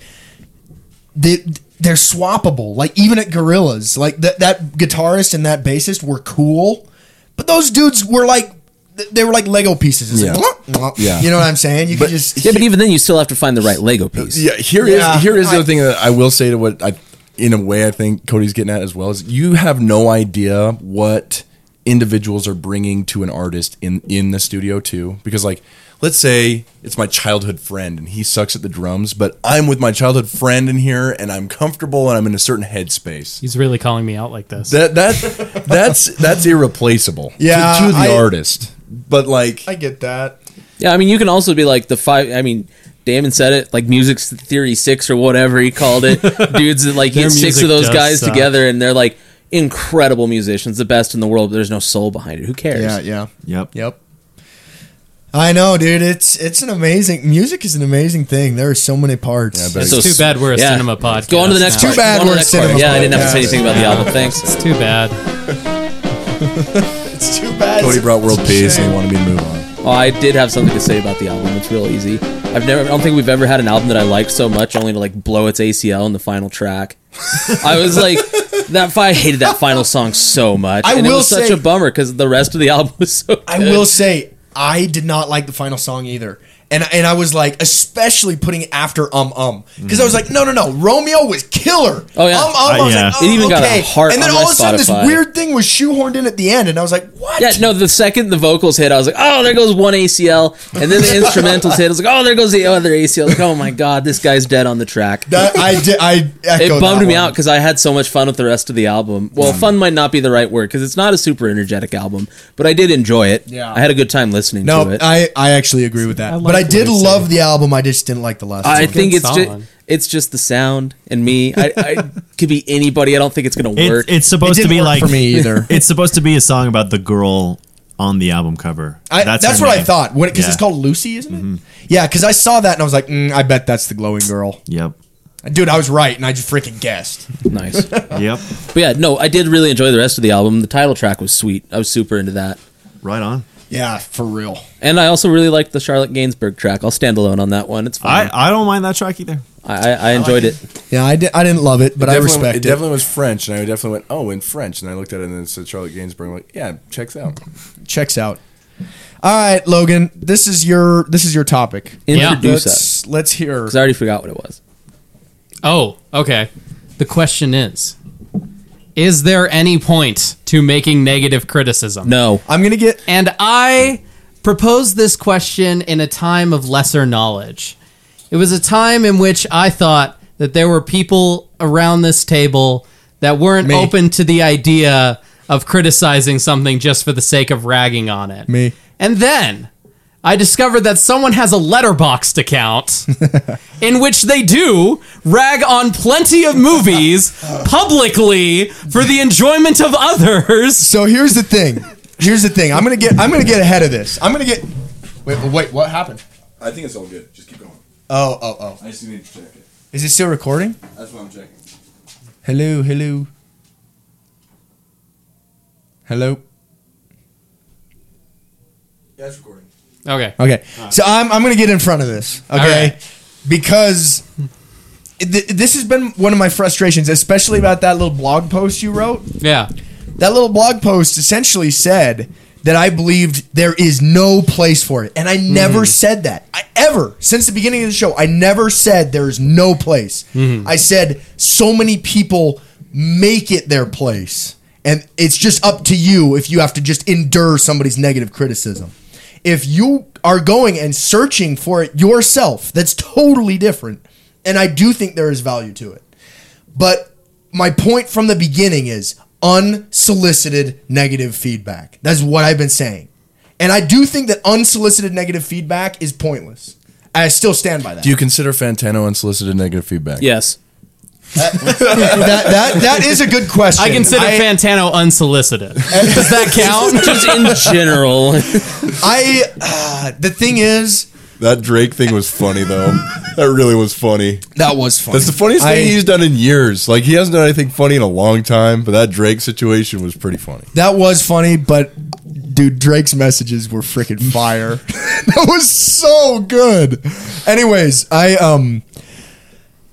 [SPEAKER 5] they they're swappable. Like even at Gorillas, like that that guitarist and that bassist were cool, but those dudes were like th- they were like Lego pieces. It's like,
[SPEAKER 3] Yeah.
[SPEAKER 5] "Mwah, mwah."
[SPEAKER 3] Yeah.
[SPEAKER 5] you know what I'm saying? You could just
[SPEAKER 4] Yeah, but even then, you still have to find the right Lego piece.
[SPEAKER 3] Yeah, here is
[SPEAKER 5] Yeah,
[SPEAKER 3] here is the
[SPEAKER 5] I-
[SPEAKER 3] other thing that I will say to what I, in a way, I think Cody's getting at as well is you have no idea what individuals are bringing to an artist in in the studio too, because like let's say it's my childhood friend and he sucks at the drums, but I'm with my childhood friend in here and I'm comfortable and I'm in a certain headspace.
[SPEAKER 7] He's really calling me out like this.
[SPEAKER 3] That that that's that's irreplaceable. to-
[SPEAKER 5] Yeah,
[SPEAKER 3] to, the
[SPEAKER 5] I-
[SPEAKER 3] artist, but like
[SPEAKER 5] I get that.
[SPEAKER 4] Yeah, I mean, you can also be like the five. I mean, Damon said it, like music theory six or whatever he called it. Dudes that like
[SPEAKER 7] Their
[SPEAKER 4] get six
[SPEAKER 7] music
[SPEAKER 4] of those
[SPEAKER 7] does
[SPEAKER 4] guys
[SPEAKER 7] suck.
[SPEAKER 4] together, and they're like incredible musicians, the best in the world. But there's no soul behind it. Who cares?
[SPEAKER 5] Yeah, yeah.
[SPEAKER 6] Yep.
[SPEAKER 5] Yep. I know, dude. It's it's an amazing music is an amazing thing. There are so many parts.
[SPEAKER 3] Yeah, but
[SPEAKER 7] it's
[SPEAKER 4] so
[SPEAKER 7] too
[SPEAKER 4] s-
[SPEAKER 7] bad we're a
[SPEAKER 4] yeah.
[SPEAKER 7] cinema podcast.
[SPEAKER 4] Go on to the next.
[SPEAKER 5] Too
[SPEAKER 7] now.
[SPEAKER 4] part.
[SPEAKER 5] bad
[SPEAKER 4] Go on to
[SPEAKER 5] we're a
[SPEAKER 4] the next
[SPEAKER 5] cinema
[SPEAKER 4] part. Yeah, I didn't
[SPEAKER 5] podcast.
[SPEAKER 4] have to say anything about the album. Thanks.
[SPEAKER 7] It's too bad.
[SPEAKER 5] it's too bad.
[SPEAKER 3] Cody brought world
[SPEAKER 5] It's a
[SPEAKER 3] peace
[SPEAKER 5] shame.
[SPEAKER 3] and he wanted me to move on.
[SPEAKER 4] Oh, I did have something to say about the album. It's real easy. I've never. I don't think we've ever had an album that I liked so much, only to like blow its ACL in the final track. I was like, that. I hated that final song so much.
[SPEAKER 5] I
[SPEAKER 4] and it
[SPEAKER 5] will
[SPEAKER 4] was such
[SPEAKER 5] say-
[SPEAKER 4] a bummer because the rest of the album was so. Good.
[SPEAKER 5] I will say I did not like the final song either. And, and I was like, especially putting after um um, because I was like, no no no, Romeo was killer.
[SPEAKER 4] Oh, yeah.
[SPEAKER 5] um um. I was
[SPEAKER 6] Uh,
[SPEAKER 5] like,
[SPEAKER 6] yeah.
[SPEAKER 5] oh,
[SPEAKER 4] It even got a
[SPEAKER 5] okay.
[SPEAKER 4] heart
[SPEAKER 5] And then
[SPEAKER 4] on
[SPEAKER 5] all
[SPEAKER 4] my
[SPEAKER 5] of a sudden, this
[SPEAKER 4] Spotify.
[SPEAKER 5] weird thing was shoehorned in at the end, and I was like, what?
[SPEAKER 4] Yeah, no. The second the vocals hit, I was like, "Oh, there goes one ACL," and then the instrumentals hit. I was like, "Oh, there goes the other ACL." Like, oh my god, this guy's dead on the track.
[SPEAKER 5] That- I did. I
[SPEAKER 4] it
[SPEAKER 5] echoed
[SPEAKER 4] bummed
[SPEAKER 5] that
[SPEAKER 4] me
[SPEAKER 5] one.
[SPEAKER 4] out because I had so much fun with the rest of the album. Well, fun might not be the right word because it's not a super energetic album, but I did enjoy it.
[SPEAKER 5] Yeah.
[SPEAKER 4] I had a good time listening to
[SPEAKER 5] No,
[SPEAKER 4] it. I,
[SPEAKER 5] I, I actually agree with that.
[SPEAKER 7] I
[SPEAKER 5] but
[SPEAKER 7] like
[SPEAKER 5] I
[SPEAKER 7] what
[SPEAKER 5] did
[SPEAKER 7] I see.
[SPEAKER 5] love the album. I just didn't like the last. song.
[SPEAKER 4] think
[SPEAKER 7] good
[SPEAKER 4] it's just
[SPEAKER 7] song.
[SPEAKER 4] it's just the sound and me. I, I could be anybody. I don't think it's gonna
[SPEAKER 6] It,
[SPEAKER 4] work.
[SPEAKER 6] it's supposed
[SPEAKER 5] It
[SPEAKER 6] to
[SPEAKER 5] didn't
[SPEAKER 6] be
[SPEAKER 5] work
[SPEAKER 6] like
[SPEAKER 5] for me either.
[SPEAKER 6] It's supposed to be a song about the girl on the album cover.
[SPEAKER 5] I, that's
[SPEAKER 6] her
[SPEAKER 5] what I
[SPEAKER 6] name.
[SPEAKER 5] thought. Because
[SPEAKER 6] Yeah. Mm-hmm.
[SPEAKER 5] it's called Lucy, isn't it? Yeah, because I saw that and I was like, mm, I bet that's the glowing girl.
[SPEAKER 6] Yep.
[SPEAKER 5] Dude, I was right, and I just freaking guessed.
[SPEAKER 4] nice, but
[SPEAKER 6] Yep.
[SPEAKER 4] yeah, no, I did really enjoy the rest of the album. The title track was sweet. I was super into that,
[SPEAKER 6] Right on.
[SPEAKER 5] Yeah, for real.
[SPEAKER 4] and I also really liked the Charlotte Gainsbourg track. I'll stand alone on that one. It's fine.
[SPEAKER 6] I, I don't mind that track either.
[SPEAKER 4] I, I, I enjoyed it.
[SPEAKER 5] Yeah, I, di- I didn't love it, but I
[SPEAKER 3] Definitely-
[SPEAKER 5] respect
[SPEAKER 3] it.
[SPEAKER 5] it.
[SPEAKER 3] definitely was French, and I definitely went, oh, in French. And I looked at it and it said Charlotte Gainsbourg. I'm like, yeah, checks out.
[SPEAKER 5] Checks out. All right, Logan, this is your this is your topic.
[SPEAKER 7] Yeah.
[SPEAKER 4] Introduce us
[SPEAKER 5] Let's let's hear.
[SPEAKER 4] 'cause I already forgot what it was.
[SPEAKER 7] Oh, okay. The question is Is there any point to making negative criticism?
[SPEAKER 4] No,
[SPEAKER 5] I'm gonna get.
[SPEAKER 7] And I proposed this question in a time of lesser knowledge. It was a time in which I thought that there were people around this table that weren't
[SPEAKER 5] Me.
[SPEAKER 7] open to the idea of criticizing something just for the sake of ragging on it.
[SPEAKER 5] Me.
[SPEAKER 7] And then I discovered that someone has a letterboxed account in which they do rag on plenty of movies publicly for the enjoyment of others.
[SPEAKER 5] So here's the thing. Here's the thing. I'm gonna get. I'm gonna get ahead of this. I'm gonna get. Wait, wait. What happened?
[SPEAKER 3] I think it's all good. Just keep going.
[SPEAKER 5] Oh, oh, oh.
[SPEAKER 3] I just need to check it.
[SPEAKER 5] Is it still recording?
[SPEAKER 3] That's what I'm checking.
[SPEAKER 5] Hello, hello. Hello.
[SPEAKER 3] That's recording.
[SPEAKER 7] Okay.
[SPEAKER 5] Okay. So I'm, I'm going to get in front of this, okay? Because th- this has been one of my frustrations, especially about that little blog post you wrote.
[SPEAKER 7] Yeah.
[SPEAKER 5] That little blog post essentially said that I believed there is no place for it. And I never said that. I ever, since the beginning of the show, I never said there is no place. I said so many people make it their place. And it's just up to you if you have to just endure somebody's negative criticism. If you are going and searching for it yourself, that's totally different. And I do think there is value to it. But my point from the beginning is unsolicited negative feedback. That's what I've been saying. And I do think that unsolicited negative feedback is pointless. I still stand by that.
[SPEAKER 3] Do you consider Fantano unsolicited negative feedback?
[SPEAKER 4] Yes.
[SPEAKER 5] that, that, that is a good question.
[SPEAKER 7] I consider
[SPEAKER 5] I,
[SPEAKER 7] Fantano unsolicited.
[SPEAKER 5] Does that
[SPEAKER 2] Oh,
[SPEAKER 5] count?
[SPEAKER 4] Just in general.
[SPEAKER 5] I uh, the thing is
[SPEAKER 3] That Drake thing was funny though. that really was funny.
[SPEAKER 5] that was funny.
[SPEAKER 3] That's the funniest
[SPEAKER 5] I-
[SPEAKER 3] thing he's done in years. Like he hasn't done anything funny in a long time, but that Drake situation was pretty funny.
[SPEAKER 5] That was funny, but dude, Drake's messages were freaking fire. that was so good. Anyways, I um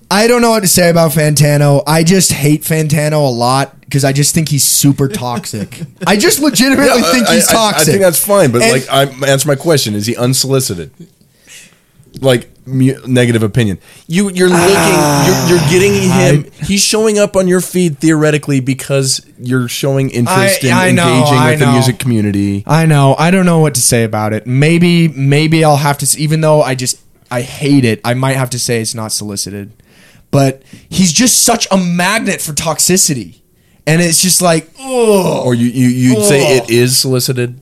[SPEAKER 5] I don't know what to say about Fantano. I just hate Fantano a lot because I just think he's super toxic. I just legitimately think he's toxic.
[SPEAKER 3] I, think that's fine, but
[SPEAKER 5] And-
[SPEAKER 3] like, I answer my question: Is he unsolicited? Like mu- negative opinion. You you're looking,
[SPEAKER 5] Ah.
[SPEAKER 3] you're, you're getting him. he's showing up on your feed theoretically because you're showing interest
[SPEAKER 5] I-
[SPEAKER 3] in
[SPEAKER 5] I know,
[SPEAKER 3] engaging
[SPEAKER 5] I
[SPEAKER 3] with the
[SPEAKER 5] know.
[SPEAKER 3] music community.
[SPEAKER 5] I know. I don't know what to say about it. Maybe, maybe I'll have to. s- Even though I just, I hate it. I might have to say it's not solicited, but he's just such a magnet for toxicity, and it's just like, oh,
[SPEAKER 3] Or you you you'd say
[SPEAKER 5] Ugh.
[SPEAKER 3] it is solicited.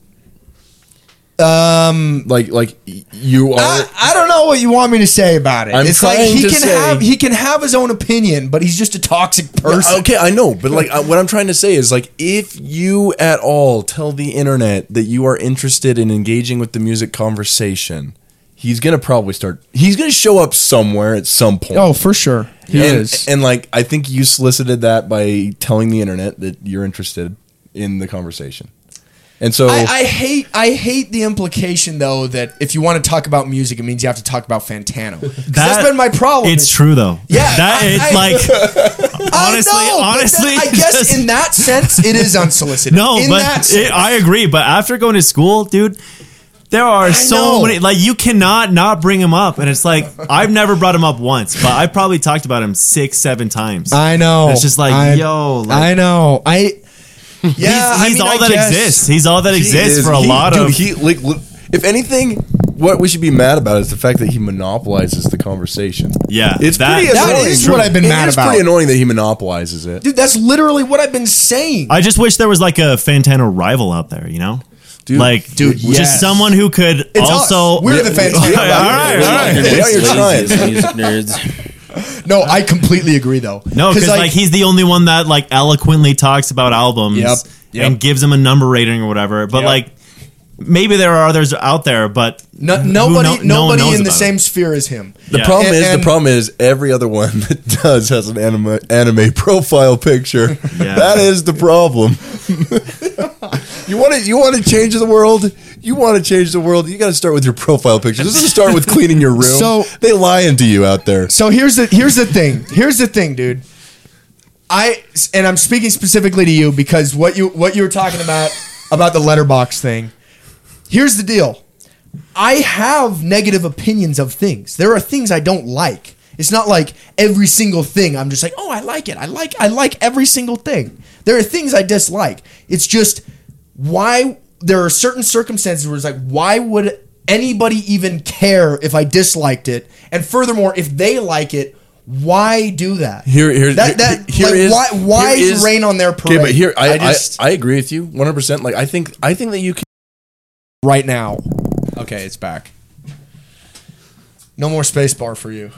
[SPEAKER 3] Um, like like y- you are.
[SPEAKER 5] I, I don't know what you want me to say about it.
[SPEAKER 3] I'm
[SPEAKER 5] it's like
[SPEAKER 3] trying
[SPEAKER 5] he
[SPEAKER 3] to
[SPEAKER 5] can
[SPEAKER 3] say-
[SPEAKER 5] have he can have his own opinion, but he's just a toxic person.
[SPEAKER 3] Yeah, Okay, I know, but like I, what I'm trying to say is like if you at all tell the internet that you are interested in engaging with the music conversation, he's gonna probably start. He's gonna show up somewhere at some point.
[SPEAKER 5] Oh, for sure, he
[SPEAKER 3] and,
[SPEAKER 5] is.
[SPEAKER 3] And like I think you solicited that by telling the internet that you're interested in the conversation, and so
[SPEAKER 5] I, I hate I hate the implication though that if you want to talk about music, it means you have to talk about Fantano. 'Cause that's been my problem.
[SPEAKER 6] It's true though.
[SPEAKER 5] Oh, Yeah,
[SPEAKER 6] that
[SPEAKER 5] I- I-
[SPEAKER 6] it's like
[SPEAKER 5] I
[SPEAKER 6] honestly,
[SPEAKER 5] know, but
[SPEAKER 6] honestly,
[SPEAKER 5] then I guess
[SPEAKER 6] just-
[SPEAKER 5] in that sense, it is unsolicited.
[SPEAKER 6] no,
[SPEAKER 5] in
[SPEAKER 6] but
[SPEAKER 5] that sense.
[SPEAKER 6] it, I agree. But after going to school, dude, there are so
[SPEAKER 5] know.
[SPEAKER 6] many. Like you cannot not bring him up, and it's like I've never brought him up once, but I probably talked about him six, seven times.
[SPEAKER 5] I know.
[SPEAKER 6] It's just like,
[SPEAKER 5] I-
[SPEAKER 6] yo, like-
[SPEAKER 5] I know. I. Yeah,
[SPEAKER 6] he's
[SPEAKER 5] I
[SPEAKER 6] he's
[SPEAKER 5] mean,
[SPEAKER 6] all
[SPEAKER 5] I
[SPEAKER 6] that
[SPEAKER 5] guess-
[SPEAKER 6] exists. He's all that
[SPEAKER 3] He
[SPEAKER 6] exists
[SPEAKER 3] is-
[SPEAKER 6] for a
[SPEAKER 3] he-
[SPEAKER 6] lot
[SPEAKER 3] dude,
[SPEAKER 6] of.
[SPEAKER 3] He, like, li- if anything, what we should be mad about is the fact that he monopolizes the conversation.
[SPEAKER 6] Yeah,
[SPEAKER 3] it's
[SPEAKER 6] that-
[SPEAKER 3] pretty
[SPEAKER 6] that
[SPEAKER 3] annoying.
[SPEAKER 5] is what I've been
[SPEAKER 3] It
[SPEAKER 5] mad
[SPEAKER 3] is
[SPEAKER 5] about.
[SPEAKER 3] pretty annoying that he monopolizes it.
[SPEAKER 5] Dude, that's literally what I've been saying.
[SPEAKER 6] I just wish there was like a Fantano rival out there, you know.
[SPEAKER 3] Dude,
[SPEAKER 6] like,
[SPEAKER 5] dude,
[SPEAKER 6] just
[SPEAKER 5] yes.
[SPEAKER 6] someone who could
[SPEAKER 5] It's us.
[SPEAKER 6] also.
[SPEAKER 5] We're the Fantano.
[SPEAKER 6] all right, all right.
[SPEAKER 3] Yeah, you're trying.
[SPEAKER 4] Music nerds.
[SPEAKER 5] no, I completely agree though.
[SPEAKER 6] No, because like, he's the only one that like eloquently talks about albums
[SPEAKER 5] Yep, yep.
[SPEAKER 6] and gives them a number rating or whatever. But like, maybe there are others out there, but
[SPEAKER 5] no,
[SPEAKER 6] who
[SPEAKER 5] nobody,
[SPEAKER 6] kno- no one
[SPEAKER 5] nobody
[SPEAKER 6] knows
[SPEAKER 5] in the
[SPEAKER 6] about
[SPEAKER 5] same
[SPEAKER 6] it.
[SPEAKER 5] sphere as him.
[SPEAKER 3] The
[SPEAKER 6] Yeah.
[SPEAKER 3] problem
[SPEAKER 5] And-
[SPEAKER 3] is
[SPEAKER 5] and-
[SPEAKER 3] the problem is every other one that does has an anime anime profile picture.
[SPEAKER 6] Yeah.
[SPEAKER 3] That is the problem. you want to you want to change the world. You want to change the world. You got to start with your profile picture. This doesn't start with cleaning your room.
[SPEAKER 5] So-
[SPEAKER 3] they lying to you out there.
[SPEAKER 5] So here's the here's the thing. Here's the thing, dude. I and I'm speaking specifically to you because what you what you were talking about about the letterbox thing. Here's the deal. I have negative opinions of things. There are things I don't like. It's not like every single thing I'm just like, "Oh, I like it. I like I like every single thing." There are things I dislike. It's just why there are certain circumstances where it's like, "Why would anybody even care if I disliked it?" And furthermore, if they like it, why do that?
[SPEAKER 3] Here, here,
[SPEAKER 5] that, that,
[SPEAKER 3] here
[SPEAKER 5] like,
[SPEAKER 3] is-
[SPEAKER 5] why why
[SPEAKER 3] here is-
[SPEAKER 5] rain on their parade?
[SPEAKER 3] Okay, but here I, I,
[SPEAKER 5] just
[SPEAKER 3] I, agree with you 100. percent Like I think I think that you can.
[SPEAKER 5] right now. Okay, it's back. No more space bar for you.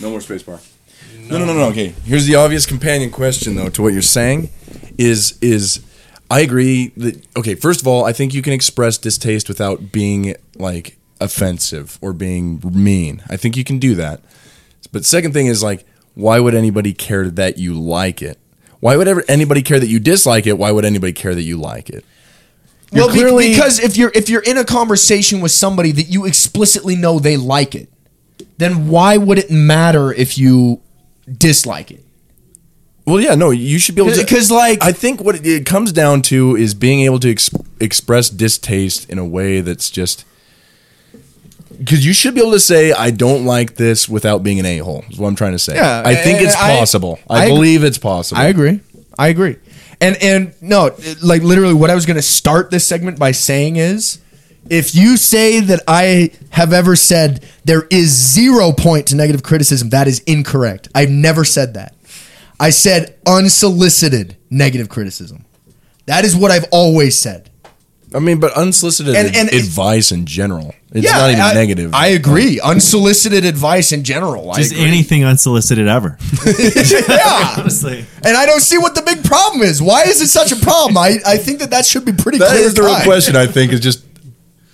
[SPEAKER 3] No more spacebar. No. no, no, no, Okay. Here's the obvious companion question, though, to what you're saying, is is I agree that okay. First of all, I think you can express distaste without being like offensive or being mean. I think you can do that. But second thing is like, why would anybody care that you like it? Why would ever anybody care that you dislike it? Why would anybody care that you like it?
[SPEAKER 5] well, be-
[SPEAKER 3] clearly-
[SPEAKER 5] because if you're if you're in a conversation with somebody that you explicitly know they like it, then why would it matter if you dislike it?
[SPEAKER 3] Well, yeah, no, you should be able to.
[SPEAKER 5] Because, like-
[SPEAKER 3] I think what it, it comes down to is being able to ex- express distaste in a way that's just. Because you should be able to say, I don't like this without being an a hole, is what I'm trying to say.
[SPEAKER 5] Yeah,
[SPEAKER 3] I think
[SPEAKER 5] and
[SPEAKER 3] it's
[SPEAKER 5] I-
[SPEAKER 3] possible. I,
[SPEAKER 5] I-
[SPEAKER 3] believe it's possible.
[SPEAKER 5] I agree. I agree. And and no, it- like literally what I was going to start this segment by saying is if you say that I have ever said there is zero point to negative criticism, that is incorrect. I've never said that. I said unsolicited negative criticism. That is what I've always said.
[SPEAKER 3] I mean, but unsolicited
[SPEAKER 5] And- and-
[SPEAKER 3] advice in general. It's not even
[SPEAKER 5] I,
[SPEAKER 3] negative.
[SPEAKER 5] I agree. Unsolicited advice in general. I
[SPEAKER 6] Just
[SPEAKER 5] agree.
[SPEAKER 6] anything unsolicited ever.
[SPEAKER 5] yeah.
[SPEAKER 6] Honestly.
[SPEAKER 5] And I don't see what the big problem is. Why is it such a problem? I, I think that that should be pretty
[SPEAKER 3] That
[SPEAKER 5] clear.
[SPEAKER 3] is the real
[SPEAKER 5] cut.
[SPEAKER 3] question. I think is just,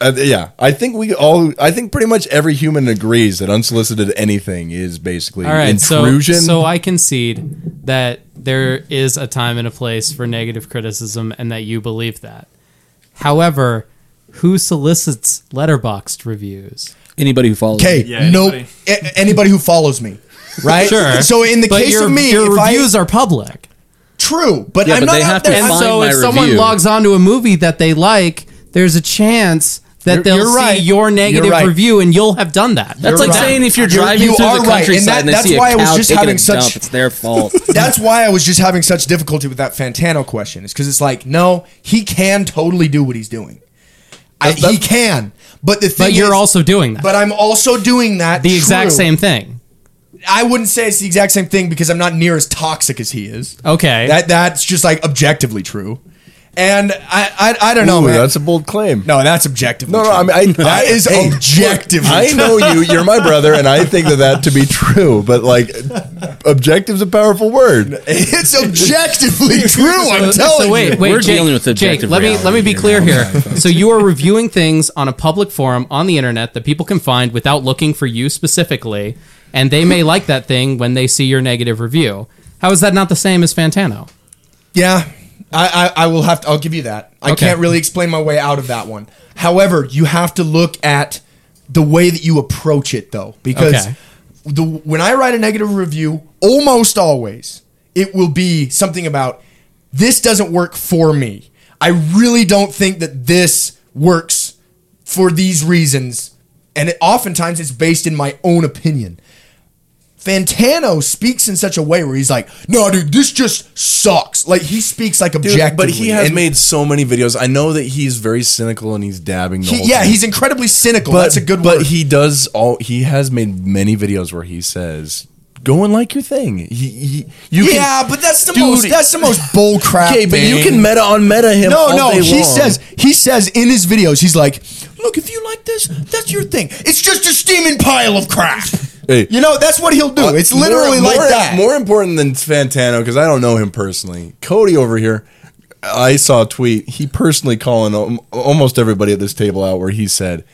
[SPEAKER 3] uh, yeah. I think we all. I think pretty much every human agrees that unsolicited anything is basically
[SPEAKER 2] All right,
[SPEAKER 3] intrusion.
[SPEAKER 2] so so I concede that there is a time and a place for negative criticism, and that you believe that. However, who solicits letterboxed reviews?
[SPEAKER 4] Anybody who follows.
[SPEAKER 5] Okay,
[SPEAKER 6] Yeah,
[SPEAKER 5] no,
[SPEAKER 6] anybody.
[SPEAKER 5] a- anybody who follows me, right?
[SPEAKER 2] Sure.
[SPEAKER 5] So in the
[SPEAKER 2] but
[SPEAKER 5] case
[SPEAKER 2] your,
[SPEAKER 5] of me,
[SPEAKER 2] your
[SPEAKER 5] if I-
[SPEAKER 2] reviews are public,
[SPEAKER 5] true, but
[SPEAKER 4] Yeah,
[SPEAKER 5] I'm
[SPEAKER 4] but
[SPEAKER 5] not
[SPEAKER 4] they
[SPEAKER 5] out
[SPEAKER 4] have
[SPEAKER 5] there.
[SPEAKER 4] to
[SPEAKER 2] and
[SPEAKER 4] find
[SPEAKER 2] so
[SPEAKER 4] my
[SPEAKER 2] if someone
[SPEAKER 4] review.
[SPEAKER 2] logs onto a movie that they like, there's a chance that
[SPEAKER 5] You're-
[SPEAKER 2] they'll
[SPEAKER 5] you're
[SPEAKER 2] see
[SPEAKER 5] right.
[SPEAKER 2] your negative
[SPEAKER 5] You're right.
[SPEAKER 2] review, and you'll have done that.
[SPEAKER 5] You're
[SPEAKER 4] That's like
[SPEAKER 5] right.
[SPEAKER 4] saying if you're
[SPEAKER 5] You're-
[SPEAKER 4] driving
[SPEAKER 5] you
[SPEAKER 4] through
[SPEAKER 5] are
[SPEAKER 4] the
[SPEAKER 5] right,
[SPEAKER 4] countryside
[SPEAKER 5] and
[SPEAKER 4] and,
[SPEAKER 5] that-
[SPEAKER 4] they
[SPEAKER 5] that's
[SPEAKER 4] see a
[SPEAKER 5] why I
[SPEAKER 4] cow
[SPEAKER 5] was just
[SPEAKER 4] taking
[SPEAKER 5] having
[SPEAKER 4] a
[SPEAKER 5] such-
[SPEAKER 4] dump, it's their fault.
[SPEAKER 5] That's why I was just having such difficulty with that Fantano question. Is because it's like, no, he can totally do what he's doing. I, he can, but the thing
[SPEAKER 2] But you're
[SPEAKER 5] is-
[SPEAKER 2] also doing that.
[SPEAKER 5] But I'm also doing that.
[SPEAKER 2] the exact
[SPEAKER 5] true.
[SPEAKER 2] same thing.
[SPEAKER 5] I wouldn't say it's the exact same thing because I'm not near as toxic as he is.
[SPEAKER 2] Okay.
[SPEAKER 5] That that's just like objectively true. And I I, I don't know.
[SPEAKER 3] Ooh,
[SPEAKER 5] man.
[SPEAKER 3] that's a bold claim.
[SPEAKER 5] no, that's objectively.
[SPEAKER 3] no, no.
[SPEAKER 5] true.
[SPEAKER 3] I mean, I,
[SPEAKER 5] That
[SPEAKER 3] I-
[SPEAKER 5] is
[SPEAKER 3] hey,
[SPEAKER 5] objectively.
[SPEAKER 3] I
[SPEAKER 5] true.
[SPEAKER 3] know you. You're my brother, and I think that that to be true. But like, objective's a powerful word.
[SPEAKER 5] It's objectively true. I'm
[SPEAKER 2] So-
[SPEAKER 5] telling
[SPEAKER 2] so wait,
[SPEAKER 5] you.
[SPEAKER 2] wait,
[SPEAKER 4] Oh, We're
[SPEAKER 2] Jake,
[SPEAKER 4] dealing with
[SPEAKER 2] Jake,
[SPEAKER 4] objective
[SPEAKER 2] let me let me be
[SPEAKER 4] reality
[SPEAKER 2] clear here. so you are reviewing things on a public forum on the internet that people can find without looking for you specifically, and they may like that thing when they see your negative review. How is that not the same as Fantano?
[SPEAKER 5] Yeah, I, I, I will have to. I'll give you that. I
[SPEAKER 2] Okay.
[SPEAKER 5] can't really explain my way out of that one. However, you have to look at the way that you approach it, though, because
[SPEAKER 2] Okay.
[SPEAKER 5] the when I write a negative review, almost always it will be something about this doesn't work for me. I really don't think that this works for these reasons, and it, oftentimes it's based in my own opinion. Fantano speaks in such a way where he's like, "No, dude, this just sucks." Like he speaks like
[SPEAKER 3] Dude,
[SPEAKER 5] objectively.
[SPEAKER 3] but he has
[SPEAKER 5] and
[SPEAKER 3] made so many videos. I know that he's very cynical and he's dabbing. The
[SPEAKER 5] he-
[SPEAKER 3] whole
[SPEAKER 5] yeah,
[SPEAKER 3] time.
[SPEAKER 5] he's incredibly cynical. That's a good
[SPEAKER 3] but
[SPEAKER 5] word.
[SPEAKER 3] he does all. He has made many videos where he says, "Go and like your thing." He, he you can-
[SPEAKER 5] yeah, but that's the
[SPEAKER 3] Dude,
[SPEAKER 5] most. That's the most bullcrap.
[SPEAKER 3] Okay, but you
[SPEAKER 5] thing.
[SPEAKER 3] can meta on meta him.
[SPEAKER 5] No,
[SPEAKER 3] all
[SPEAKER 5] no.
[SPEAKER 3] day
[SPEAKER 5] He
[SPEAKER 3] long.
[SPEAKER 5] says he says in his videos, he's like, "Look, if you like this, that's your thing. It's just a steaming pile of crap."
[SPEAKER 3] Hey. Uh,
[SPEAKER 5] you know, that's what he'll do. it's Uh, literally
[SPEAKER 3] More-
[SPEAKER 5] like
[SPEAKER 3] more-
[SPEAKER 5] that.
[SPEAKER 3] More important than Fantano because I don't know him personally. Cody over here, I saw a tweet. He personally calling al- almost everybody at this table out where he said,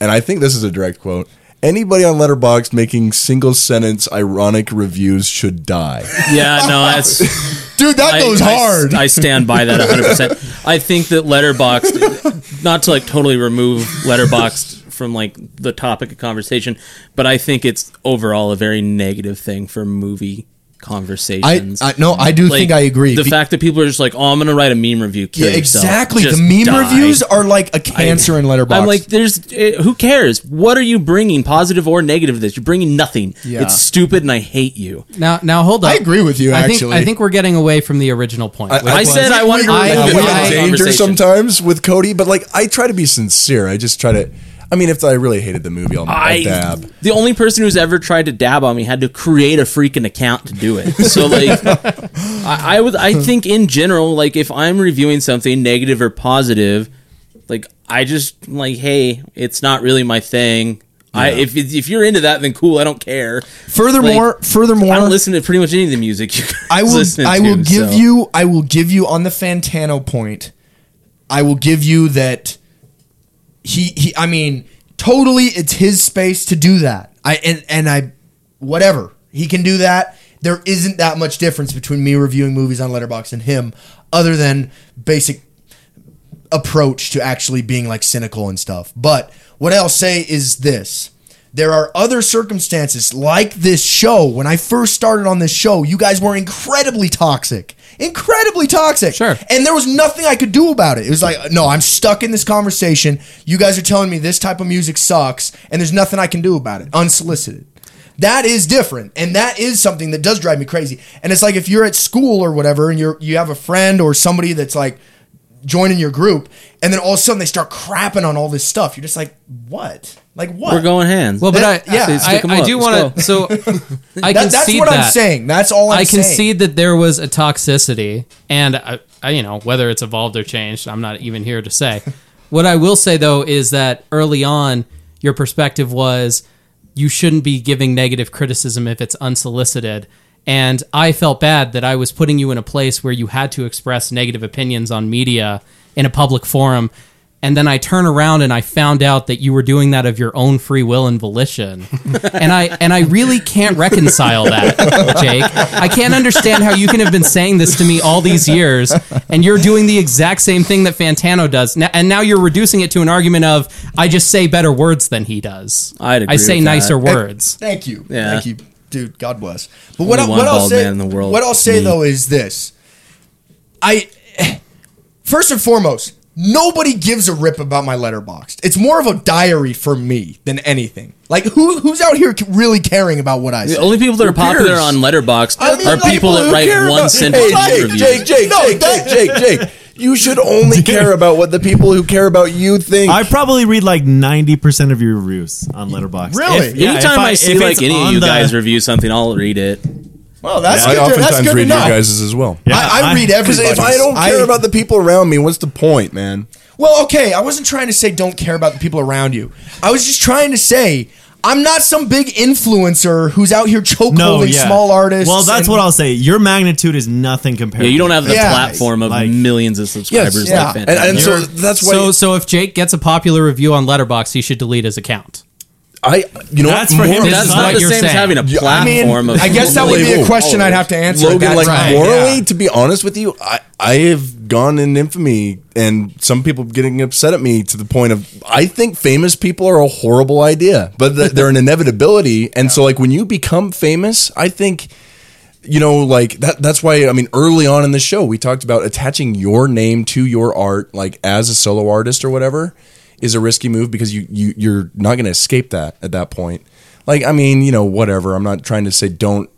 [SPEAKER 3] and I think this is a direct quote. Anybody on Letterboxd making single sentence ironic reviews should die.
[SPEAKER 4] yeah, no, that's.
[SPEAKER 5] dude, that goes hard.
[SPEAKER 4] I stand by that 100%. I think that Letterboxd, not to like totally remove Letterboxd from like the topic of conversation, but I think it's overall a very negative thing for movie conversations.
[SPEAKER 5] I- no, I do think I agree.
[SPEAKER 4] The
[SPEAKER 5] Be-
[SPEAKER 4] fact that people are just like, oh, I'm going to write a meme review. Kill
[SPEAKER 5] Yeah,
[SPEAKER 4] yourself.
[SPEAKER 5] exactly.
[SPEAKER 4] Just
[SPEAKER 5] The meme
[SPEAKER 4] die."
[SPEAKER 5] reviews are like a cancer in letterbox.
[SPEAKER 4] I'm like, there's eh, who cares? What are you bringing, positive or negative? To this you're bringing nothing.
[SPEAKER 5] Yeah.
[SPEAKER 4] It's stupid, and I hate you.
[SPEAKER 2] Now, now hold up.
[SPEAKER 5] I agree with you,
[SPEAKER 2] I think,
[SPEAKER 5] actually.
[SPEAKER 2] I think we're getting away from the original point. which
[SPEAKER 4] I
[SPEAKER 2] was-
[SPEAKER 4] said I wanted to
[SPEAKER 2] I-
[SPEAKER 4] remove
[SPEAKER 2] I-
[SPEAKER 4] it
[SPEAKER 3] I'm
[SPEAKER 4] from
[SPEAKER 2] I-
[SPEAKER 4] the
[SPEAKER 3] in danger
[SPEAKER 4] conversation.
[SPEAKER 3] sometimes with Cody, but like I try to be sincere. I just try to. I mean, if I really hated the movie, I'll, I'll
[SPEAKER 4] I,
[SPEAKER 3] dab.
[SPEAKER 4] the only person who's ever tried to dab on me had to create a freaking account to do it. So like, I, I would, I think in general, like if I'm reviewing something negative or positive, like I just like, hey, it's not really my thing. I if it- if you're into that, then cool. I don't care.
[SPEAKER 5] furthermore,
[SPEAKER 4] like, I don't
[SPEAKER 5] furthermore,
[SPEAKER 4] listen to pretty much any of the music. You guys
[SPEAKER 5] I will.
[SPEAKER 4] listen
[SPEAKER 5] I will
[SPEAKER 4] to,
[SPEAKER 5] give
[SPEAKER 4] so.
[SPEAKER 5] you. I will give you on the Fantano point. I will give you that. He. He. I mean, totally. It's his space to do that. I and and I, whatever he can do that. There isn't that much difference between me reviewing movies on Letterboxd and him, other than basic approach to actually being like cynical and stuff. But what I'll say is this. There are other circumstances like this show. When I first started on this show, you guys were incredibly toxic. Incredibly toxic.
[SPEAKER 2] Sure.
[SPEAKER 5] And there was nothing I could do about it. It was like, no, I'm stuck in this conversation. You guys are telling me this type of music sucks, and there's nothing I can do about it. Unsolicited. That is different, and that is something that does drive me crazy. And it's like if you're at school or whatever, and you're you have a friend or somebody that's like joining your group, and then all of a sudden they start crapping on all this stuff. You're just like, what? Like what?
[SPEAKER 4] We're going hands.
[SPEAKER 2] Well, but I,
[SPEAKER 5] That- yeah,
[SPEAKER 2] yeah,
[SPEAKER 5] so
[SPEAKER 2] I,
[SPEAKER 4] stick 'em
[SPEAKER 2] I
[SPEAKER 4] up.
[SPEAKER 2] do want to.
[SPEAKER 4] Let's
[SPEAKER 2] So I
[SPEAKER 5] That-
[SPEAKER 2] can
[SPEAKER 5] that's
[SPEAKER 2] see
[SPEAKER 5] what
[SPEAKER 2] that.
[SPEAKER 5] I'm saying. That's all I'm
[SPEAKER 2] I
[SPEAKER 5] saying.
[SPEAKER 2] concede that there was a toxicity, and I, I, you know whether it's evolved or changed, I'm not even here to say. what I will say though is that early on, your perspective was you shouldn't be giving negative criticism if it's unsolicited, and I felt bad that I was putting you in a place where you had to express negative opinions on media in a public forum. And then I turn around and I found out that you were doing that of your own free will and volition. and I and I really can't reconcile that, Jake. I can't understand how you can have been saying this to me all these years and you're doing the exact same thing that Fantano does. Now, and now you're reducing it to an argument of I just say better words than he does.
[SPEAKER 4] I'd
[SPEAKER 2] I
[SPEAKER 4] agree
[SPEAKER 2] say
[SPEAKER 4] with that.
[SPEAKER 2] nicer words.
[SPEAKER 5] Thank you.
[SPEAKER 4] Yeah.
[SPEAKER 5] Thank you, dude. God bless. But what, I,
[SPEAKER 4] Only
[SPEAKER 5] what
[SPEAKER 4] one
[SPEAKER 5] I'll
[SPEAKER 4] bald
[SPEAKER 5] say,
[SPEAKER 4] man in the world,
[SPEAKER 5] what I'll say
[SPEAKER 4] me.
[SPEAKER 5] though is this: I first and foremost, nobody gives a rip about my letterboxed. It's more of a diary for me than anything. Like who who's out here really caring about what I say?
[SPEAKER 4] The only people that are popular
[SPEAKER 3] cares?
[SPEAKER 4] on Letterboxd
[SPEAKER 5] I mean,
[SPEAKER 4] are
[SPEAKER 5] like,
[SPEAKER 4] people that
[SPEAKER 5] who
[SPEAKER 4] write
[SPEAKER 5] care
[SPEAKER 4] one
[SPEAKER 5] about-
[SPEAKER 4] sentence
[SPEAKER 5] Hey,
[SPEAKER 4] reviews.
[SPEAKER 3] Jake, Jake,
[SPEAKER 5] No,
[SPEAKER 3] Jake,
[SPEAKER 5] that-
[SPEAKER 3] Jake, Jake, Jake. You should only care about what the people who care about you think.
[SPEAKER 6] I probably read like ninety percent of your reviews on Letterboxd.
[SPEAKER 5] Really?
[SPEAKER 6] If- yeah, if
[SPEAKER 4] Anytime I, see
[SPEAKER 6] if
[SPEAKER 4] like
[SPEAKER 6] it's
[SPEAKER 4] any of
[SPEAKER 6] on
[SPEAKER 4] you
[SPEAKER 6] the-
[SPEAKER 4] guys review something, I'll read it.
[SPEAKER 5] well, that's
[SPEAKER 3] I
[SPEAKER 5] good. to- that's
[SPEAKER 3] oftentimes
[SPEAKER 5] good
[SPEAKER 3] read
[SPEAKER 5] to know.
[SPEAKER 3] your guys' as well.
[SPEAKER 6] Yeah,
[SPEAKER 5] I, I
[SPEAKER 6] I-
[SPEAKER 5] read
[SPEAKER 3] 'Cause
[SPEAKER 5] everybody.
[SPEAKER 3] if I don't care about the people around me, what's the point, man?
[SPEAKER 5] Well, okay, I wasn't trying to say don't care about the people around you. I was just trying to say I'm not some big influencer who's out here chokeholding
[SPEAKER 6] no, yeah.
[SPEAKER 5] small artists.
[SPEAKER 6] Well, that's
[SPEAKER 5] and-
[SPEAKER 6] what I'll say. Your magnitude is nothing compared.
[SPEAKER 4] Yeah, you don't have the
[SPEAKER 5] Yeah.
[SPEAKER 4] platform of
[SPEAKER 6] Like-
[SPEAKER 4] millions of subscribers
[SPEAKER 5] yeah.
[SPEAKER 4] like
[SPEAKER 3] And, and
[SPEAKER 4] Fantano.
[SPEAKER 3] so that's why
[SPEAKER 2] So so if Jake gets a popular review on Letterboxd, he should delete his account.
[SPEAKER 3] I, you know,
[SPEAKER 6] That's
[SPEAKER 3] what,
[SPEAKER 6] for him
[SPEAKER 3] morally-
[SPEAKER 6] to
[SPEAKER 4] That's
[SPEAKER 6] That's
[SPEAKER 4] not
[SPEAKER 6] what
[SPEAKER 4] the
[SPEAKER 2] you're
[SPEAKER 4] same as
[SPEAKER 2] saying.
[SPEAKER 4] having a
[SPEAKER 3] Yeah, I
[SPEAKER 5] mean,
[SPEAKER 4] platform of.
[SPEAKER 5] I guess that would be a
[SPEAKER 3] Unbelievable.
[SPEAKER 5] question I'd have to answer.
[SPEAKER 3] Logan,
[SPEAKER 5] That's
[SPEAKER 3] like
[SPEAKER 5] right,
[SPEAKER 3] morally,
[SPEAKER 5] yeah.
[SPEAKER 3] to be honest with you, I, I have gone in infamy, and some people getting upset at me to the point of I think famous people are a horrible idea, but th- they're an inevitability. And so, like when you become famous, I think. You know, like that. That's why I mean, early on in the show, we talked about attaching your name to your art, like as a solo artist or whatever, is a risky move because you you you're not going to escape that at that point. Like, I mean, you know, whatever. I'm not trying to say don't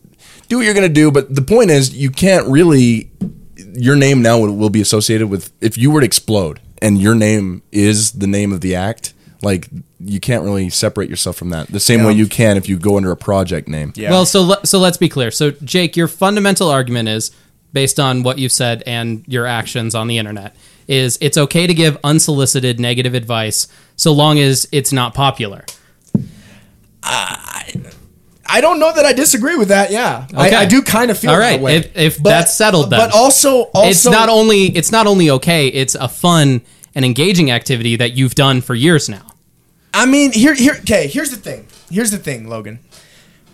[SPEAKER 3] do what you're going to do, but the point is, you can't really. Your name now will, will be associated with if you were to explode, and your name is the name of the act. Like you can't really separate yourself from that. The same way you can if you go under a project name. Yeah.
[SPEAKER 2] Well, so le- so let's be clear. So Jake, your fundamental argument is based on what you've said and your actions on the internet is it's okay to give unsolicited negative advice so long as it's not popular.
[SPEAKER 5] I don't know that I disagree with that. Yeah,
[SPEAKER 2] Okay.
[SPEAKER 5] I, I do kind of feel
[SPEAKER 2] All
[SPEAKER 5] that
[SPEAKER 2] right,
[SPEAKER 5] way.
[SPEAKER 2] if- if that's settled, then.
[SPEAKER 5] but also, also
[SPEAKER 2] it's not only it's not only okay, it's a fun and engaging activity that you've done for years now.
[SPEAKER 5] I mean, here, here. Okay, here's the thing. Here's the thing, Logan.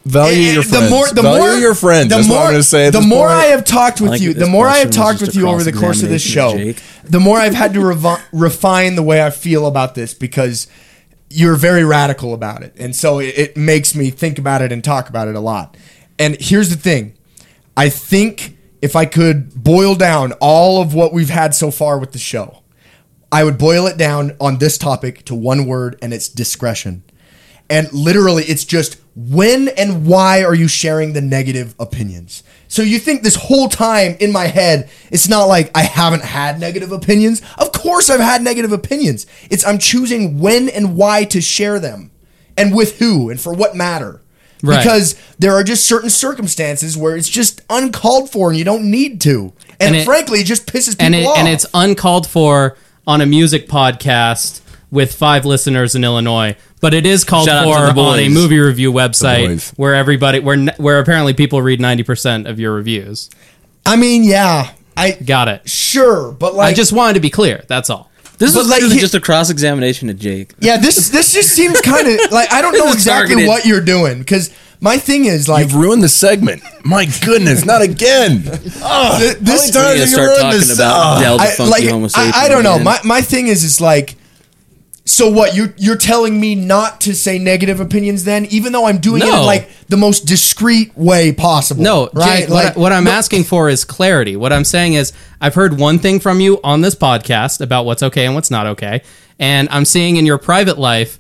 [SPEAKER 3] Value
[SPEAKER 5] Eh,
[SPEAKER 3] your
[SPEAKER 5] eh,
[SPEAKER 3] friends. Value your friends.
[SPEAKER 5] The
[SPEAKER 3] That's
[SPEAKER 5] more,
[SPEAKER 3] what I'm going to say. at
[SPEAKER 5] the
[SPEAKER 3] this
[SPEAKER 5] more
[SPEAKER 3] point.
[SPEAKER 5] I have talked with
[SPEAKER 4] I like
[SPEAKER 5] you,
[SPEAKER 4] that
[SPEAKER 5] the
[SPEAKER 4] this
[SPEAKER 5] more I
[SPEAKER 4] question
[SPEAKER 5] have
[SPEAKER 4] was
[SPEAKER 5] talked
[SPEAKER 4] just
[SPEAKER 5] with
[SPEAKER 4] a
[SPEAKER 5] you over the course of this show,
[SPEAKER 4] cross-examination of
[SPEAKER 5] the more I've had to revi- refine the way I feel about this because you're very radical about it, and so it, it makes me think about it and talk about it a lot. And here's the thing: I think if I could boil down all of what we've had so far with the show, I would boil it down on this topic to one word, and it's discretion. And literally, it's just when and why are you sharing the negative opinions? So you think this whole time in my head, it's not like I haven't had negative opinions. Of course, I've had negative opinions. It's I'm choosing when and why to share them, and with who, and for what matter.
[SPEAKER 2] Right.
[SPEAKER 5] Because there are just certain circumstances where it's just uncalled for, and you don't need to. And,
[SPEAKER 2] And it-
[SPEAKER 5] frankly, it just pisses people
[SPEAKER 2] and it,
[SPEAKER 5] off.
[SPEAKER 2] and it's uncalled for on a music podcast with five listeners in Illinois, but it is called
[SPEAKER 4] Shout out to the
[SPEAKER 2] for on a
[SPEAKER 4] boys.
[SPEAKER 2] movie review
[SPEAKER 3] The
[SPEAKER 2] website
[SPEAKER 3] boys.
[SPEAKER 2] where everybody where n- where apparently people read ninety percent of your reviews.
[SPEAKER 5] I mean, yeah, I
[SPEAKER 2] Got it.
[SPEAKER 5] sure, but like
[SPEAKER 2] I just wanted to be clear. That's all.
[SPEAKER 4] This
[SPEAKER 5] But
[SPEAKER 4] is
[SPEAKER 5] like
[SPEAKER 4] literally
[SPEAKER 5] he-
[SPEAKER 4] just a cross examination of Jake.
[SPEAKER 5] Yeah, this this just seems kind of like I don't know
[SPEAKER 4] This is
[SPEAKER 5] exactly
[SPEAKER 4] targeted.
[SPEAKER 5] what you're doing because My thing is like
[SPEAKER 3] You've ruined the segment. My goodness, not again. Oh, how many
[SPEAKER 5] this
[SPEAKER 4] We need to
[SPEAKER 3] times have you
[SPEAKER 4] start
[SPEAKER 3] ruined
[SPEAKER 4] talking
[SPEAKER 3] this?
[SPEAKER 4] about
[SPEAKER 3] Ah.
[SPEAKER 4] Del the
[SPEAKER 5] uh, I,
[SPEAKER 4] Funky
[SPEAKER 5] like,
[SPEAKER 4] Homo
[SPEAKER 5] I,
[SPEAKER 4] sapien
[SPEAKER 5] I don't know.
[SPEAKER 4] again.
[SPEAKER 5] My my thing is is like so what you're you're telling me not to say negative opinions then even though I'm doing it in
[SPEAKER 2] No.
[SPEAKER 5] like the most discreet way possible.
[SPEAKER 2] No,
[SPEAKER 5] right?
[SPEAKER 2] Jake, what, I, what I'm asking for is clarity. What I'm saying is, I've heard one thing from you on this podcast about what's okay and what's not okay, and I'm seeing in your private life,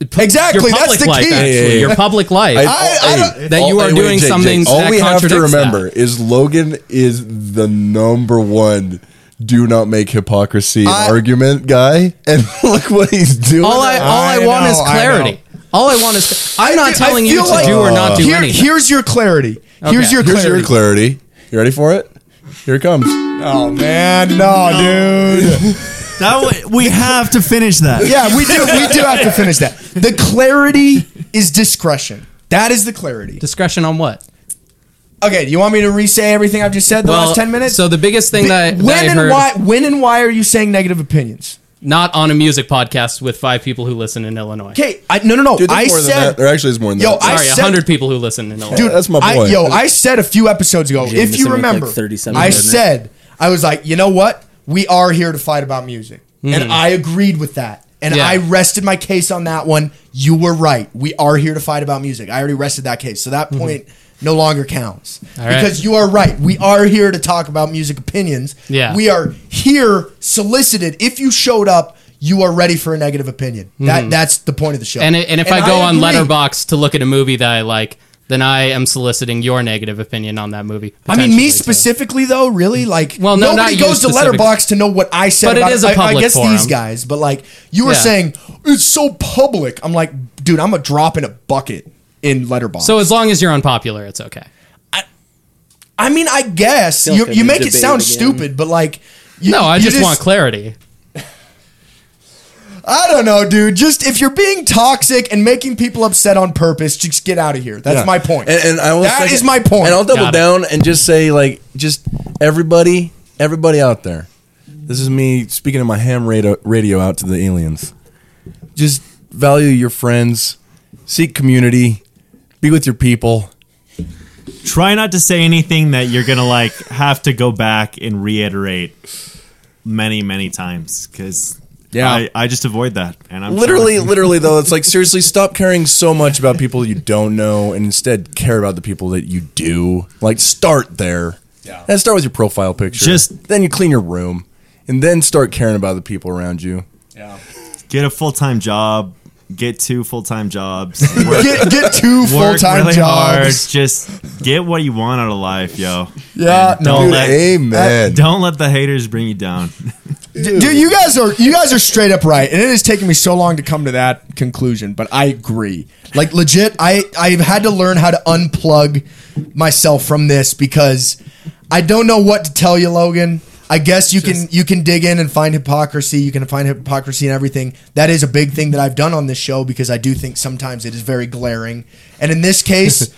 [SPEAKER 2] pu-
[SPEAKER 5] Exactly,
[SPEAKER 2] your
[SPEAKER 5] that's
[SPEAKER 2] public
[SPEAKER 5] the
[SPEAKER 2] life,
[SPEAKER 5] key.
[SPEAKER 2] actually,
[SPEAKER 5] Yeah, yeah, yeah.
[SPEAKER 2] your public life.
[SPEAKER 5] I- I don't-
[SPEAKER 2] that you
[SPEAKER 3] all-
[SPEAKER 2] are
[SPEAKER 3] hey, wait,
[SPEAKER 2] doing
[SPEAKER 3] Jake,
[SPEAKER 2] some
[SPEAKER 3] Jake,
[SPEAKER 2] things
[SPEAKER 3] All
[SPEAKER 2] that
[SPEAKER 3] we have to
[SPEAKER 2] contradicts that.
[SPEAKER 3] remember is Logan is the number one do not make hypocrisy
[SPEAKER 5] I-
[SPEAKER 3] argument guy, and look what he's doing.
[SPEAKER 2] all I all I,
[SPEAKER 5] I
[SPEAKER 2] want
[SPEAKER 5] know,
[SPEAKER 2] is
[SPEAKER 5] I
[SPEAKER 2] clarity. all I want is I'm not
[SPEAKER 5] feel- I
[SPEAKER 2] telling you
[SPEAKER 5] feel
[SPEAKER 2] to
[SPEAKER 5] like-
[SPEAKER 2] do or not do
[SPEAKER 5] Here-
[SPEAKER 2] anything.
[SPEAKER 5] here's your clarity. Here's
[SPEAKER 2] Okay.
[SPEAKER 5] your
[SPEAKER 3] Here's
[SPEAKER 5] clarity.
[SPEAKER 3] your clarity. You ready for it? Here it comes.
[SPEAKER 5] oh man, no, dude.
[SPEAKER 6] That w- we have to finish that.
[SPEAKER 5] yeah, we do we do have to finish that. The clarity is discretion. That is the clarity.
[SPEAKER 2] Discretion on what?
[SPEAKER 5] Okay, do you want me to re-say everything I've just said the
[SPEAKER 2] Well,
[SPEAKER 5] last 10 minutes?
[SPEAKER 2] So the biggest thing that, that
[SPEAKER 5] when
[SPEAKER 2] I
[SPEAKER 5] and
[SPEAKER 2] heard,
[SPEAKER 5] why when and why are you saying negative opinions?
[SPEAKER 2] not on a music podcast with five people who listen in Illinois.
[SPEAKER 5] Okay, I, no, no, no.
[SPEAKER 3] Dude, there's
[SPEAKER 5] I
[SPEAKER 3] more than
[SPEAKER 5] said,
[SPEAKER 3] that. There actually is more than
[SPEAKER 5] Yo,
[SPEAKER 3] that.
[SPEAKER 5] I
[SPEAKER 2] Sorry,
[SPEAKER 5] said-
[SPEAKER 2] hundred people who listen in Illinois.
[SPEAKER 5] dude,
[SPEAKER 3] That's my
[SPEAKER 5] I-
[SPEAKER 3] point.
[SPEAKER 5] yo, I said a few episodes ago, if
[SPEAKER 4] Jameson
[SPEAKER 5] you
[SPEAKER 4] with,
[SPEAKER 5] remember,
[SPEAKER 4] like, 37
[SPEAKER 5] I
[SPEAKER 4] wasn't it?
[SPEAKER 5] said I was like, you know what? We are here to fight about music, and I agreed with that, and
[SPEAKER 2] Hmm. Yeah.
[SPEAKER 5] I rested my case on that one. You were right. We are here to fight about music. I already rested that case, so that point. No longer counts
[SPEAKER 2] Hmm. right.
[SPEAKER 5] because you are right. We are here to talk about music opinions.
[SPEAKER 2] Yeah.
[SPEAKER 5] we are here solicited. If you showed up, you are ready for a negative opinion. That that's the point of the show.
[SPEAKER 2] Hmm. And, it, and if I go on
[SPEAKER 5] agree.
[SPEAKER 2] Letterbox to look at a movie that I like, then I am soliciting your negative opinion on that movie.
[SPEAKER 5] I mean, me
[SPEAKER 2] potentially, too.
[SPEAKER 5] specifically though, really, like
[SPEAKER 2] Well, no,
[SPEAKER 5] nobody
[SPEAKER 2] not you
[SPEAKER 5] goes to
[SPEAKER 2] specifically.
[SPEAKER 5] Letterbox to know what I said.
[SPEAKER 2] But it
[SPEAKER 5] about
[SPEAKER 2] is a
[SPEAKER 5] I- I,
[SPEAKER 2] public
[SPEAKER 5] guess
[SPEAKER 2] forum.
[SPEAKER 5] these guys, but like you were
[SPEAKER 2] Yeah.
[SPEAKER 5] saying, it's so public. I'm like, dude, I'm a drop in a bucket in Letterbox.
[SPEAKER 2] So as long as you're unpopular, it's okay.
[SPEAKER 5] I mean, I guess
[SPEAKER 4] Feel
[SPEAKER 5] you,
[SPEAKER 4] free
[SPEAKER 5] you
[SPEAKER 4] to
[SPEAKER 5] make it
[SPEAKER 4] debate
[SPEAKER 5] sound
[SPEAKER 4] it again.
[SPEAKER 5] stupid, but like, you,
[SPEAKER 2] No, I
[SPEAKER 5] you
[SPEAKER 2] just, want clarity.
[SPEAKER 5] I don't know, dude. Just if you're being toxic and making people upset on purpose, just get out of here. That's
[SPEAKER 3] Yeah.
[SPEAKER 5] my point.
[SPEAKER 3] And, and I will
[SPEAKER 5] That
[SPEAKER 3] second-
[SPEAKER 5] is my point.
[SPEAKER 3] And I'll double
[SPEAKER 2] Got it.
[SPEAKER 3] down and just say, like, just everybody, everybody out there. This is me speaking in my ham radio, radio out to the aliens. Just value your friends, seek community, be with your people.
[SPEAKER 6] Try not to say anything that you're gonna like have to go back and reiterate many, many times because
[SPEAKER 3] Yeah.
[SPEAKER 6] I, I just avoid that and I'm
[SPEAKER 3] Literally, literally though, it's like seriously, stop caring so much about people you don't know, and instead care about the people that you do. Like, start there. Yeah. And start with your profile picture.
[SPEAKER 6] Just-
[SPEAKER 3] then you clean your room, and then start caring about the people around you.
[SPEAKER 6] get a full time job, get two full time jobs, work,
[SPEAKER 5] get, get two full
[SPEAKER 6] work
[SPEAKER 5] time
[SPEAKER 6] really hard,
[SPEAKER 5] jobs.
[SPEAKER 6] just get what you want out of life, yo.
[SPEAKER 5] Yeah,
[SPEAKER 6] And don't
[SPEAKER 3] Dude,
[SPEAKER 6] let
[SPEAKER 3] amen.
[SPEAKER 6] don't let the haters bring you down.
[SPEAKER 5] Dude, you guys are you guys are straight up right, and it has taken me so long to come to that conclusion. But I agree, like legit, I I've had to learn how to unplug myself from this because I don't know what to tell you, Logan. I guess you can you can dig in and find hypocrisy. You can find hypocrisy in everything. That is a big thing that I've done on this show because I do think sometimes it is very glaring, and in this case.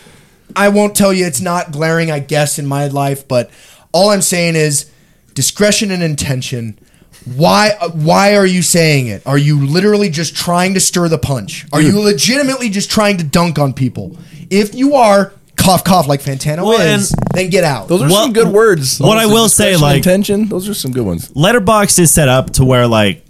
[SPEAKER 5] I won't tell you it's not glaring, I guess, in my life, but all I'm saying is discretion and intention. Why why are you saying it? Are you literally just trying to stir the punch? Are you legitimately just trying to dunk on people? If you are cough cough like Fantano
[SPEAKER 6] Well,
[SPEAKER 5] is,
[SPEAKER 6] and-
[SPEAKER 5] then get out.
[SPEAKER 3] Those are
[SPEAKER 6] What-
[SPEAKER 3] some good words.
[SPEAKER 6] what I will say,
[SPEAKER 3] Discretion,
[SPEAKER 6] like-
[SPEAKER 3] intention, those are some good ones.
[SPEAKER 6] Letterbox is set up to where like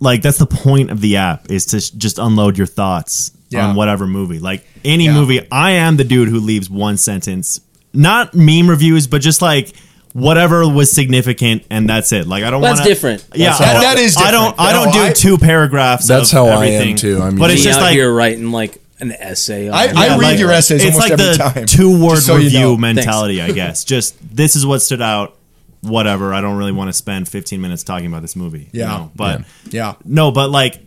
[SPEAKER 6] like that's the point of the app is to sh- just unload your thoughts
[SPEAKER 5] Yeah.
[SPEAKER 6] on whatever movie. Like any
[SPEAKER 5] Yeah.
[SPEAKER 6] movie, I am the dude who leaves one sentence, not meme reviews, but just like whatever was significant and that's it. Like I don't
[SPEAKER 4] That's
[SPEAKER 6] wanna-
[SPEAKER 4] different.
[SPEAKER 6] Yeah,
[SPEAKER 5] how-
[SPEAKER 6] I don't-
[SPEAKER 5] That is
[SPEAKER 6] I don't I
[SPEAKER 5] different.
[SPEAKER 6] don't
[SPEAKER 5] No,
[SPEAKER 6] do
[SPEAKER 5] I-
[SPEAKER 6] two paragraphs.
[SPEAKER 3] That's
[SPEAKER 6] of
[SPEAKER 3] how I am,
[SPEAKER 6] everything.
[SPEAKER 3] too. I mean-
[SPEAKER 6] but it's
[SPEAKER 4] Being
[SPEAKER 6] just
[SPEAKER 4] out
[SPEAKER 6] like
[SPEAKER 4] here writing like an essay. On
[SPEAKER 5] I- I
[SPEAKER 4] it.
[SPEAKER 6] yeah,
[SPEAKER 5] read your essays
[SPEAKER 6] It's
[SPEAKER 5] almost
[SPEAKER 6] like
[SPEAKER 5] every
[SPEAKER 6] the
[SPEAKER 5] time,
[SPEAKER 6] two word
[SPEAKER 5] just so you
[SPEAKER 6] review
[SPEAKER 5] know.
[SPEAKER 6] mentality, I guess. Just this is what stood out. Whatever. I don't really want to spend 15 minutes talking about this movie. you
[SPEAKER 5] Yeah.
[SPEAKER 6] know? But
[SPEAKER 5] yeah.
[SPEAKER 6] no, but like,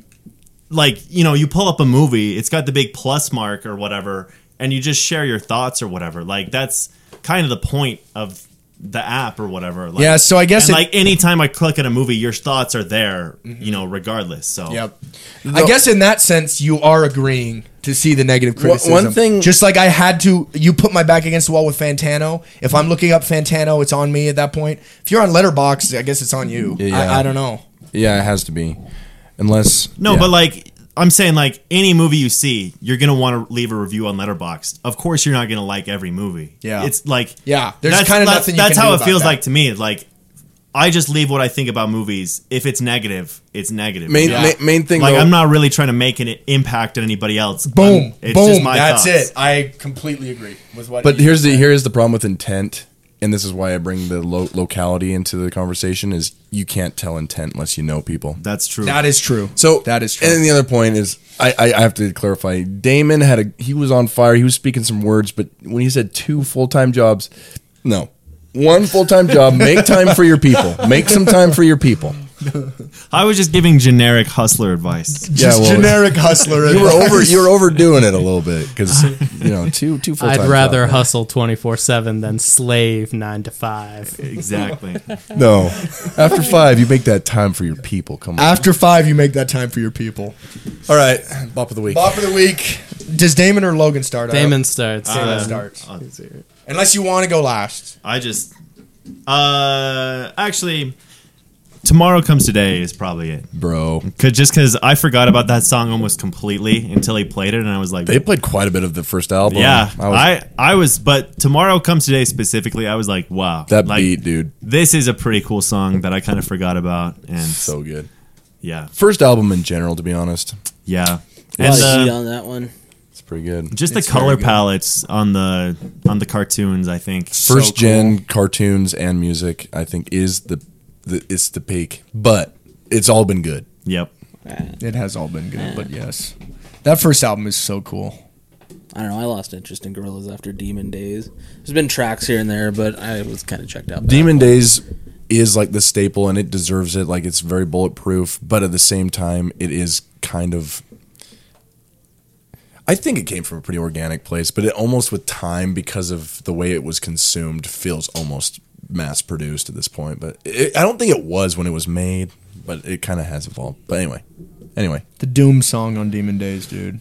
[SPEAKER 6] like you know, you pull up a movie. It's got the big plus mark or whatever, and you just share your thoughts or whatever. Like that's kind of the point of the app or whatever. Like,
[SPEAKER 5] Yeah, so I guess
[SPEAKER 6] and
[SPEAKER 5] it- Mm-hmm.
[SPEAKER 6] like anytime I click on a movie, your thoughts are there. You know, regardless. So
[SPEAKER 5] Yep. Oh. I guess in that sense, you are agreeing to see the negative criticism.
[SPEAKER 3] one thing-
[SPEAKER 5] just like I had to, you put my back against the wall with Fantano. If I'm looking up Fantano, it's on me at that point. If you're on Letterbox, I guess it's on you.
[SPEAKER 3] Yeah.
[SPEAKER 5] I, I don't know.
[SPEAKER 3] Yeah, it has to be. Unless
[SPEAKER 6] No,
[SPEAKER 3] yeah.
[SPEAKER 6] but like I'm saying like any movie you see, you're gonna want to leave a review on Letterboxd. Of course, you're not gonna like every movie.
[SPEAKER 5] Yeah.
[SPEAKER 6] it's like
[SPEAKER 5] Yeah, there's
[SPEAKER 6] that's-
[SPEAKER 5] kinda
[SPEAKER 6] that's-
[SPEAKER 5] nothing you
[SPEAKER 6] That's
[SPEAKER 5] can
[SPEAKER 6] how
[SPEAKER 5] do
[SPEAKER 6] it
[SPEAKER 5] about
[SPEAKER 6] feels
[SPEAKER 5] that.
[SPEAKER 6] like to me. Like I just leave what I think about movies. If it's negative, it's negative.
[SPEAKER 3] Main
[SPEAKER 6] you know?
[SPEAKER 3] ma- main thing
[SPEAKER 6] like
[SPEAKER 3] though,
[SPEAKER 6] I'm not really trying to make an impact on anybody else.
[SPEAKER 5] Boom.
[SPEAKER 6] I'm- it's
[SPEAKER 5] boom.
[SPEAKER 6] just my
[SPEAKER 5] That's
[SPEAKER 6] thoughts.
[SPEAKER 5] it. I completely agree with what.
[SPEAKER 3] But
[SPEAKER 5] you
[SPEAKER 3] here's the here is the problem with intent, and this is why I bring the lo- locality into the conversation is you can't tell intent unless you know people.
[SPEAKER 6] That's true.
[SPEAKER 5] that is true.
[SPEAKER 3] So
[SPEAKER 5] that is true.
[SPEAKER 3] And then the other point is, I, I, I have to clarify. Damon had a he was on fire. He was speaking some words, but when he said two full time jobs, no, one full time job. Make time for your people. Make some time for your people.
[SPEAKER 6] I was just giving generic hustler advice.
[SPEAKER 5] Just
[SPEAKER 3] yeah, well,
[SPEAKER 5] generic hustler.
[SPEAKER 3] You were over. You were overdoing it a little bit because you know two two full time.
[SPEAKER 2] I'd rather hustle 24 7 than slave 9 to 5.
[SPEAKER 6] Exactly.
[SPEAKER 3] no. After five, you make that time for your people. Come on.
[SPEAKER 5] After five, you make that time for your people.
[SPEAKER 3] All right, bop of the week.
[SPEAKER 5] Bop of the week. Does Damon or Logan start? I don't-
[SPEAKER 2] Damon starts.
[SPEAKER 5] Damon starts. Unless you want to go last.
[SPEAKER 6] I just uh actually tomorrow comes today is probably it.
[SPEAKER 3] bro.
[SPEAKER 6] Cause just cause I forgot about that song almost completely until he played it and I was like
[SPEAKER 3] They played quite a bit of the first album.
[SPEAKER 6] Yeah.
[SPEAKER 3] I was,
[SPEAKER 6] I, I was but tomorrow comes today specifically, I was like, wow.
[SPEAKER 3] that
[SPEAKER 6] like,
[SPEAKER 3] beat, dude,
[SPEAKER 6] This is a pretty cool song that I kind of forgot about and
[SPEAKER 3] so good.
[SPEAKER 6] yeah.
[SPEAKER 3] First album in general, to be honest,
[SPEAKER 6] Yeah.
[SPEAKER 4] A
[SPEAKER 6] And
[SPEAKER 4] lot of heat
[SPEAKER 6] the,
[SPEAKER 4] on that one.
[SPEAKER 3] uh, it's pretty good.
[SPEAKER 6] just the color palettes on the on the cartoons, I think.
[SPEAKER 3] First gen cartoons and music, I think, is the, the it's the peak. But it's all been good.
[SPEAKER 6] Yep.
[SPEAKER 5] It has all been good, but yes, that first album is so cool.
[SPEAKER 4] I don't know. I lost interest in gorillas after Demon Days. There's been tracks here and there, but I was kind of checked out. by
[SPEAKER 3] Demon Days is like the staple, and it deserves it. Like it's very bulletproof, but at the same time, it is kind of. I think it came from a pretty organic place, but it almost with time because of the way it was consumed feels almost mass produced at this point. But it, I don't think it was when it was made, but it kind of has evolved. But anyway, anyway,
[SPEAKER 5] The Doom song on Demon Days, dude.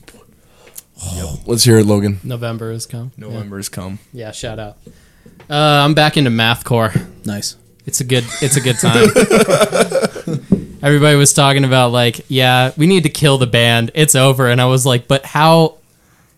[SPEAKER 3] let's hear it, Logan.
[SPEAKER 2] November is come.
[SPEAKER 5] November's come.
[SPEAKER 2] Yeah, yeah shout out. Uh, I'm back into mathcore.
[SPEAKER 4] that. Nice.
[SPEAKER 2] It's a good it's a good time. Everybody was talking about like, yeah, we need to kill the band. It's over. And I was like, but how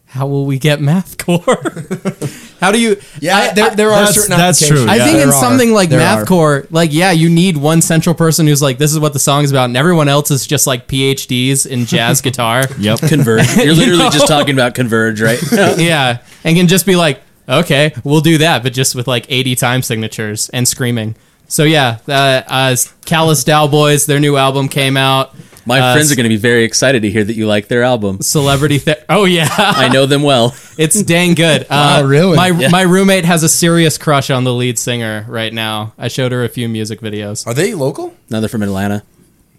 [SPEAKER 2] how will we get mathcore? how do you
[SPEAKER 5] Yeah,
[SPEAKER 2] I-
[SPEAKER 5] there,
[SPEAKER 2] I-
[SPEAKER 5] there are
[SPEAKER 6] that's-
[SPEAKER 5] certain.
[SPEAKER 6] that's true,
[SPEAKER 5] applications.
[SPEAKER 2] I
[SPEAKER 6] yeah.
[SPEAKER 2] think
[SPEAKER 5] There
[SPEAKER 2] in
[SPEAKER 5] are.
[SPEAKER 2] something like
[SPEAKER 5] There are.
[SPEAKER 2] mathcore, like yeah, you need one central person who's like, this is what the song's about, and everyone else is just like PhDs in jazz guitar.
[SPEAKER 6] Yep.
[SPEAKER 4] Converge. You're literally
[SPEAKER 2] know?
[SPEAKER 4] just talking about Converge, right? No.
[SPEAKER 2] yeah, and can just be like, okay, we'll do that, but just with like 80 time signatures and screaming. So yeah, uh, uh, Callous Dow Boys, their new album came out.
[SPEAKER 4] My
[SPEAKER 2] Uh,
[SPEAKER 4] friends are going to be very excited to hear that you like their album.
[SPEAKER 2] Celebrity, Ther oh yeah,
[SPEAKER 4] I know them well.
[SPEAKER 2] it's dang good. Uh,
[SPEAKER 5] really?
[SPEAKER 2] My
[SPEAKER 5] Yeah.
[SPEAKER 2] my roommate has a serious crush on the lead singer right now. I showed her a few music videos.
[SPEAKER 3] Are they local?
[SPEAKER 4] Now they're from Atlanta.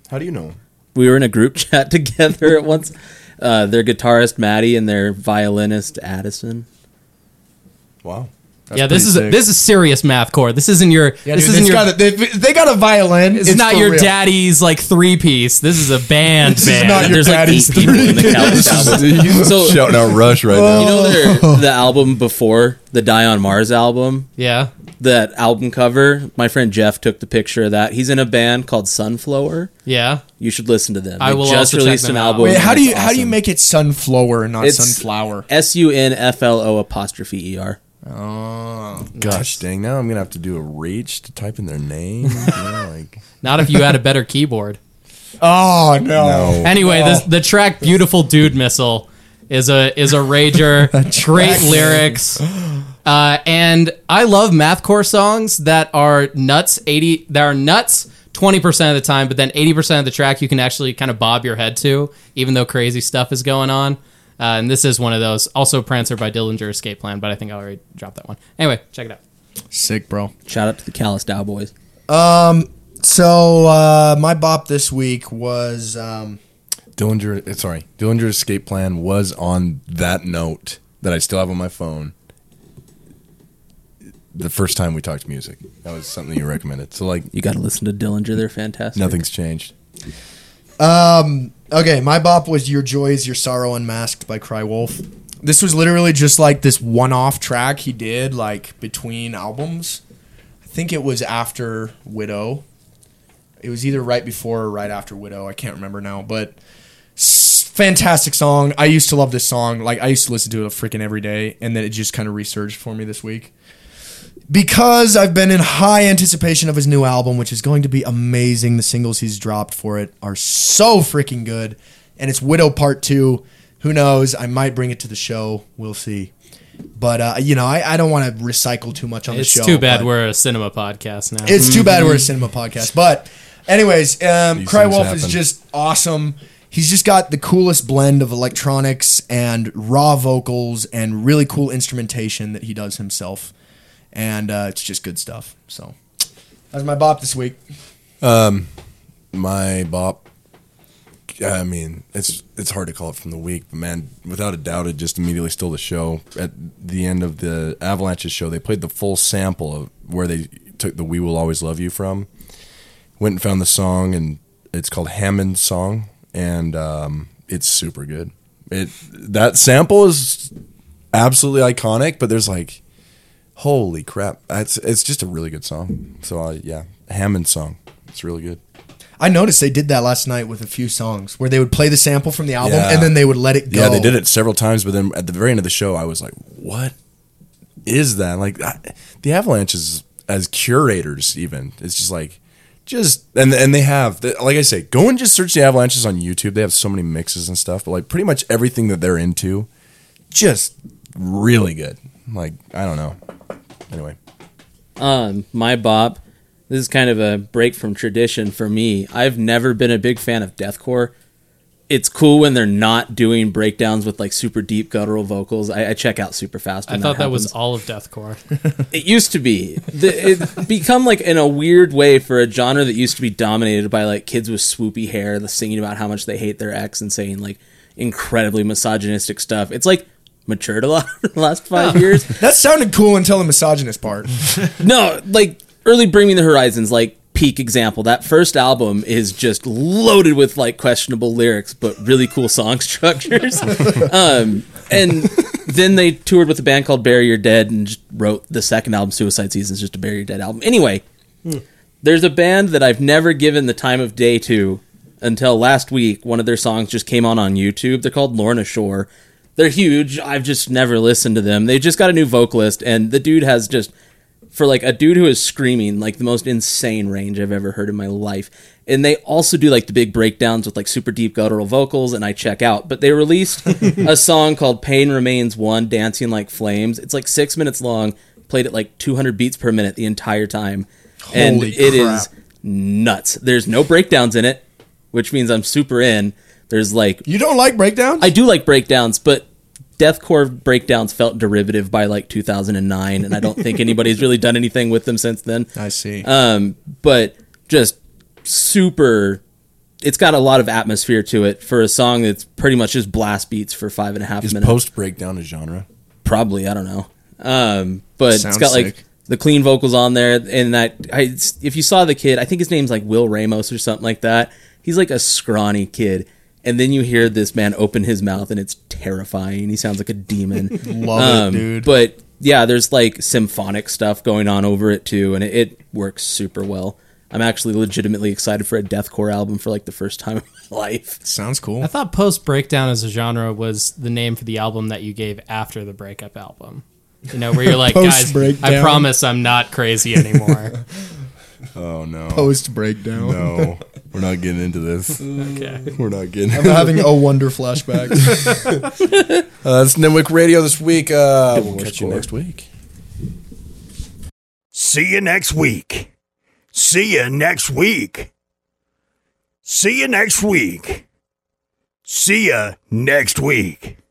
[SPEAKER 3] How do you know?
[SPEAKER 4] We were in a group chat together at once. Uh, their guitarist Maddie and their violinist Addison.
[SPEAKER 3] Wow.
[SPEAKER 2] yeah, this
[SPEAKER 5] pretty
[SPEAKER 2] is
[SPEAKER 5] sick.
[SPEAKER 2] this is serious mathcore. This isn't your
[SPEAKER 5] Yeah,
[SPEAKER 2] this
[SPEAKER 5] dude,
[SPEAKER 2] isn't
[SPEAKER 5] it's
[SPEAKER 2] your
[SPEAKER 5] got a- they, they got a violin.
[SPEAKER 2] it's, not
[SPEAKER 5] for
[SPEAKER 2] your
[SPEAKER 5] real.
[SPEAKER 2] daddy's like three piece. This is a band.
[SPEAKER 5] is
[SPEAKER 2] band.
[SPEAKER 5] not your
[SPEAKER 4] There's like
[SPEAKER 5] daddy's
[SPEAKER 4] eight people in the Callous album. So-
[SPEAKER 3] shouting out Rush right now.
[SPEAKER 4] You know their, the album before the Die on Mars album,
[SPEAKER 2] yeah.
[SPEAKER 4] that album cover. My friend Jeff took the picture of that. He's in a band called Sunflower.
[SPEAKER 2] Yeah.
[SPEAKER 4] You should listen to them.
[SPEAKER 2] I
[SPEAKER 4] They
[SPEAKER 2] will
[SPEAKER 4] just
[SPEAKER 2] also check
[SPEAKER 4] released
[SPEAKER 2] them
[SPEAKER 4] an
[SPEAKER 2] out.
[SPEAKER 4] album.
[SPEAKER 5] Wait, how do you how do you make it sunflower and not
[SPEAKER 4] It's-
[SPEAKER 5] sunflower?
[SPEAKER 4] S U N F L O apostrophe E R?
[SPEAKER 5] Oh,
[SPEAKER 3] Gosh dang! Now I'm gonna have to do a reach to type in their name. you know, like
[SPEAKER 2] Not if you had a better keyboard.
[SPEAKER 5] oh no.
[SPEAKER 3] no.
[SPEAKER 2] Anyway, this, the track "Beautiful Dude Missile" is a is a rager. great lyrics, uh, and I love mathcore songs that are nuts. Eighty that are nuts twenty percent of the time, but then eighty percent of the track you can actually kind of bob your head to, even though crazy stuff is going on. Uh, and this is one of those. Also, Prancer by Dillinger Escape Plan, but I think I already dropped that one. Anyway, check it out.
[SPEAKER 5] Sick, bro.
[SPEAKER 4] Shout out to the Callous Dow Boys.
[SPEAKER 5] So uh, my bop this week was um,
[SPEAKER 3] Dillinger, eh, sorry, Dillinger Escape Plan was on that note that I still have on my phone. The first time we talked music, that was something you recommended. So like,
[SPEAKER 4] You got to listen to Dillinger. They're fantastic.
[SPEAKER 3] nothing's changed.
[SPEAKER 5] okay. My bop was "Your Joy Is Your Sorrow Unmasked" by Cry Wolf. This was literally just like this one-off track he did like between albums. I think it was after Widow. It was either right before or right after Widow. I can't remember now, but s- fantastic song. I used to love this song. Like I used to listen to it freaking every day, and then it just kind of resurged for me this week because I've been in high anticipation of his new album, which is going to be amazing. The singles he's dropped for it are so freaking good, and it's Widow Part Two. Who knows? I might bring it to the show. We'll see. But uh, you know, I, I don't want to recycle too much on
[SPEAKER 7] It's
[SPEAKER 5] the show.
[SPEAKER 7] too bad
[SPEAKER 5] but-
[SPEAKER 7] we're a cinema podcast now.
[SPEAKER 5] it's too bad we're a cinema podcast. But, anyways, um,
[SPEAKER 3] Mm-hmm. These
[SPEAKER 5] Cry
[SPEAKER 3] things
[SPEAKER 5] Wolf
[SPEAKER 3] happen.
[SPEAKER 5] is just awesome. He's just got the coolest blend of electronics and raw vocals and really cool instrumentation that he does himself. And uh, it's just good stuff. So, that's my bop this week.
[SPEAKER 3] my bop. I mean, it's it's hard to call it from the week, but man, without a doubt, it just immediately stole the show. At the end of the Avalanches show, they played the full sample of where they took the "We Will Always Love You" from. Went and found the song, and it's called Hammond's Song, and um, it's super good. It that sample is absolutely iconic, but there's like, holy crap! It's it's just a really good song. So uh, yeah, Hammond's Song, it's really good.
[SPEAKER 5] I noticed they did that last night with a few songs where they would play the sample from the album
[SPEAKER 3] Yeah.
[SPEAKER 5] and then they would let it go.
[SPEAKER 3] Yeah, they did it several times, but then at the very end of the show, I was like, "What is that?" Like I, the Avalanche is as curators, even it's just like, just and and they have the- like I say, go and just search the Avalanches on YouTube. They have so many mixes and stuff, but like pretty much everything that they're into, just really good. Like I don't know. Anyway,
[SPEAKER 4] Um, my bop. This is kind of a break from tradition for me. I've never been a big fan of deathcore. It's cool when they're not doing breakdowns with like super deep guttural vocals. I, I check out super fast.
[SPEAKER 7] I
[SPEAKER 4] when
[SPEAKER 7] thought that
[SPEAKER 4] happens.
[SPEAKER 7] was all of deathcore.
[SPEAKER 4] It used to be. The, it become like in a weird way for a genre that used to be dominated by like kids with swoopy hair, the singing about how much they hate their ex and saying like incredibly misogynistic stuff. It's like matured a lot in the last five years.
[SPEAKER 5] That sounded cool until the misogynist part.
[SPEAKER 4] No, like early Bring Me the Horizons, like peak example. That first album is just loaded with like questionable lyrics, but really cool song structures. um, and then they toured with a band called Bury Your Dead and just wrote the second album, Suicide Seasons, just a Bury Your Dead album. Anyway, there's a band that I've never given the time of day to until last week. One of their songs just came on on YouTube. They're called Lorna Shore. They're huge. I've just never listened to them. They just got a new vocalist, and the dude has just for like a dude who is screaming like the most insane range I've ever heard in my life. And they also do like the big breakdowns with like super deep guttural vocals, and I check out. But they released a song called "Pain Remains One," dancing like flames. It's like six minutes long, played at like 200 beats per minute the entire time, and
[SPEAKER 5] Holy
[SPEAKER 4] it is
[SPEAKER 5] crap.
[SPEAKER 4] nuts. There's no breakdowns in it, which means I'm super in. There's like
[SPEAKER 5] You don't like breakdowns?
[SPEAKER 4] I do like breakdowns, but deathcore breakdowns felt derivative by like 2009, and I don't think anybody's really done anything with them since then.
[SPEAKER 5] I see.
[SPEAKER 3] Uh,
[SPEAKER 4] Um, but just super. It's got a lot of atmosphere to it for a song that's pretty much just blast beats for five and a half
[SPEAKER 3] is
[SPEAKER 4] minutes.
[SPEAKER 3] post breakdown a genre?
[SPEAKER 4] Probably I don't know. Um, but
[SPEAKER 5] Sounds
[SPEAKER 4] it's got like
[SPEAKER 5] sick.
[SPEAKER 4] the clean vocals on there, and that I, if you saw the kid, I think his name's like Will Ramos or something like that. He's like a scrawny kid, and then you hear this man open his mouth, and it's terrifying. He sounds like a demon.
[SPEAKER 5] Love
[SPEAKER 4] Um,
[SPEAKER 5] it, dude.
[SPEAKER 4] But yeah, there's like symphonic stuff going on over it too, and it, it works super well. I'm actually legitimately excited for a deathcore album for like the first time in my life.
[SPEAKER 5] Sounds cool.
[SPEAKER 7] I thought post breakdown as a genre was the name for the album that you gave after the breakup album. You know, where you're like, guys, I
[SPEAKER 5] Post-breakdown.
[SPEAKER 7] promise I'm not crazy anymore.
[SPEAKER 3] Oh no,
[SPEAKER 5] Post breakdown.
[SPEAKER 3] no, we're not getting into this.
[SPEAKER 7] okay.
[SPEAKER 3] We're not getting.
[SPEAKER 5] I'm having a wonder flashback.
[SPEAKER 3] Uh, that's Nimwick Radio this week. Uh, we'll catch you next week.
[SPEAKER 1] See you next week. See you next week. See you next week. See you next week.